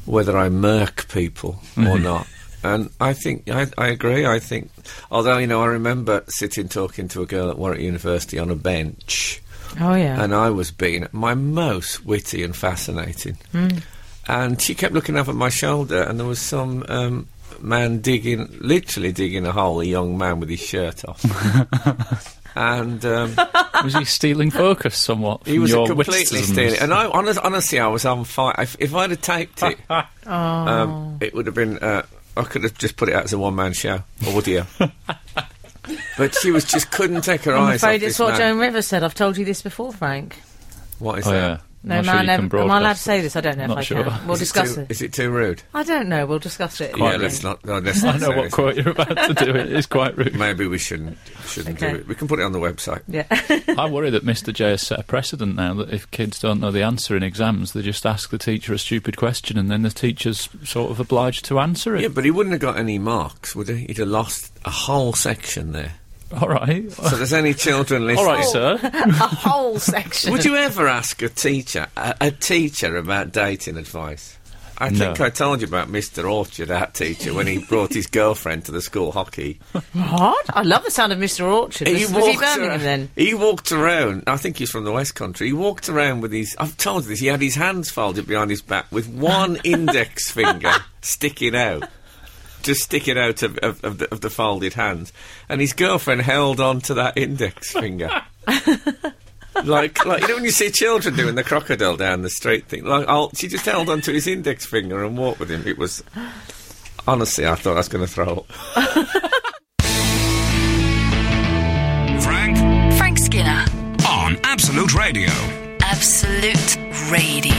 Speaker 2: whether I murk people or not. And I think, I, I agree, I think, although, you know, I remember sitting talking to a girl at Warwick University on a bench
Speaker 3: Oh, yeah.
Speaker 2: and I was being my most witty and fascinating.
Speaker 3: Mm.
Speaker 2: And she kept looking up at my shoulder, and there was some um, man digging, literally digging a hole, a young man with his shirt off. and um,
Speaker 4: Was he stealing focus somewhat?
Speaker 2: he
Speaker 4: from
Speaker 2: was
Speaker 4: your
Speaker 2: completely
Speaker 4: witticisms?
Speaker 2: stealing. And I honest, honestly, I was on fire. If, if I'd have taped it, um, it would have been. Uh, I could have just put it out as a one man show, audio. but she was just couldn't take her
Speaker 3: I'm
Speaker 2: eyes off
Speaker 3: afraid
Speaker 2: this
Speaker 3: it's what
Speaker 2: man.
Speaker 3: Joan Rivers said. I've told you this before, Frank.
Speaker 2: What is
Speaker 4: Oh,
Speaker 2: that?
Speaker 4: yeah.
Speaker 3: No,
Speaker 4: I'm not sure
Speaker 3: man,
Speaker 4: you
Speaker 3: ever-
Speaker 4: can
Speaker 3: am I allowed to
Speaker 4: broadcast
Speaker 3: say this? I don't know
Speaker 4: Not
Speaker 3: if I
Speaker 4: sure.
Speaker 3: can. We'll
Speaker 2: Is it
Speaker 3: discuss
Speaker 2: too-
Speaker 3: it.
Speaker 2: Is it too rude?
Speaker 3: I don't know. We'll discuss it.
Speaker 2: yeah,
Speaker 3: Then.
Speaker 2: let's not. no, let's not
Speaker 4: I know
Speaker 2: say
Speaker 4: what
Speaker 2: this.
Speaker 4: quote you're about to do. It is quite rude.
Speaker 2: Maybe we shouldn't shouldn't
Speaker 3: Okay.
Speaker 2: do it. We can put it on the website.
Speaker 3: Yeah.
Speaker 4: I worry that Mr. J has set a precedent now that if kids don't know the answer in exams, they just ask the teacher a stupid question and then the teacher's sort of obliged to answer it.
Speaker 2: Yeah, but he wouldn't have got any marks, would he? He'd have lost a whole section there.
Speaker 4: All right.
Speaker 2: So there's any children
Speaker 4: All
Speaker 2: listening?
Speaker 4: right, sir.
Speaker 3: a whole section.
Speaker 2: Would you ever ask a teacher a, a teacher about dating advice? I
Speaker 4: No.
Speaker 2: think I told you about Mr. Orchard, our teacher, when he brought his girlfriend to the school hockey.
Speaker 3: What? I love the sound of Mr. Orchard. Was, was he Birmingham
Speaker 2: around,
Speaker 3: then?
Speaker 2: He walked around. I think he's from the West Country. He walked around with his. I've told you this. He had his hands folded behind his back with one index finger sticking out, just sticking out of, of, of, the, of the folded hands, and his girlfriend held on to that index finger. like, like you know when you see children doing the crocodile down the street thing. Like, i she just held onto his index finger and walked with him. It was honestly, I thought I was going to throw up.
Speaker 6: Frank
Speaker 1: Frank Skinner,
Speaker 6: on Absolute Radio.
Speaker 1: Absolute Radio.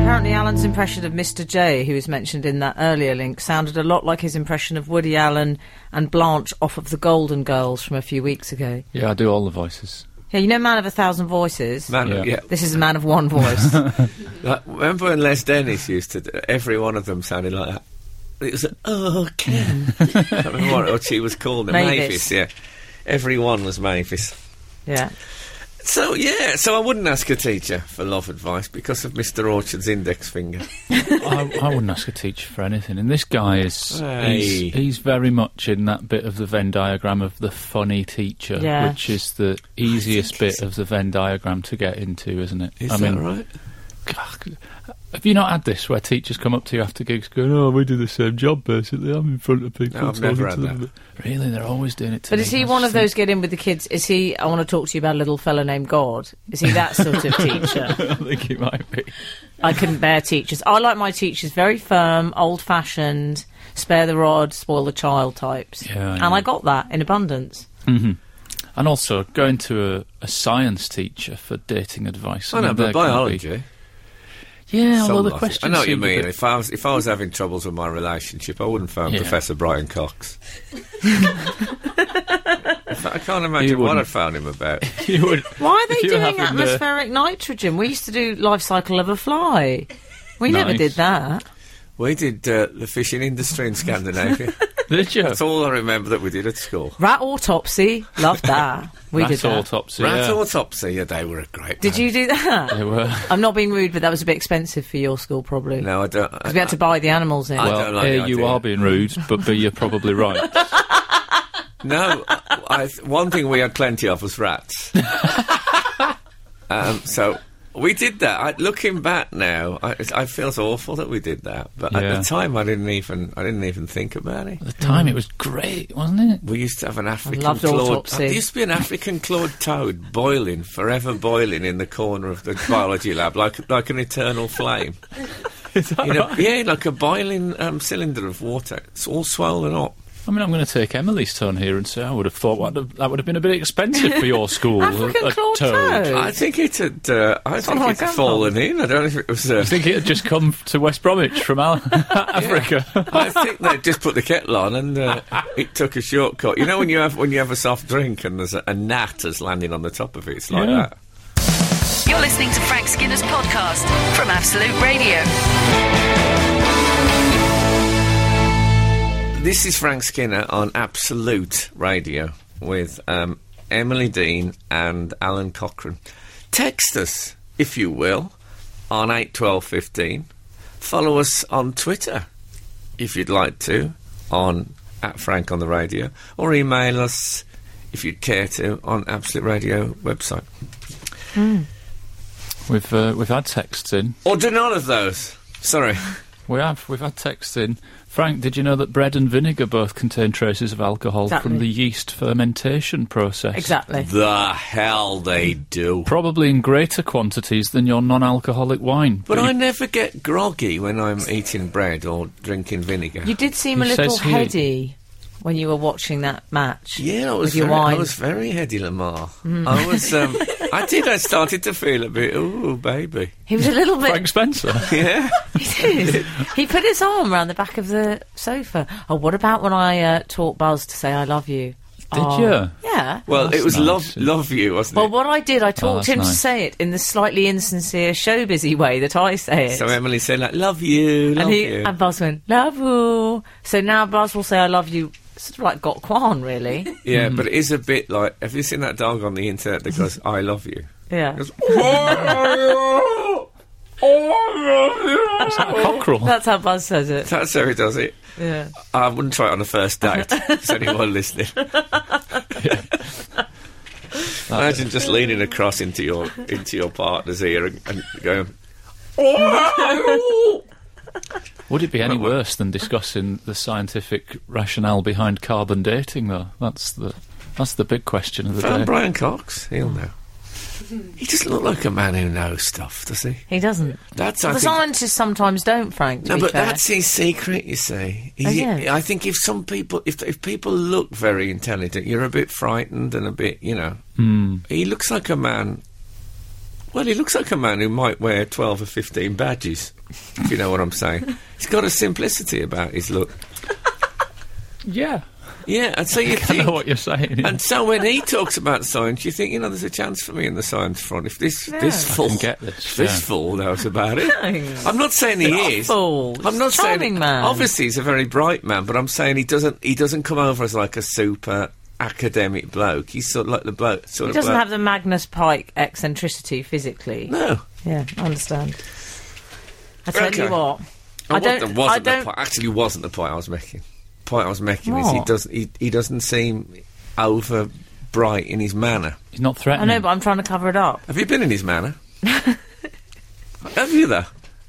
Speaker 3: Apparently, Alan's impression of Mr. J, who was mentioned in that earlier link, sounded a lot like his impression of Woody Allen and Blanche off of The Golden Girls from a few weeks ago.
Speaker 4: Yeah, I do all the voices.
Speaker 3: Yeah, you know, Man of a Thousand Voices.
Speaker 2: Man,
Speaker 4: Yeah.
Speaker 2: yeah,
Speaker 3: This is a man of one voice.
Speaker 2: Like, remember when Les Dennis used to? Do, every one of them sounded like that. It was oh Ken. I can't remember what, what she was called.
Speaker 3: Mavis.
Speaker 2: Mavis. Yeah, every one was Mavis.
Speaker 3: yeah.
Speaker 2: So yeah, so I wouldn't ask a teacher for love advice because of Mister Orchard's index finger.
Speaker 4: I, I wouldn't ask a teacher for anything. And this guy is
Speaker 2: Hey.
Speaker 4: he's, he's very much in that bit of the Venn diagram of the funny teacher,
Speaker 3: Yeah.
Speaker 4: which is the easiest bit of the Venn diagram to get into, isn't it?
Speaker 2: Is
Speaker 4: I
Speaker 2: that
Speaker 4: mean,
Speaker 2: right?
Speaker 4: God, Have you not had this where teachers come up to you after gigs going, "Oh, we do the same job basically. I'm in front of people."
Speaker 2: No, I've
Speaker 4: talking
Speaker 2: never
Speaker 4: to
Speaker 2: had
Speaker 4: them." Really, they're always doing it to
Speaker 3: But
Speaker 4: me.
Speaker 3: is he
Speaker 4: I
Speaker 3: one
Speaker 4: just
Speaker 3: of those
Speaker 4: think-
Speaker 3: get in with the kids? Is he, I want to talk to you about a little fellow named God? Is he that sort of teacher?
Speaker 4: I think it might be.
Speaker 3: I couldn't bear teachers. I like my teachers very firm, old fashioned, spare the rod, spoil the child types.
Speaker 4: Yeah, I
Speaker 3: and
Speaker 4: know.
Speaker 3: I got that in abundance.
Speaker 4: And also going to a, a science teacher for dating advice.
Speaker 2: I know,
Speaker 4: mean,
Speaker 2: but
Speaker 4: they're gonna
Speaker 2: biology.
Speaker 4: Be, yeah,
Speaker 2: some
Speaker 4: well, the
Speaker 2: life-
Speaker 4: question.
Speaker 2: I know what you mean. If I was if I was having troubles with my relationship, I wouldn't phone
Speaker 4: Yeah.
Speaker 2: Professor Brighton Cox. In fact, I can't
Speaker 4: You
Speaker 2: imagine what
Speaker 4: wouldn't.
Speaker 2: I'd phone him about.
Speaker 4: You would,
Speaker 3: Why are they
Speaker 4: if you were
Speaker 3: doing
Speaker 4: having, uh,
Speaker 3: atmospheric nitrogen? We used to do life cycle of a fly. We never
Speaker 4: Nice.
Speaker 3: did that.
Speaker 2: We did uh, the fishing industry in Scandinavia.
Speaker 4: Did you?
Speaker 2: That's all I remember that we did at school.
Speaker 3: Rat autopsy. Love that. We
Speaker 4: Rat
Speaker 3: did that.
Speaker 4: autopsy.
Speaker 2: Rat
Speaker 4: yeah.
Speaker 2: autopsy, yeah, they were a great.
Speaker 3: Did
Speaker 2: band.
Speaker 3: you do that?
Speaker 4: They were.
Speaker 3: I'm not being rude, but that was a bit expensive for your school, probably.
Speaker 2: No, I don't. I,
Speaker 3: Because we had to buy the animals in.
Speaker 2: I
Speaker 4: Well,
Speaker 2: don't like
Speaker 4: A,
Speaker 2: the
Speaker 4: you
Speaker 2: idea.
Speaker 4: are being rude, but B, you're probably right.
Speaker 2: No, I, th- one thing we had plenty of was rats. um, so we did that. I, looking back now, I, I feels awful that we did that, but at
Speaker 4: Yeah.
Speaker 2: the time, I didn't even I didn't even think about it.
Speaker 4: At the time, it was great, wasn't it?
Speaker 2: We used to have an African
Speaker 3: loved
Speaker 2: clawed.
Speaker 3: autopsy.
Speaker 2: There used to be an African clawed toad boiling, forever boiling in the corner of the biology lab, like like an eternal flame.
Speaker 4: Is that
Speaker 2: You know,
Speaker 4: right?
Speaker 2: yeah, like a boiling um, cylinder of water. It's all swollen up.
Speaker 4: I mean, I'm going to take Emily's turn here and say I would have thought what, that would have been a bit expensive for your school. a-
Speaker 3: African
Speaker 4: a
Speaker 3: clawed toad.
Speaker 2: I think it had. Uh, I think
Speaker 3: my
Speaker 2: it had
Speaker 3: grandma.
Speaker 2: fallen in. I don't know if it was. Uh,
Speaker 4: I think it had just come to West Bromwich from Al- Africa.
Speaker 2: I think they just put the kettle on and uh, it took a shortcut. You know when you have when you have a soft drink and there's a, a gnat that's landing on the top of it. It's like
Speaker 4: Yeah.
Speaker 2: that.
Speaker 1: You're listening to Frank Skinner's podcast from Absolute Radio.
Speaker 2: This is Frank Skinner on Absolute Radio with um, Emily Dean and Alan Cochrane. Text us, if you will, on 81215. Follow us on Twitter, if you'd like to, on at Frank on the Radio, or email us, if you'd care to, on Absolute Radio website.
Speaker 4: we've uh, we've had texts in.
Speaker 2: Or do none of those. Sorry.
Speaker 4: We have we've had texts in. Frank, did you know that bread and vinegar both contain traces of alcohol
Speaker 3: Exactly.
Speaker 4: from the yeast fermentation process?
Speaker 3: Exactly.
Speaker 2: The hell they do.
Speaker 4: Probably in greater quantities than your non-alcoholic wine.
Speaker 2: But
Speaker 4: you-
Speaker 2: I never get groggy when I'm eating bread or drinking vinegar.
Speaker 3: You did seem a
Speaker 4: He
Speaker 3: little
Speaker 4: says he-
Speaker 3: heady when you were watching that match.
Speaker 2: Yeah, I was
Speaker 3: with your
Speaker 2: very,
Speaker 3: wine. Mm.
Speaker 2: I was very Hedy Lamar. I was. Um, I did. I started to feel a bit. Ooh, baby.
Speaker 3: He was a little bit.
Speaker 4: Frank Spencer.
Speaker 2: Yeah.
Speaker 3: he did. He put his arm around the back of the sofa. Oh, what about when I uh, taught Buzz to say "I love you"? Did
Speaker 4: you?
Speaker 3: Yeah.
Speaker 2: Well, Oh,
Speaker 4: That's
Speaker 2: it was
Speaker 4: nice.
Speaker 2: love, love you, wasn't
Speaker 3: Well,
Speaker 2: it?
Speaker 3: what I did, I taught
Speaker 4: that's
Speaker 3: him to
Speaker 4: nice.
Speaker 3: say it in the slightly insincere, showbizy way that I say it.
Speaker 2: So Emily said, like, love you, love
Speaker 3: and he
Speaker 2: you.
Speaker 3: and Buzz went "love you." So now Buzz will say "I love you," sort of like got Kwan, really.
Speaker 2: yeah, but it is a bit like. Have you seen that dog on the internet that goes, "I love you"?
Speaker 3: Yeah.
Speaker 2: It goes, "Oh, I love you."
Speaker 4: Is that a cockerel?
Speaker 3: That's how Buzz says it.
Speaker 2: That's how he does it.
Speaker 3: Yeah.
Speaker 2: I wouldn't try it on a first date. Is anyone listening? Imagine just leaning across into your into your partner's ear and, and going. "Oh."
Speaker 4: Would it be any worse than discussing the scientific rationale behind carbon dating, though? That's the that's the big question of the
Speaker 2: Found
Speaker 4: day.
Speaker 2: Brian Cox. He'll know. He doesn't look like a man who knows stuff, does he?
Speaker 3: He doesn't.
Speaker 2: That's
Speaker 3: Well,
Speaker 2: I
Speaker 3: the
Speaker 2: think.
Speaker 3: scientists sometimes don't, Frank. To
Speaker 2: No,
Speaker 3: be
Speaker 2: but
Speaker 3: fair.
Speaker 2: that's his secret, you see. He-
Speaker 3: Oh, yeah.
Speaker 2: I think if some people, if if people look very intelligent, you're a bit frightened and a bit, you know.
Speaker 4: Hmm.
Speaker 2: He looks like a man. Well, he looks like a man who might wear twelve or fifteen badges, if you know what I'm saying. He's got a simplicity about his look.
Speaker 4: Yeah,
Speaker 2: Yeah, and so you
Speaker 4: I know
Speaker 2: think.
Speaker 4: what you're saying.
Speaker 2: And so when he talks about science, you think, you know, there's a chance for me in the science front. If this this fool,
Speaker 4: get this,
Speaker 2: this
Speaker 4: yeah.
Speaker 2: fool knows about it. I'm not saying he
Speaker 3: Not a
Speaker 2: is.
Speaker 3: fool.
Speaker 2: I'm not
Speaker 3: He's a charming
Speaker 2: saying
Speaker 3: man.
Speaker 2: obviously he's a very bright man, but I'm saying he doesn't he doesn't come over as like a super academic bloke. He's sort of like the bloke sort
Speaker 3: He
Speaker 2: of
Speaker 3: doesn't
Speaker 2: bloke-
Speaker 3: have the Magnus Pike eccentricity physically.
Speaker 2: no.
Speaker 3: Yeah, I understand. I tell
Speaker 2: Okay.
Speaker 3: you what.
Speaker 2: And
Speaker 3: I
Speaker 2: what
Speaker 3: don't.
Speaker 2: the- wasn't
Speaker 3: I
Speaker 2: The
Speaker 3: don't.
Speaker 2: point, actually, wasn't the point I was making. Point I was making is he
Speaker 3: What?
Speaker 2: doesn't he, he doesn't seem over bright in his manner.
Speaker 4: He's not
Speaker 3: I
Speaker 4: threatening.
Speaker 3: know, but I'm trying to cover it up.
Speaker 2: Have you been in his manner? have you though?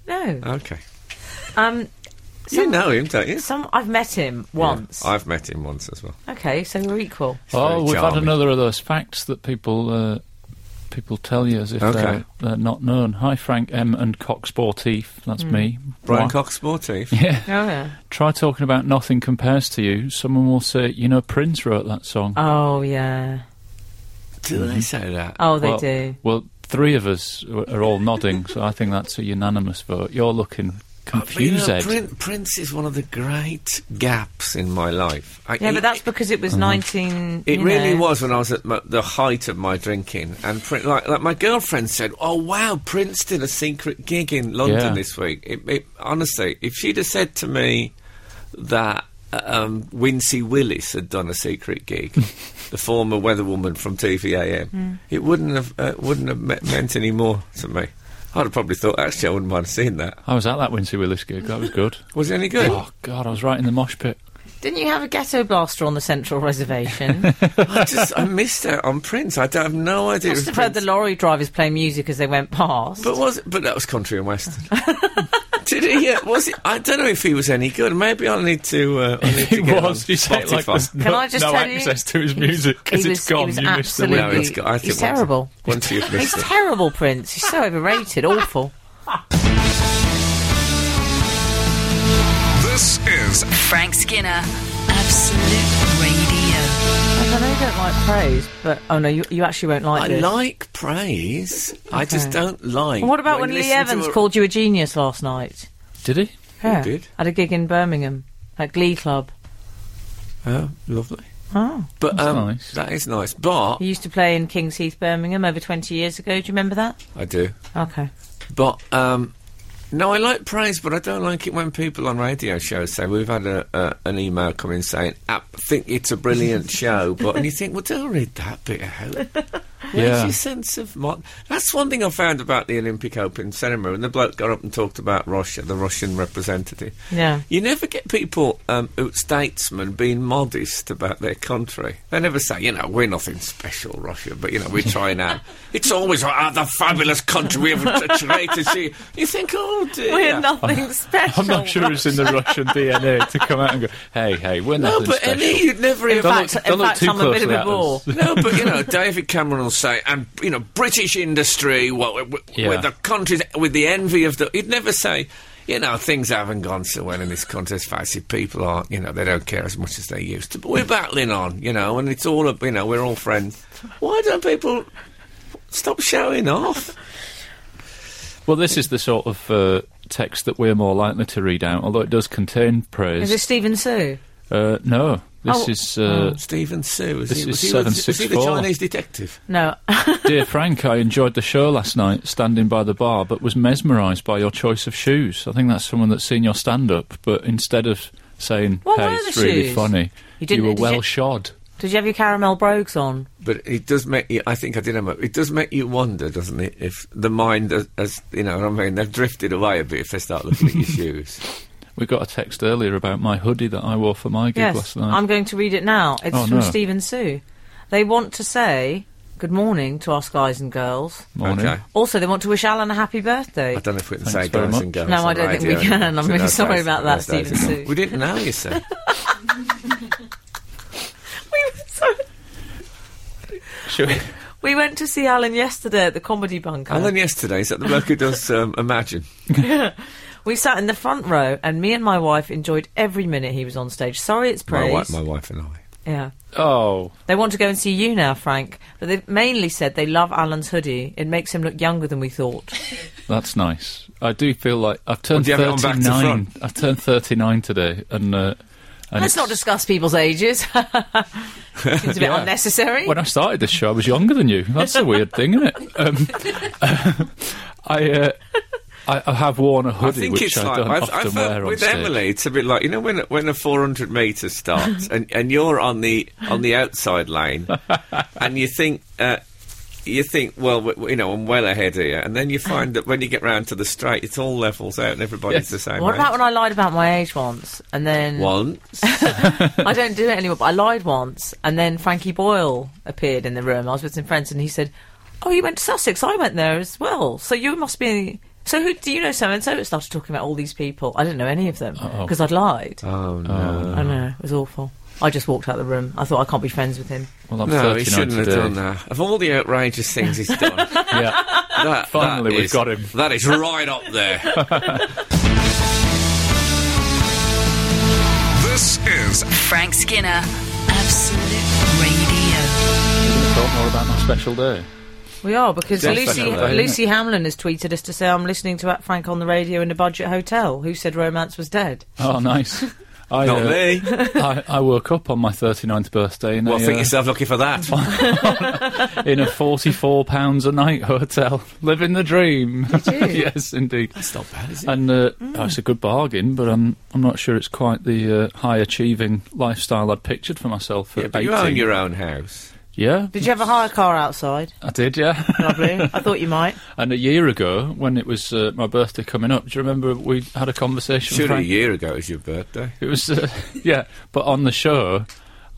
Speaker 3: No.
Speaker 2: Okay,
Speaker 3: Um.
Speaker 2: you know him, don't you?
Speaker 3: Some. I've met him once.
Speaker 2: I've met him once as well.
Speaker 3: okay, so we're equal.
Speaker 2: very
Speaker 4: oh, we've had
Speaker 2: charming.
Speaker 4: another of those facts that people uh, people tell you as if
Speaker 2: Okay.
Speaker 4: they're, they're not known. Hi, Frank M and Cox Sportif. That's
Speaker 3: Hmm.
Speaker 4: me.
Speaker 2: Brian
Speaker 4: Why-
Speaker 2: Cox Sportif.
Speaker 4: Yeah.
Speaker 3: Oh yeah.
Speaker 4: Try talking about nothing compares to you. Someone will say, you know, Prince wrote that song.
Speaker 3: Oh yeah.
Speaker 2: Do they say that?
Speaker 3: Oh, they
Speaker 4: well,
Speaker 3: do.
Speaker 4: Well, three of us w- are all nodding, so I think that's a unanimous vote. You're looking
Speaker 2: But you know,
Speaker 4: confused. Ed.
Speaker 2: Prin- Prince is one of the great gaps in my life. I-
Speaker 3: Yeah,
Speaker 2: it- Mm-hmm.
Speaker 3: but that's because it was 19.
Speaker 2: It
Speaker 3: you
Speaker 2: really
Speaker 3: know.
Speaker 2: was when I was at my, the height of my drinking, and Prin- like, like my girlfriend said, "Oh wow, Prince did a secret gig in London
Speaker 4: Yeah.
Speaker 2: this week." It, it, honestly, if she'd have said to me that uh, um, Wincy Willis had done a secret gig, the former weatherwoman from TVAM,
Speaker 3: Hmm.
Speaker 2: it wouldn't have uh, wouldn't have me- meant any more to me. I'd have probably thought, actually, I wouldn't mind seeing that.
Speaker 4: I was at that Wincy Willis gig. That was good.
Speaker 2: Was it any good?
Speaker 4: oh God, I was right in the mosh pit.
Speaker 3: Didn't you have a ghetto blaster on the Central Reservation?
Speaker 2: I just I missed out on Prince. I, d- I have no idea.
Speaker 3: Must
Speaker 2: if
Speaker 3: have heard the
Speaker 2: Prince-
Speaker 3: lorry drivers play music as they went past.
Speaker 2: But was but that was country and western. Did he? Yeah, was it? I don't know if he was any good. Maybe I need to. Uh, I need to
Speaker 4: It
Speaker 2: get
Speaker 4: was.
Speaker 2: on
Speaker 4: You say it like
Speaker 2: Spotify.
Speaker 4: there's no,
Speaker 3: Can I just
Speaker 4: no
Speaker 3: tell you-
Speaker 4: access to his music because
Speaker 3: he
Speaker 4: it's
Speaker 3: was- he
Speaker 4: gone.
Speaker 3: was
Speaker 4: You missed the
Speaker 3: absolutely-
Speaker 4: window.
Speaker 2: No, it's, go- I think
Speaker 3: He's
Speaker 2: once-
Speaker 3: terrible.
Speaker 2: Once you've
Speaker 3: He's
Speaker 2: missed it.
Speaker 3: terrible, Prince. He's so overrated. Awful.
Speaker 6: This is
Speaker 1: Frank Skinner, Absolute Radio.
Speaker 3: I know you don't like praise, but oh no, you, you actually won't like
Speaker 2: I
Speaker 3: this.
Speaker 2: like praise. I just don't like.
Speaker 3: What about when,
Speaker 2: you
Speaker 3: Lee
Speaker 2: listen to
Speaker 3: Evans
Speaker 2: a-
Speaker 3: called you a genius last night?
Speaker 4: Did he?
Speaker 3: Yeah,
Speaker 2: did?
Speaker 3: At a gig in Birmingham at Glee Club.
Speaker 2: Oh, lovely.
Speaker 3: Oh,
Speaker 2: But um,
Speaker 4: nice.
Speaker 2: that is nice. But
Speaker 3: he used to play in Kings Heath, Birmingham, over twenty years ago. Do you remember that?
Speaker 2: I do.
Speaker 3: Okay.
Speaker 2: But um, no, I like praise, but I don't like it when people on radio shows say we've had a, a, an email come in saying I think it's a brilliant show, but and you think, well, don't read that bit out. Where's
Speaker 4: Yeah.
Speaker 2: your sense of mod? That's one thing I found about the Olympic Open ceremony. When the bloke got up and talked about Russia, the Russian representative.
Speaker 3: Yeah.
Speaker 2: You never get people, um, who- statesmen, being modest about their country. They never say, you know, we're nothing special, Russia, but, you know, we're trying out. It's always oh, the fabulous country we have such great to see. You think, oh, dear.
Speaker 3: We're nothing special.
Speaker 4: I'm not sure it's in the Russian DNA to come out and go, hey, hey, we're
Speaker 2: no,
Speaker 4: nothing
Speaker 2: but
Speaker 4: special.
Speaker 2: any, you'd never hear
Speaker 3: In fact,
Speaker 4: look-
Speaker 3: in
Speaker 4: don't look
Speaker 3: fact
Speaker 4: too
Speaker 3: I'm a bit of
Speaker 4: closely
Speaker 3: a
Speaker 4: at
Speaker 3: bore.
Speaker 4: us.
Speaker 2: No, but you know, David Cameron will say, and you know, British industry, well, w- w-
Speaker 4: Yeah.
Speaker 2: with the countries, with the envy of the. He'd never say, you know, things haven't gone so well in this country. As fancy people aren't, you know, they don't care as much as they used to. But we're battling on, you know, and it's all, a- you know, we're all friends. Why don't people stop showing off?
Speaker 4: Well, this is the sort of uh, text that we're more likely to read out, although it does contain praise.
Speaker 3: Is it Stephen Sue?
Speaker 4: uh, no, this
Speaker 3: Oh.
Speaker 4: is uh,
Speaker 2: Stephen Sue, was
Speaker 4: This
Speaker 2: he,
Speaker 4: is
Speaker 2: was, he, was, he the
Speaker 4: 764.
Speaker 2: Chinese detective?
Speaker 3: No.
Speaker 4: Dear Frank, I enjoyed the show last night, standing by the bar, but was mesmerised by your choice of shoes. I think that's someone that's seen your stand up, but instead of saying,
Speaker 3: What
Speaker 4: hey,
Speaker 3: were the
Speaker 4: it's really
Speaker 3: shoes?
Speaker 4: funny,
Speaker 3: You
Speaker 4: you,
Speaker 3: didn't-
Speaker 4: were
Speaker 3: did
Speaker 4: well
Speaker 3: you-
Speaker 4: shod.
Speaker 3: Did you have your caramel brogues on?
Speaker 2: But it does make you. I think I did. Have a, it does make you wonder, doesn't it? If the mind, has, has you know, what I mean, they've drifted away a bit if they start looking at your shoes.
Speaker 4: We got a text earlier about my hoodie that I wore for my gig
Speaker 3: Yes,
Speaker 4: last night.
Speaker 3: I'm going to read it now. It's
Speaker 4: Oh,
Speaker 3: from
Speaker 4: no.
Speaker 3: Stephen Sue. They want to say good morning to us guys and girls.
Speaker 4: Morning.
Speaker 2: Okay.
Speaker 3: Also, they want to wish Alan a happy birthday.
Speaker 2: I don't know if we can
Speaker 4: Thanks
Speaker 2: say
Speaker 4: very
Speaker 2: guys
Speaker 4: much.
Speaker 2: and girls.
Speaker 3: No, I
Speaker 2: on
Speaker 3: don't think we
Speaker 2: radio
Speaker 3: can.
Speaker 2: anymore.
Speaker 3: I'm really
Speaker 2: Those
Speaker 3: sorry
Speaker 2: days-
Speaker 3: about that,
Speaker 2: those days
Speaker 3: Stephen
Speaker 2: ago.
Speaker 3: Sue.
Speaker 2: We didn't know you said.
Speaker 4: Should we-
Speaker 3: We went to see Alan yesterday at the Comedy Bunker.
Speaker 2: Alan yesterday is that the bloke who does um, Imagine?
Speaker 3: We sat in the front row, and me and my wife enjoyed every minute he was on stage. Sorry, it's
Speaker 2: My
Speaker 3: praise.
Speaker 2: wife, my wife and I.
Speaker 3: yeah.
Speaker 4: Oh,
Speaker 3: They want to go and see you now, Frank, but they've mainly said they love Alan's hoodie. It makes him look younger than we thought.
Speaker 4: that's nice. I do feel like I've turned
Speaker 2: do you have it on back to
Speaker 4: 39.
Speaker 2: front?
Speaker 4: I've turned 39 today, and. Uh, and
Speaker 3: Let's
Speaker 4: it's-
Speaker 3: not discuss people's ages. Seems a bit
Speaker 4: Yeah.
Speaker 3: unnecessary.
Speaker 4: When I started this show, I was younger than you. That's a weird thing, isn't it? Um, I, uh, I I have worn a
Speaker 2: I
Speaker 4: hoodie,
Speaker 2: think
Speaker 4: which
Speaker 2: it's
Speaker 4: I
Speaker 2: like
Speaker 4: don't
Speaker 2: I've-
Speaker 4: often
Speaker 2: I've heard
Speaker 4: wear on
Speaker 2: with
Speaker 4: stage.
Speaker 2: Emily. It's a bit like you know when when a 400 meter starts and, and you're on the on the outside lane, and you think. Uh, you think, well, w- w- you know, I'm well ahead here, and then you
Speaker 4: Uh.
Speaker 2: find that when you get round to the straight, it's all levels out and everybody's
Speaker 4: Yes.
Speaker 2: the same.
Speaker 3: What
Speaker 2: age.
Speaker 3: about when I lied about my age once, and then
Speaker 2: once?
Speaker 3: I don't do it anymore. But I lied once, and then Frankie Boyle appeared in the room. I was with some friends, and he said, "Oh, you went to Sussex. I went there as well. So you must be." So who do you know? So and so started talking about all these people. I didn't know any of them
Speaker 4: Uh-oh.
Speaker 3: because I'd lied.
Speaker 2: Oh no!
Speaker 3: I know it was awful. I just walked out the room. I thought I can't be friends with him.
Speaker 4: Well, I'm
Speaker 2: no,
Speaker 4: 39
Speaker 2: he shouldn't have
Speaker 4: today.
Speaker 2: done that. Of all the outrageous things he's done, that,
Speaker 4: Yeah.
Speaker 2: that
Speaker 4: Finally, we've
Speaker 2: is-
Speaker 4: got him.
Speaker 2: That is right up there.
Speaker 6: this is
Speaker 1: Frank Skinner, Absolute Radio.
Speaker 4: Talk more about my special day.
Speaker 3: We are because
Speaker 2: Definitely.
Speaker 3: Lucy
Speaker 2: Definitely.
Speaker 3: Lucy Hamlin has tweeted us to say I'm listening to at Frank on the radio in a budget hotel. Who said romance was dead?
Speaker 4: Oh, nice. I,
Speaker 2: Not
Speaker 4: uh,
Speaker 2: me.
Speaker 4: I, I woke up on my 39th birthday in
Speaker 2: Well,
Speaker 4: a,
Speaker 2: think
Speaker 4: uh,
Speaker 2: yourself lucky for that.
Speaker 4: in a 44 pounds a night hotel, living the dream. yes, indeed.
Speaker 2: That's not bad, is
Speaker 4: And uh, oh, it's a good bargain, but I'm I'm not sure it's quite the uh, high achieving lifestyle I'd pictured for myself at
Speaker 2: Yeah, but
Speaker 4: 18.
Speaker 2: you own your own house.
Speaker 4: yeah,
Speaker 3: Did you have a hire car outside?
Speaker 4: I did. Yeah,
Speaker 3: Lovely. I thought you might.
Speaker 4: and a year ago when it was uh, my birthday coming up, do you remember we had a conversation?
Speaker 2: Surely a
Speaker 4: Frank?
Speaker 2: year ago it was your birthday.
Speaker 4: It was uh, yeah, but on the show.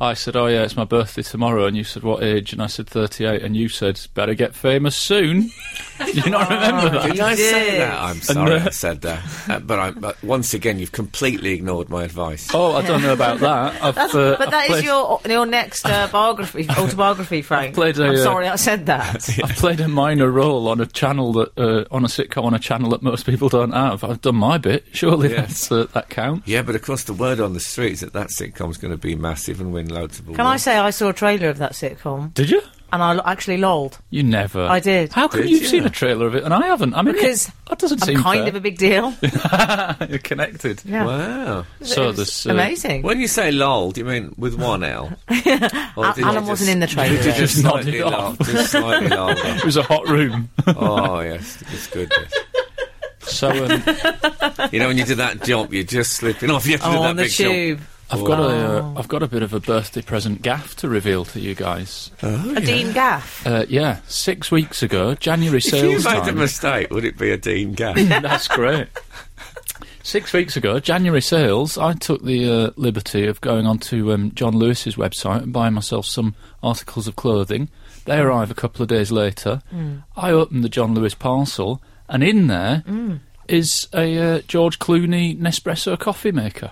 Speaker 4: I said, "Oh yeah, it's my birthday tomorrow," and you said, "What age?" And I said, "38," and you said, "Better get famous soon." you not remember that?
Speaker 2: Did I say
Speaker 3: did.
Speaker 2: that? I'm sorry
Speaker 4: uh,
Speaker 2: I said that. Uh, but, I, but once again, you've completely ignored my advice.
Speaker 4: Oh, I don't know about that. I've,
Speaker 3: That's,
Speaker 4: uh,
Speaker 3: but
Speaker 4: I've
Speaker 3: that is
Speaker 4: played-
Speaker 3: your your next uh, biography, autobiography, Frank.
Speaker 4: played a,
Speaker 3: I'm
Speaker 4: uh,
Speaker 3: sorry I said that.
Speaker 4: I've played a minor role on a channel that uh, on a sitcom on a channel that most people don't have. I've done my bit. Surely
Speaker 2: Yeah.
Speaker 4: that's, uh, that counts.
Speaker 2: Yeah, but of course, the word on the street is that that sitcom's going to be massive and win loads of awards.
Speaker 3: Can I say I saw a trailer of that sitcom
Speaker 4: Did you?
Speaker 3: and I l- actually lolled
Speaker 4: You never.
Speaker 3: I did.
Speaker 4: How come
Speaker 2: Did
Speaker 4: you've
Speaker 2: you?
Speaker 4: seen a trailer of it and I haven't? I mean,
Speaker 3: because
Speaker 4: it, that doesn't
Speaker 3: I'm
Speaker 4: seem
Speaker 3: kind
Speaker 4: fair.
Speaker 3: of a big deal.
Speaker 4: You're connected.
Speaker 3: Yeah.
Speaker 2: Wow.
Speaker 4: So
Speaker 3: It was
Speaker 4: there's uh,
Speaker 3: amazing.
Speaker 2: When you say lol, do you mean with one L? Or
Speaker 3: Al-
Speaker 2: did you
Speaker 3: Alan wasn't in the trailer.
Speaker 2: Did you just
Speaker 4: Just nodded
Speaker 2: slightly
Speaker 4: it
Speaker 2: lol?
Speaker 4: off.
Speaker 2: Just slightly lol.
Speaker 4: It was a hot room.
Speaker 2: Oh, yes, it's good. yes.
Speaker 4: so um,
Speaker 2: You know, when you do that jump, you're just slipping off. You have to do
Speaker 3: Oh,
Speaker 2: that
Speaker 3: on the
Speaker 2: big jump.
Speaker 3: tube.
Speaker 4: I've got a uh, I've got a bit of a birthday present gaff to reveal to you guys.
Speaker 3: A Dean Gaff.
Speaker 4: Uh, yeah, six weeks ago, January
Speaker 2: If you
Speaker 4: sales
Speaker 2: made a
Speaker 4: time.
Speaker 2: mistake, would it be a Dean Gaff?
Speaker 4: That's great. Six weeks ago, January sales, I took the uh, liberty of going onto um, John Lewis's website and buying myself some articles of clothing. They arrive a couple of days later. I opened the John Lewis parcel, and in there is a uh, George Clooney Nespresso coffee maker.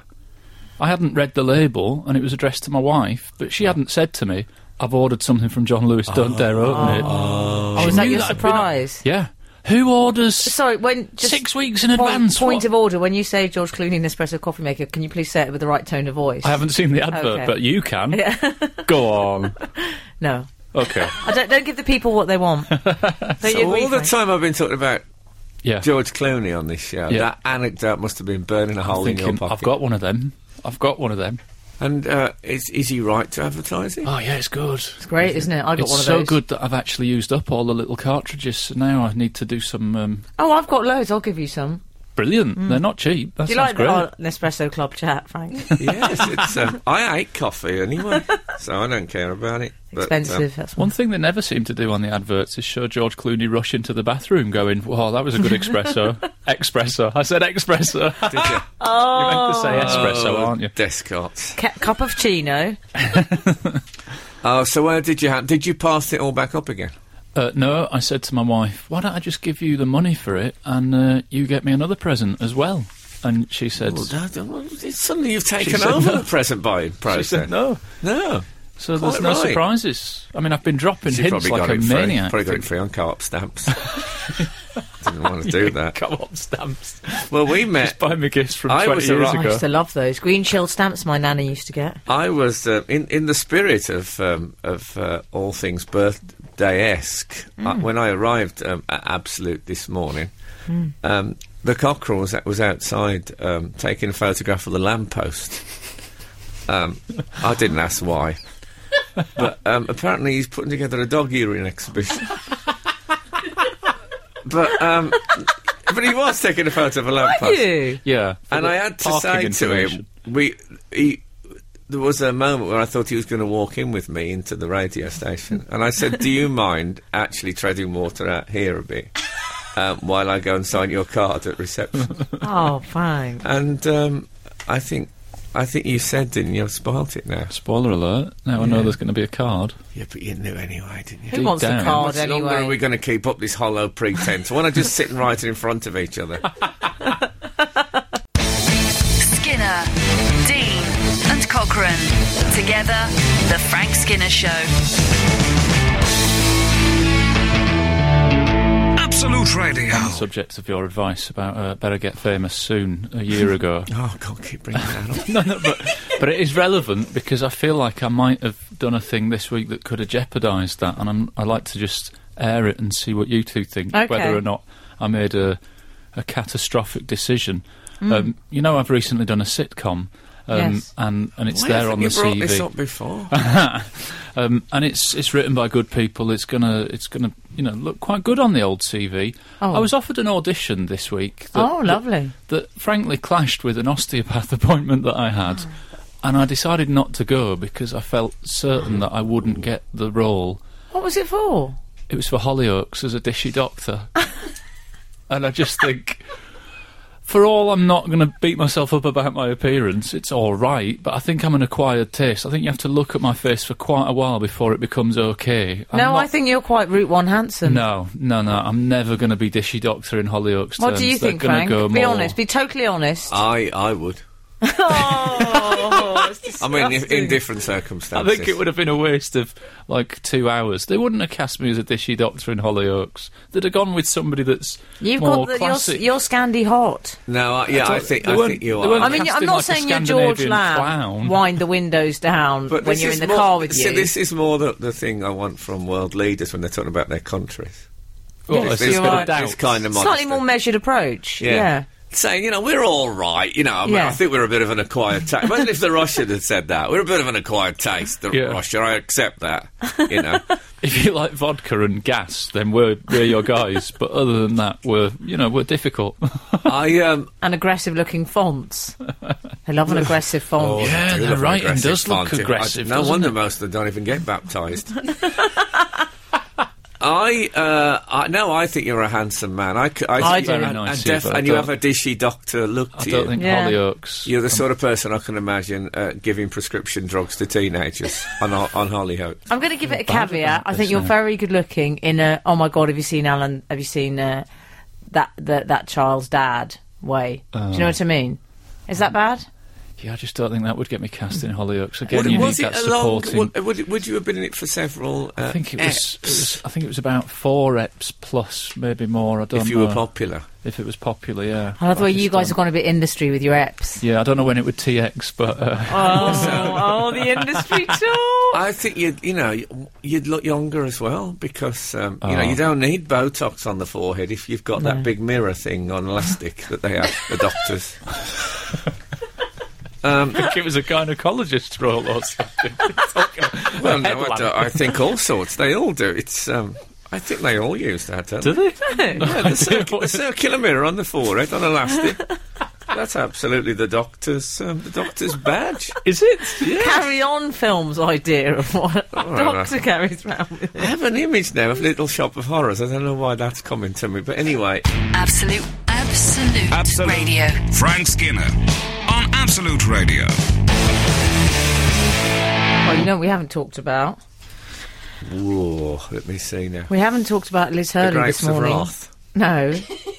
Speaker 4: I hadn't read the label, and it was addressed to my wife, but she hadn't said to me, "I've ordered something from John Lewis. Don't dare open it."
Speaker 3: Oh, was that
Speaker 4: knew
Speaker 3: your
Speaker 4: that I'd been up-
Speaker 3: surprise?
Speaker 4: Yeah. Who orders
Speaker 3: Sorry, when just
Speaker 4: six weeks in
Speaker 3: point,
Speaker 4: advance.
Speaker 3: Point
Speaker 4: What-
Speaker 3: of order: When you say George Clooney Nespresso coffee maker, can you please say it with the right tone of voice?
Speaker 4: I haven't seen the advert,
Speaker 3: Okay.
Speaker 4: but you can. Go on.
Speaker 3: No,
Speaker 4: Okay.
Speaker 3: I don't. Don't give the people what they want. Don't you agree,
Speaker 2: All the
Speaker 3: Frank?
Speaker 2: time I've been talking about
Speaker 4: Yeah.
Speaker 2: George Clooney on this show,
Speaker 4: Yeah.
Speaker 2: that anecdote must have been burning a hole in your
Speaker 4: Thinking,
Speaker 2: pocket.
Speaker 4: I've got one of them. I've got one of them.
Speaker 2: And uh, is, is he right to advertise it?
Speaker 4: Oh yeah, it's good.
Speaker 3: It's great, isn't it? I got
Speaker 4: It's
Speaker 3: one of
Speaker 4: so
Speaker 3: those.
Speaker 4: good that I've actually used up all the little cartridges. So now I need to do some. Um,
Speaker 3: Oh, I've got loads. I'll give you some.
Speaker 4: brilliant. They're not cheap. That
Speaker 3: Mm. Do you
Speaker 4: sounds
Speaker 3: like
Speaker 4: great.
Speaker 3: the our Nespresso Club chat, Frank?
Speaker 2: yes, it's, um, I hate coffee anyway, so I don't care about it. But, um,
Speaker 3: Expensive. That's
Speaker 4: One
Speaker 3: one.
Speaker 4: thing they never seem to do on the adverts is show George Clooney rush into the bathroom going, "Wow, that was a good espresso." espresso. I said espresso.
Speaker 3: Oh.
Speaker 2: did you?
Speaker 4: You're meant to say espresso,
Speaker 2: Oh,
Speaker 4: aren't you?
Speaker 2: Descartes.
Speaker 3: Ca- cup of chino.
Speaker 2: Oh, so where did you ha- did you pass it all back up again?
Speaker 4: Uh, no, I said to my wife, why don't I just give you the money for it and uh, you get me another present as well? And she said,
Speaker 2: Well, that, well, it's something you've taken
Speaker 4: said
Speaker 2: over
Speaker 4: no.
Speaker 2: the present buying
Speaker 4: she
Speaker 2: process.
Speaker 4: said no.
Speaker 2: no.
Speaker 4: So
Speaker 2: Quite
Speaker 4: there's no
Speaker 2: right.
Speaker 4: surprises. I mean, I've been dropping
Speaker 2: She
Speaker 4: hints
Speaker 2: probably
Speaker 4: like
Speaker 2: got
Speaker 4: a
Speaker 2: it free.
Speaker 4: maniac.
Speaker 2: Probably got it free on co-op stamps. Didn't want to do that.
Speaker 4: Come on, stamps.
Speaker 2: Well, we met.
Speaker 4: Just buy me gifts from
Speaker 2: I
Speaker 4: 20
Speaker 2: was
Speaker 4: years
Speaker 2: around-
Speaker 3: Oh, I
Speaker 4: ago.
Speaker 3: used to love those green shell stamps my nana used to get.
Speaker 2: I was uh, in in the spirit of um, of uh, all things birthday esque. when I arrived um, at Absolute this morning, um, the cockerel was, was outside um, taking a photograph of the lamppost. um, I didn't ask why, but um, apparently he's putting together a dog urine exhibition. but um, but he was taking a photo of a lamppost
Speaker 3: You.
Speaker 4: Yeah. for
Speaker 2: and
Speaker 4: the
Speaker 2: I had to
Speaker 4: parking
Speaker 2: say to him,
Speaker 4: information.
Speaker 2: we he, there was a moment where I thought he was going to walk in with me into the radio station, and I said, "Do you mind actually treading water out here a bit?" Um, while I go and sign your card at reception,
Speaker 3: Oh, Frank.
Speaker 2: and um, I think, I think you said, didn't you? I've spoiled it now.
Speaker 4: Spoiler alert. Now I know
Speaker 2: Yeah.
Speaker 4: there's going to be a card.
Speaker 2: Yeah, but you knew anyway, didn't you?
Speaker 3: Who
Speaker 4: Deep
Speaker 3: wants a
Speaker 4: down.
Speaker 3: card
Speaker 2: How much longer are we
Speaker 3: anyway?
Speaker 2: going to keep up this hollow pretense? Why not just sit and write it in front of each other?
Speaker 1: Skinner, Dean, and Cochrane. Together, The Frank Skinner Show.
Speaker 6: Absolute Radio.
Speaker 4: Subject of your advice about uh, better get famous soon a year ago.
Speaker 2: Oh God, keep bringing that up.
Speaker 4: no, no, but, but it is relevant because I feel like I might have done a thing this week that could have jeopardised that, and I'm, I like to just air it and see what you two think,
Speaker 3: Okay.
Speaker 4: whether or not I made
Speaker 2: Hmm.
Speaker 4: a, a catastrophic decision. Um, you know, I've recently done a sitcom, Um,
Speaker 3: Yes.
Speaker 4: and, and it's
Speaker 2: Why
Speaker 4: there
Speaker 2: haven't
Speaker 4: on
Speaker 2: you
Speaker 4: the
Speaker 2: brought
Speaker 4: CV.
Speaker 2: this up before?
Speaker 4: um, and it's it's written by good people. It's gonna it's gonna you know look quite good on the old CV.
Speaker 3: Oh.
Speaker 4: I was offered an audition this week. That,
Speaker 3: oh,
Speaker 4: that-
Speaker 3: lovely.
Speaker 4: That, frankly clashed with an osteopath appointment that I had, and I decided not to go because I felt certain that I wouldn't get the role.
Speaker 3: What was it for?
Speaker 4: It was for Hollyoaks as a dishy doctor, and I just think. For all I'm not going to beat myself up about my appearance, it's all right, but I think I'm an acquired taste. I think you have to look at my face for quite a while before it becomes okay. I'm
Speaker 3: no,
Speaker 4: not-
Speaker 3: I think you're quite Route One handsome.
Speaker 4: No, no, no. I'm never going to be dishy doctor in Hollyoaks.
Speaker 3: What
Speaker 4: terms.
Speaker 3: do you
Speaker 4: They're
Speaker 3: think,
Speaker 4: gonna
Speaker 3: Frank?
Speaker 4: Go
Speaker 3: Be
Speaker 4: more- Uh,
Speaker 3: honest. Be totally honest.
Speaker 2: I I would.
Speaker 3: Oh,
Speaker 2: I mean, if, in different
Speaker 4: I
Speaker 2: circumstances.
Speaker 4: think it would have been a waste of like two hours. They wouldn't have cast me as a dishy doctor in Hollyoaks. They'd have gone with somebody that's
Speaker 3: You've got the,
Speaker 4: more
Speaker 3: you're, s-
Speaker 4: classic.
Speaker 3: you're Scandi hot.
Speaker 2: No, I, yeah, I
Speaker 4: don't-
Speaker 2: think
Speaker 4: they
Speaker 2: I
Speaker 4: weren't-
Speaker 2: think you
Speaker 4: they weren't
Speaker 2: are.
Speaker 3: I mean,
Speaker 4: casting
Speaker 3: I'm not
Speaker 4: like a
Speaker 3: saying you're George
Speaker 4: Scandinavian
Speaker 3: Lamb.
Speaker 4: clown.
Speaker 3: Wind the windows down when
Speaker 2: this
Speaker 3: you're
Speaker 2: is
Speaker 3: in the
Speaker 2: more-
Speaker 3: car with
Speaker 2: so
Speaker 3: you.
Speaker 2: this is more the, the thing I want from world leaders when they're talking about their countries.
Speaker 4: Well,
Speaker 3: Yes,
Speaker 4: it's just
Speaker 3: you're
Speaker 4: got a
Speaker 3: right.
Speaker 4: doubt.
Speaker 2: This kind of
Speaker 3: Slightly
Speaker 2: modesty.
Speaker 3: more measured approach. Yeah.
Speaker 2: Saying, you know, we're all right. You know, I, mean,
Speaker 3: Yeah.
Speaker 2: I think we're a bit of an acquired taste. Imagine if the Russian had said that. We're a bit of an acquired taste, the
Speaker 4: Yeah.
Speaker 2: Russia. I accept that. You know,
Speaker 4: If you like vodka and gas, then we're we're your guys. but other than that, we're you know we're difficult.
Speaker 2: I um,
Speaker 3: And aggressive looking fonts. I love an aggressive font.
Speaker 4: Yeah,
Speaker 2: I do
Speaker 4: the
Speaker 2: love an
Speaker 4: writing
Speaker 2: aggressive
Speaker 4: does look
Speaker 2: font. I-
Speaker 4: aggressive,
Speaker 2: No
Speaker 4: doesn't
Speaker 2: wonder
Speaker 4: it?
Speaker 2: most of them don't even get baptised. I, uh, I no, I think you're a handsome man. I, c- I
Speaker 3: I
Speaker 2: think you're
Speaker 3: do.
Speaker 2: a-
Speaker 4: Nice
Speaker 2: a
Speaker 4: you,
Speaker 2: def-
Speaker 4: but I
Speaker 2: and you
Speaker 4: don't-
Speaker 2: have a dishy doctor look
Speaker 4: I
Speaker 2: to
Speaker 4: don't
Speaker 2: you.
Speaker 4: think
Speaker 3: Yeah.
Speaker 4: Hollyoaks.
Speaker 2: You're the sort of person I can imagine uh, giving prescription drugs to teenagers on Ho- on Hollyhook.
Speaker 3: I'm going to give it a
Speaker 4: bad
Speaker 3: caveat.
Speaker 4: about
Speaker 3: I
Speaker 4: this
Speaker 3: think you're
Speaker 4: now.
Speaker 3: very good looking. In a oh my god, have you seen Alan? Have you seen uh, that that that child's dad way? Do you know what I mean? Is that bad?
Speaker 4: Yeah, I just don't think that would get me cast in Hollyoaks again. you
Speaker 2: was
Speaker 4: need
Speaker 2: it
Speaker 4: that
Speaker 2: a long?
Speaker 4: supporting.
Speaker 2: Would, would, would you have been in it for several? Uh,
Speaker 4: I think it was,
Speaker 2: eps
Speaker 4: it was. I think it was about four eps plus, maybe more. I don't
Speaker 2: if
Speaker 4: know
Speaker 2: you were popular.
Speaker 4: if it was popular. Yeah.
Speaker 3: I love the way you guys
Speaker 4: Pakistan.
Speaker 3: have gone a bit industry with your eps.
Speaker 4: Yeah, I don't know when it would TX, but uh,
Speaker 3: Oh, oh, the industry too.
Speaker 2: I think you'd, you know, y- you'd look younger as well because um, you know
Speaker 4: Oh.
Speaker 2: you don't need Botox on the forehead if you've got that big mirror thing on elastic that they have the doctors. um,
Speaker 4: I think it was a gynecologist role or something.
Speaker 2: well, no, I,
Speaker 4: Headlamp.
Speaker 2: do- I think all sorts. They all do. It's, um, I think they all use that. Don't
Speaker 4: Do they?
Speaker 2: Yeah, the, circu- the circular mirror on the forehead on elastic. That's absolutely the doctor's um, the doctor's badge.
Speaker 4: Is it?
Speaker 3: Carry on films idea of what a
Speaker 2: right.
Speaker 3: doctor carries round with
Speaker 2: I
Speaker 3: it.
Speaker 2: have an image now of Little Shop of Horrors. I don't know why that's coming to me, but anyway.
Speaker 1: Absolute, absolute,
Speaker 6: Absolute.
Speaker 1: radio.
Speaker 6: Frank Skinner on Absolute Radio.
Speaker 3: Well, Oh, you know what we haven't talked about.
Speaker 2: Whoa, let me see now.
Speaker 3: We haven't talked about Liz
Speaker 2: The
Speaker 3: Hurley
Speaker 2: Grapes
Speaker 3: this
Speaker 2: of
Speaker 3: morning.
Speaker 2: Wrath.
Speaker 3: No,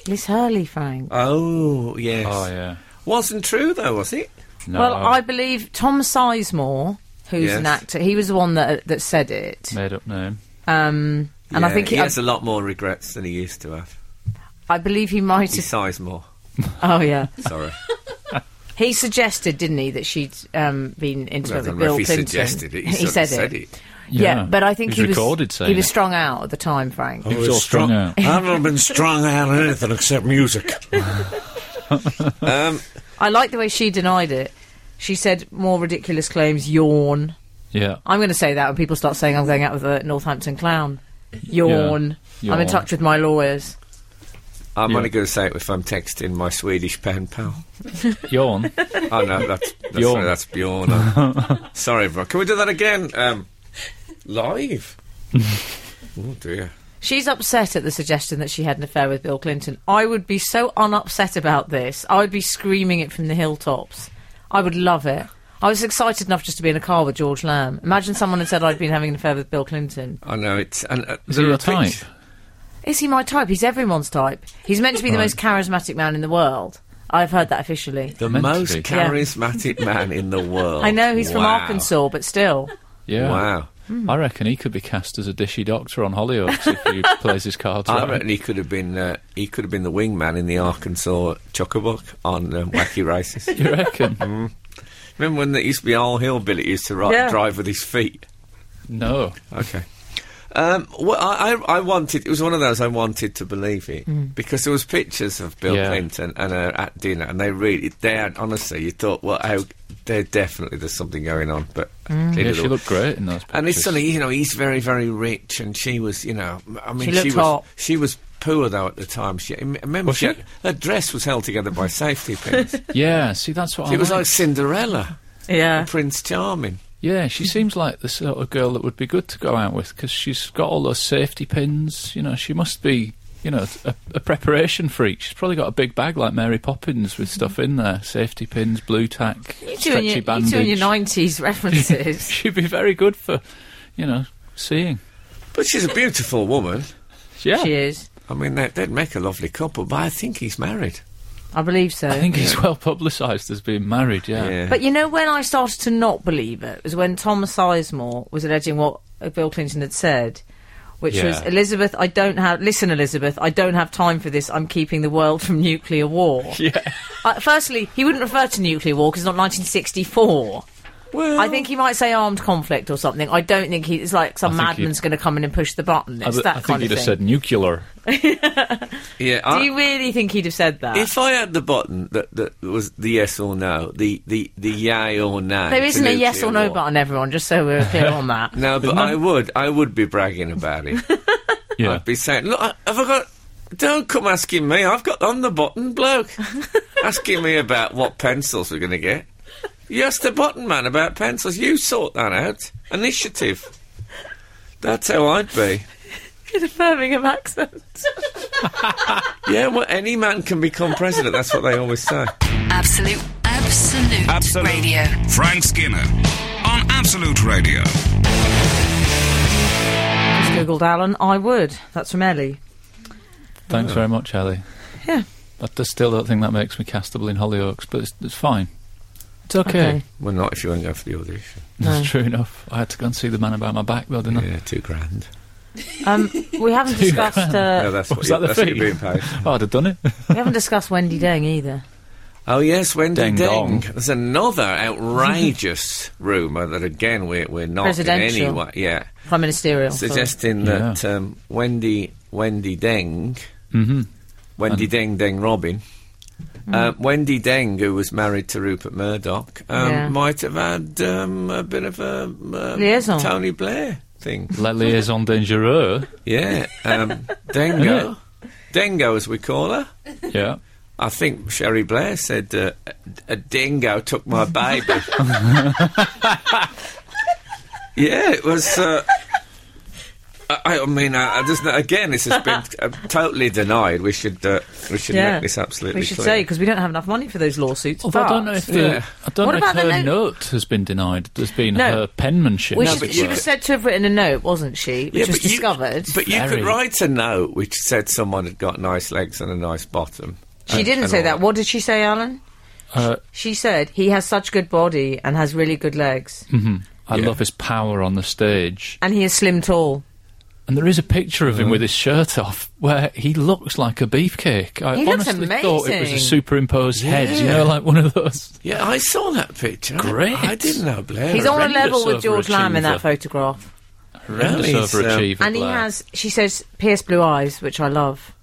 Speaker 3: Liz Hurley, Frank.
Speaker 2: Oh yes,
Speaker 4: Oh yeah.
Speaker 2: wasn't true though, was it?
Speaker 4: No,
Speaker 3: Well, I believe Tom Sizemore, who's
Speaker 2: Yes.
Speaker 3: an actor, he was the one that that said it.
Speaker 4: made up name.
Speaker 3: Um, and I
Speaker 2: Yeah,
Speaker 3: think
Speaker 2: he
Speaker 3: he, I,
Speaker 2: has a lot more regrets than he used to have.
Speaker 3: I believe he might
Speaker 2: He
Speaker 3: have.
Speaker 2: sighs more.
Speaker 3: Oh yeah,
Speaker 2: Sorry,
Speaker 3: he suggested, didn't he, that she'd um, been
Speaker 2: I
Speaker 3: intimate
Speaker 2: don't know
Speaker 3: with Bill
Speaker 2: if he
Speaker 3: Clinton.
Speaker 2: suggested it. He,
Speaker 3: he
Speaker 2: sort
Speaker 3: said,
Speaker 2: of said
Speaker 3: it.
Speaker 2: it.
Speaker 3: Yeah. but I think
Speaker 4: He's
Speaker 3: he was
Speaker 4: recorded saying
Speaker 3: he was
Speaker 4: it.
Speaker 3: strung out at the time, Frank.
Speaker 2: Oh.
Speaker 4: He was all strung out.
Speaker 5: I've never been strung out on anything except music.
Speaker 2: Um,
Speaker 3: I like the way she denied it. She said more ridiculous claims. Yawn.
Speaker 4: Yeah.
Speaker 3: I'm going to say that when people start saying I'm going out with a Northampton clown. Yawn.
Speaker 4: Yeah.
Speaker 3: I'm in
Speaker 4: Yawn.
Speaker 3: touch with my lawyers.
Speaker 2: I'm
Speaker 4: Yeah.
Speaker 2: only going to say it if I'm texting my Swedish pen pal.
Speaker 4: Yawn.
Speaker 2: Oh no, that's that's,
Speaker 4: Bjorn.
Speaker 2: Bjorn. that's Bjorn. Sorry, bro. Can we do that again? Um, live. oh dear.
Speaker 3: She's upset at the suggestion that she had an affair with Bill Clinton. I would be so unupset about this. I would be screaming it from the hilltops. I would love it. I was excited enough just to be in a car with George Lamb. Imagine someone had said I'd been having an affair with Bill Clinton.
Speaker 2: I know it's. And, uh,
Speaker 4: Is
Speaker 2: there
Speaker 4: he
Speaker 2: are
Speaker 4: your type?
Speaker 2: pictures-
Speaker 3: Is he my type? He's everyone's type. He's meant to be the
Speaker 4: Right.
Speaker 3: most charismatic man in the world. I've heard that officially.
Speaker 2: The
Speaker 4: Meant to
Speaker 2: most
Speaker 4: be.
Speaker 3: Yeah.
Speaker 2: charismatic man in the world.
Speaker 3: I know he's from
Speaker 2: Wow.
Speaker 3: Arkansas, but still.
Speaker 4: Yeah.
Speaker 2: Wow.
Speaker 3: Hmm.
Speaker 4: I reckon he could be cast as a dishy doctor on Hollyoaks if he plays his cards
Speaker 2: I
Speaker 4: right.
Speaker 2: reckon he could have been uh, he could have been the wingman in the Arkansas Chuckabuck on um, Wacky Races.
Speaker 4: You
Speaker 2: Mm.
Speaker 4: reckon?
Speaker 2: Remember when there used to be all hillbilly used to ri-
Speaker 3: Yeah.
Speaker 2: drive with his feet?
Speaker 4: no.
Speaker 2: Okay. Um, well, I, I, I wanted. It was one of those I wanted to believe it because there was pictures of Bill
Speaker 4: Mm. Yeah.
Speaker 2: Clinton and her at dinner, and they really, they had honestly, you thought, well, how there definitely there's something going on. But it
Speaker 4: Mm. Yeah,
Speaker 2: is
Speaker 4: she looked great in those. Pictures.
Speaker 2: and it's funny, you know, he's very, very rich, and she was, you know, m- I mean,
Speaker 3: She looked
Speaker 2: she, was,
Speaker 3: hot.
Speaker 2: she was poor though at the time. She m- remember
Speaker 4: Was
Speaker 2: she
Speaker 4: she?
Speaker 2: had- her dress was held together by safety pins. it
Speaker 4: Yeah, see, that's what I
Speaker 2: was
Speaker 4: like.
Speaker 2: like Cinderella,
Speaker 3: Oh, Yeah.
Speaker 2: Prince Charming.
Speaker 4: Yeah, she seems like the sort of girl that would be good to go out with because she's got all those safety pins. You know, she must be, you know, a, a preparation freak. She's probably got a big bag like Mary Poppins with stuff in there: safety pins, blue tack,
Speaker 3: You two, and
Speaker 4: stretchy
Speaker 3: your, you
Speaker 4: bandage.
Speaker 3: two and your 90s references.
Speaker 4: She'd be very good for, you know, seeing.
Speaker 2: But she's a beautiful woman.
Speaker 4: Yeah,
Speaker 3: She is.
Speaker 2: I mean, they, they'd make a lovely couple. But I think he's married.
Speaker 3: I believe so.
Speaker 4: I think he's well publicised as being married. Yeah.
Speaker 3: But you know when I started to not believe it was when Tom Sizemore was alleging what uh, Bill Clinton had said, which
Speaker 2: Yeah.
Speaker 3: was Elizabeth, I don't have listen, Elizabeth, I don't have time for this. I'm keeping the world from nuclear war.
Speaker 4: Yeah.
Speaker 3: Uh, firstly, he wouldn't refer to nuclear war because it's not 1964.
Speaker 2: well,
Speaker 3: I think he might say armed conflict or something. I don't think he, it's like some
Speaker 4: I think he'd-
Speaker 3: madman's going to come in and push the button.
Speaker 4: I,
Speaker 3: It's
Speaker 4: th-
Speaker 3: that
Speaker 4: I think
Speaker 3: kind
Speaker 4: he'd
Speaker 3: of
Speaker 4: have
Speaker 3: thing.
Speaker 4: said nuclear.
Speaker 2: yeah.
Speaker 3: Do
Speaker 2: I-
Speaker 3: you really think he'd have said that?
Speaker 2: if I had the button that, that was the yes or no, the, the, the yay or nay.
Speaker 3: there
Speaker 2: to
Speaker 3: isn't a yes
Speaker 2: nuclear
Speaker 3: or no
Speaker 2: war.
Speaker 3: button, everyone, just so we're clear on that.
Speaker 2: No, but I would. I would be bragging about it.
Speaker 4: Yeah.
Speaker 2: I'd be saying, look, I- have I got? Don't come asking me. I've got on the button bloke asking me about what pencils we're going to get. You asked the button man about pencils. You sort that out. Initiative. That's how I'd be.
Speaker 3: In a Birmingham accent.
Speaker 2: Yeah, well, any man can become president. That's what they always say.
Speaker 1: Absolute, absolute,
Speaker 6: Absolute.
Speaker 1: radio.
Speaker 6: Frank Skinner on Absolute Radio.
Speaker 3: Just googled Alan. I would. That's from Ellie.
Speaker 4: Thanks very much, Ellie.
Speaker 3: Yeah.
Speaker 4: I d- still don't think that makes me castable in Hollyoaks, but it's, it's fine. It's okay.
Speaker 3: Okay.
Speaker 2: Well, not if you won't go for the audition.
Speaker 4: That's true enough. I had to go and see the man about my back, though, didn't
Speaker 2: Yeah, two grand.
Speaker 3: Um, we haven't discussed.
Speaker 2: No,
Speaker 3: Uh,
Speaker 2: that's what,
Speaker 4: was
Speaker 2: you,
Speaker 4: that the
Speaker 2: that's what you're
Speaker 4: fee?
Speaker 2: being paid.
Speaker 4: I? Oh, I'd have done it.
Speaker 3: we haven't discussed Wendy Deng either.
Speaker 2: Oh yes, Wendy
Speaker 4: Ding
Speaker 2: Ding.
Speaker 4: dong.
Speaker 2: There's another outrageous rumour that again we're we're not in any
Speaker 3: Presidential.
Speaker 2: way, yeah,
Speaker 3: Prime ministerial. sorry.
Speaker 2: suggesting
Speaker 4: Yeah.
Speaker 2: that um, Wendy Wendy Deng,
Speaker 4: hmm
Speaker 2: Wendy Deng Deng Robin,
Speaker 3: Mm.
Speaker 2: uh, Wendy Deng, who was married to Rupert Murdoch, um,
Speaker 3: Yeah.
Speaker 2: might have had um, a bit of a um,
Speaker 3: Liaison.
Speaker 2: Tony Blair thing.
Speaker 4: La liaison dangereux.
Speaker 2: Yeah, um, Dengo, Dengo as we call her.
Speaker 4: Yeah.
Speaker 2: I think Sherry Blair said uh, a, a dingo took my baby. yeah, it was. Uh, I, I mean, I, I just, again, this has been uh, totally denied. We should uh, we should
Speaker 3: Yeah.
Speaker 2: make this absolutely
Speaker 3: We should
Speaker 2: clear.
Speaker 3: say because we don't have enough money for those lawsuits.
Speaker 4: Although I
Speaker 3: but
Speaker 4: don't know if the
Speaker 2: Yeah.
Speaker 4: I don't
Speaker 3: What
Speaker 4: know if
Speaker 3: about the
Speaker 4: her
Speaker 3: note?
Speaker 4: note has been denied. There's been
Speaker 3: No.
Speaker 4: her penmanship.
Speaker 3: Which
Speaker 2: No,
Speaker 3: is-
Speaker 2: but
Speaker 3: she
Speaker 2: you-
Speaker 3: was said to have written a note, wasn't she? Which was
Speaker 2: but you-
Speaker 3: discovered.
Speaker 2: but you
Speaker 4: Very.
Speaker 2: could write a note which said someone had got nice legs and a nice bottom.
Speaker 3: she
Speaker 2: And-
Speaker 3: didn't
Speaker 2: and
Speaker 3: say
Speaker 2: all
Speaker 3: that. What did she say, Alan?
Speaker 4: Uh,
Speaker 3: She said he has such good body and has really good legs,
Speaker 4: mhm. I
Speaker 2: Yeah.
Speaker 4: love his power on the stage.
Speaker 3: and he is slim tall.
Speaker 4: And there is a picture of him
Speaker 2: Mm.
Speaker 4: with his shirt off where he looks like a beefcake. I
Speaker 3: He looks
Speaker 4: honestly thought it was a
Speaker 3: amazing.
Speaker 4: superimposed head, you
Speaker 2: Yeah.
Speaker 4: know, like one of those.
Speaker 2: Yeah, I saw that picture. I-
Speaker 4: Great.
Speaker 2: I, didn't know Blair.
Speaker 3: He's on a
Speaker 4: horrendous
Speaker 3: level with George Lamb in
Speaker 4: overachiever.
Speaker 3: that photograph.
Speaker 4: Horrendous
Speaker 2: Really, so-
Speaker 4: overachiever.
Speaker 3: And he
Speaker 4: Blair.
Speaker 3: has, she says, pierced blue eyes, which I love.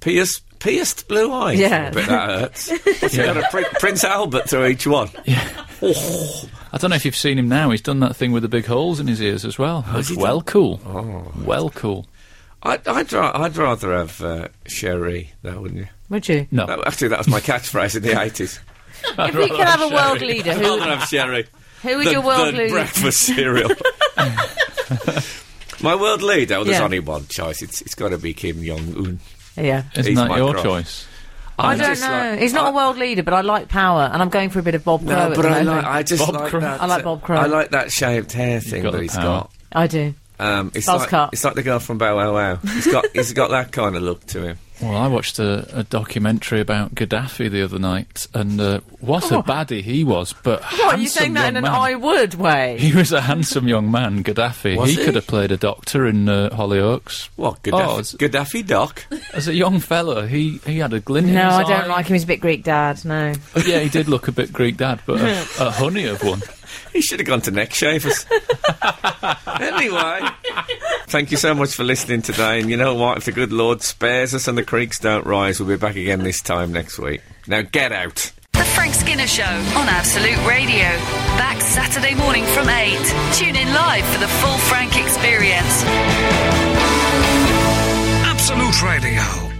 Speaker 2: pierced, pierced blue eyes.
Speaker 3: Yeah.
Speaker 2: but that hurts. What's he got a Pri- Prince Albert through each one.
Speaker 4: I don't know if you've seen him now. He's done that thing with the big holes in his ears as well. That's
Speaker 2: he done- Oh.
Speaker 4: well cool. Well cool.
Speaker 2: I'd, I'd, ra- I'd rather have uh, Sherry, though, wouldn't you?
Speaker 3: Would you?
Speaker 4: No,
Speaker 2: That, actually, that was my catchphrase in the 80s.
Speaker 3: If we could have a world leader,
Speaker 2: I'd
Speaker 3: who,
Speaker 2: rather have Sherry.
Speaker 3: who would
Speaker 2: than-
Speaker 3: your world
Speaker 2: than
Speaker 3: leader?
Speaker 2: breakfast cereal. my world leader, well, there's
Speaker 3: Yeah.
Speaker 2: only one choice. It's, it's got to be Kim Jong Un.
Speaker 3: Yeah.
Speaker 4: isn't
Speaker 2: he's
Speaker 4: that
Speaker 2: my
Speaker 4: your
Speaker 2: crush.
Speaker 4: choice?
Speaker 3: I don't know. He's not a world leader, but I like power, and I'm going for a bit of Bob Crowe.
Speaker 2: No,
Speaker 3: at
Speaker 2: but
Speaker 3: the
Speaker 2: I
Speaker 3: moment.
Speaker 2: like. I just
Speaker 4: Bob
Speaker 2: like
Speaker 4: Crowe.
Speaker 2: that.
Speaker 3: I like
Speaker 2: uh,
Speaker 3: Bob Crowe.
Speaker 2: I like that shaved hair thing
Speaker 4: got
Speaker 2: that
Speaker 4: the
Speaker 2: he's
Speaker 4: power.
Speaker 2: got.
Speaker 3: I do.
Speaker 2: Um, it's
Speaker 3: Buzz
Speaker 2: like
Speaker 3: cut.
Speaker 2: it's like the girl from Bow Wow Wow. He's got he's got that kind of look to him.
Speaker 4: Well, I watched a, a documentary about Gaddafi the other night, and uh, what a baddie he was! But
Speaker 3: Oh. What,
Speaker 4: handsome
Speaker 3: are you saying that
Speaker 4: young
Speaker 3: in an
Speaker 4: man.
Speaker 3: I would way?
Speaker 4: He was a handsome young man, Gaddafi.
Speaker 2: Was he?
Speaker 4: could have played a doctor in uh, Hollyoaks.
Speaker 2: What
Speaker 4: Oh,
Speaker 2: Gaddafi?
Speaker 4: as,
Speaker 2: Gaddafi Doc.
Speaker 4: as a young fella, he, he had a glint in
Speaker 3: No,
Speaker 4: his
Speaker 3: I don't
Speaker 4: eye.
Speaker 3: like him. He's a bit Greek dad, no.
Speaker 4: Yeah, he did look a bit Greek dad, but a, a honey of one.
Speaker 2: He should have gone to neck shavers. anyway, thank you so much for listening today. And you know what? If the good Lord spares us and the creeks don't rise, we'll be back again this time next week. Now get out.
Speaker 1: The Frank Frank Skinner Show on Absolute Radio. Back Saturday morning from 8. Tune in live for the full Frank experience.
Speaker 6: Absolute Radio.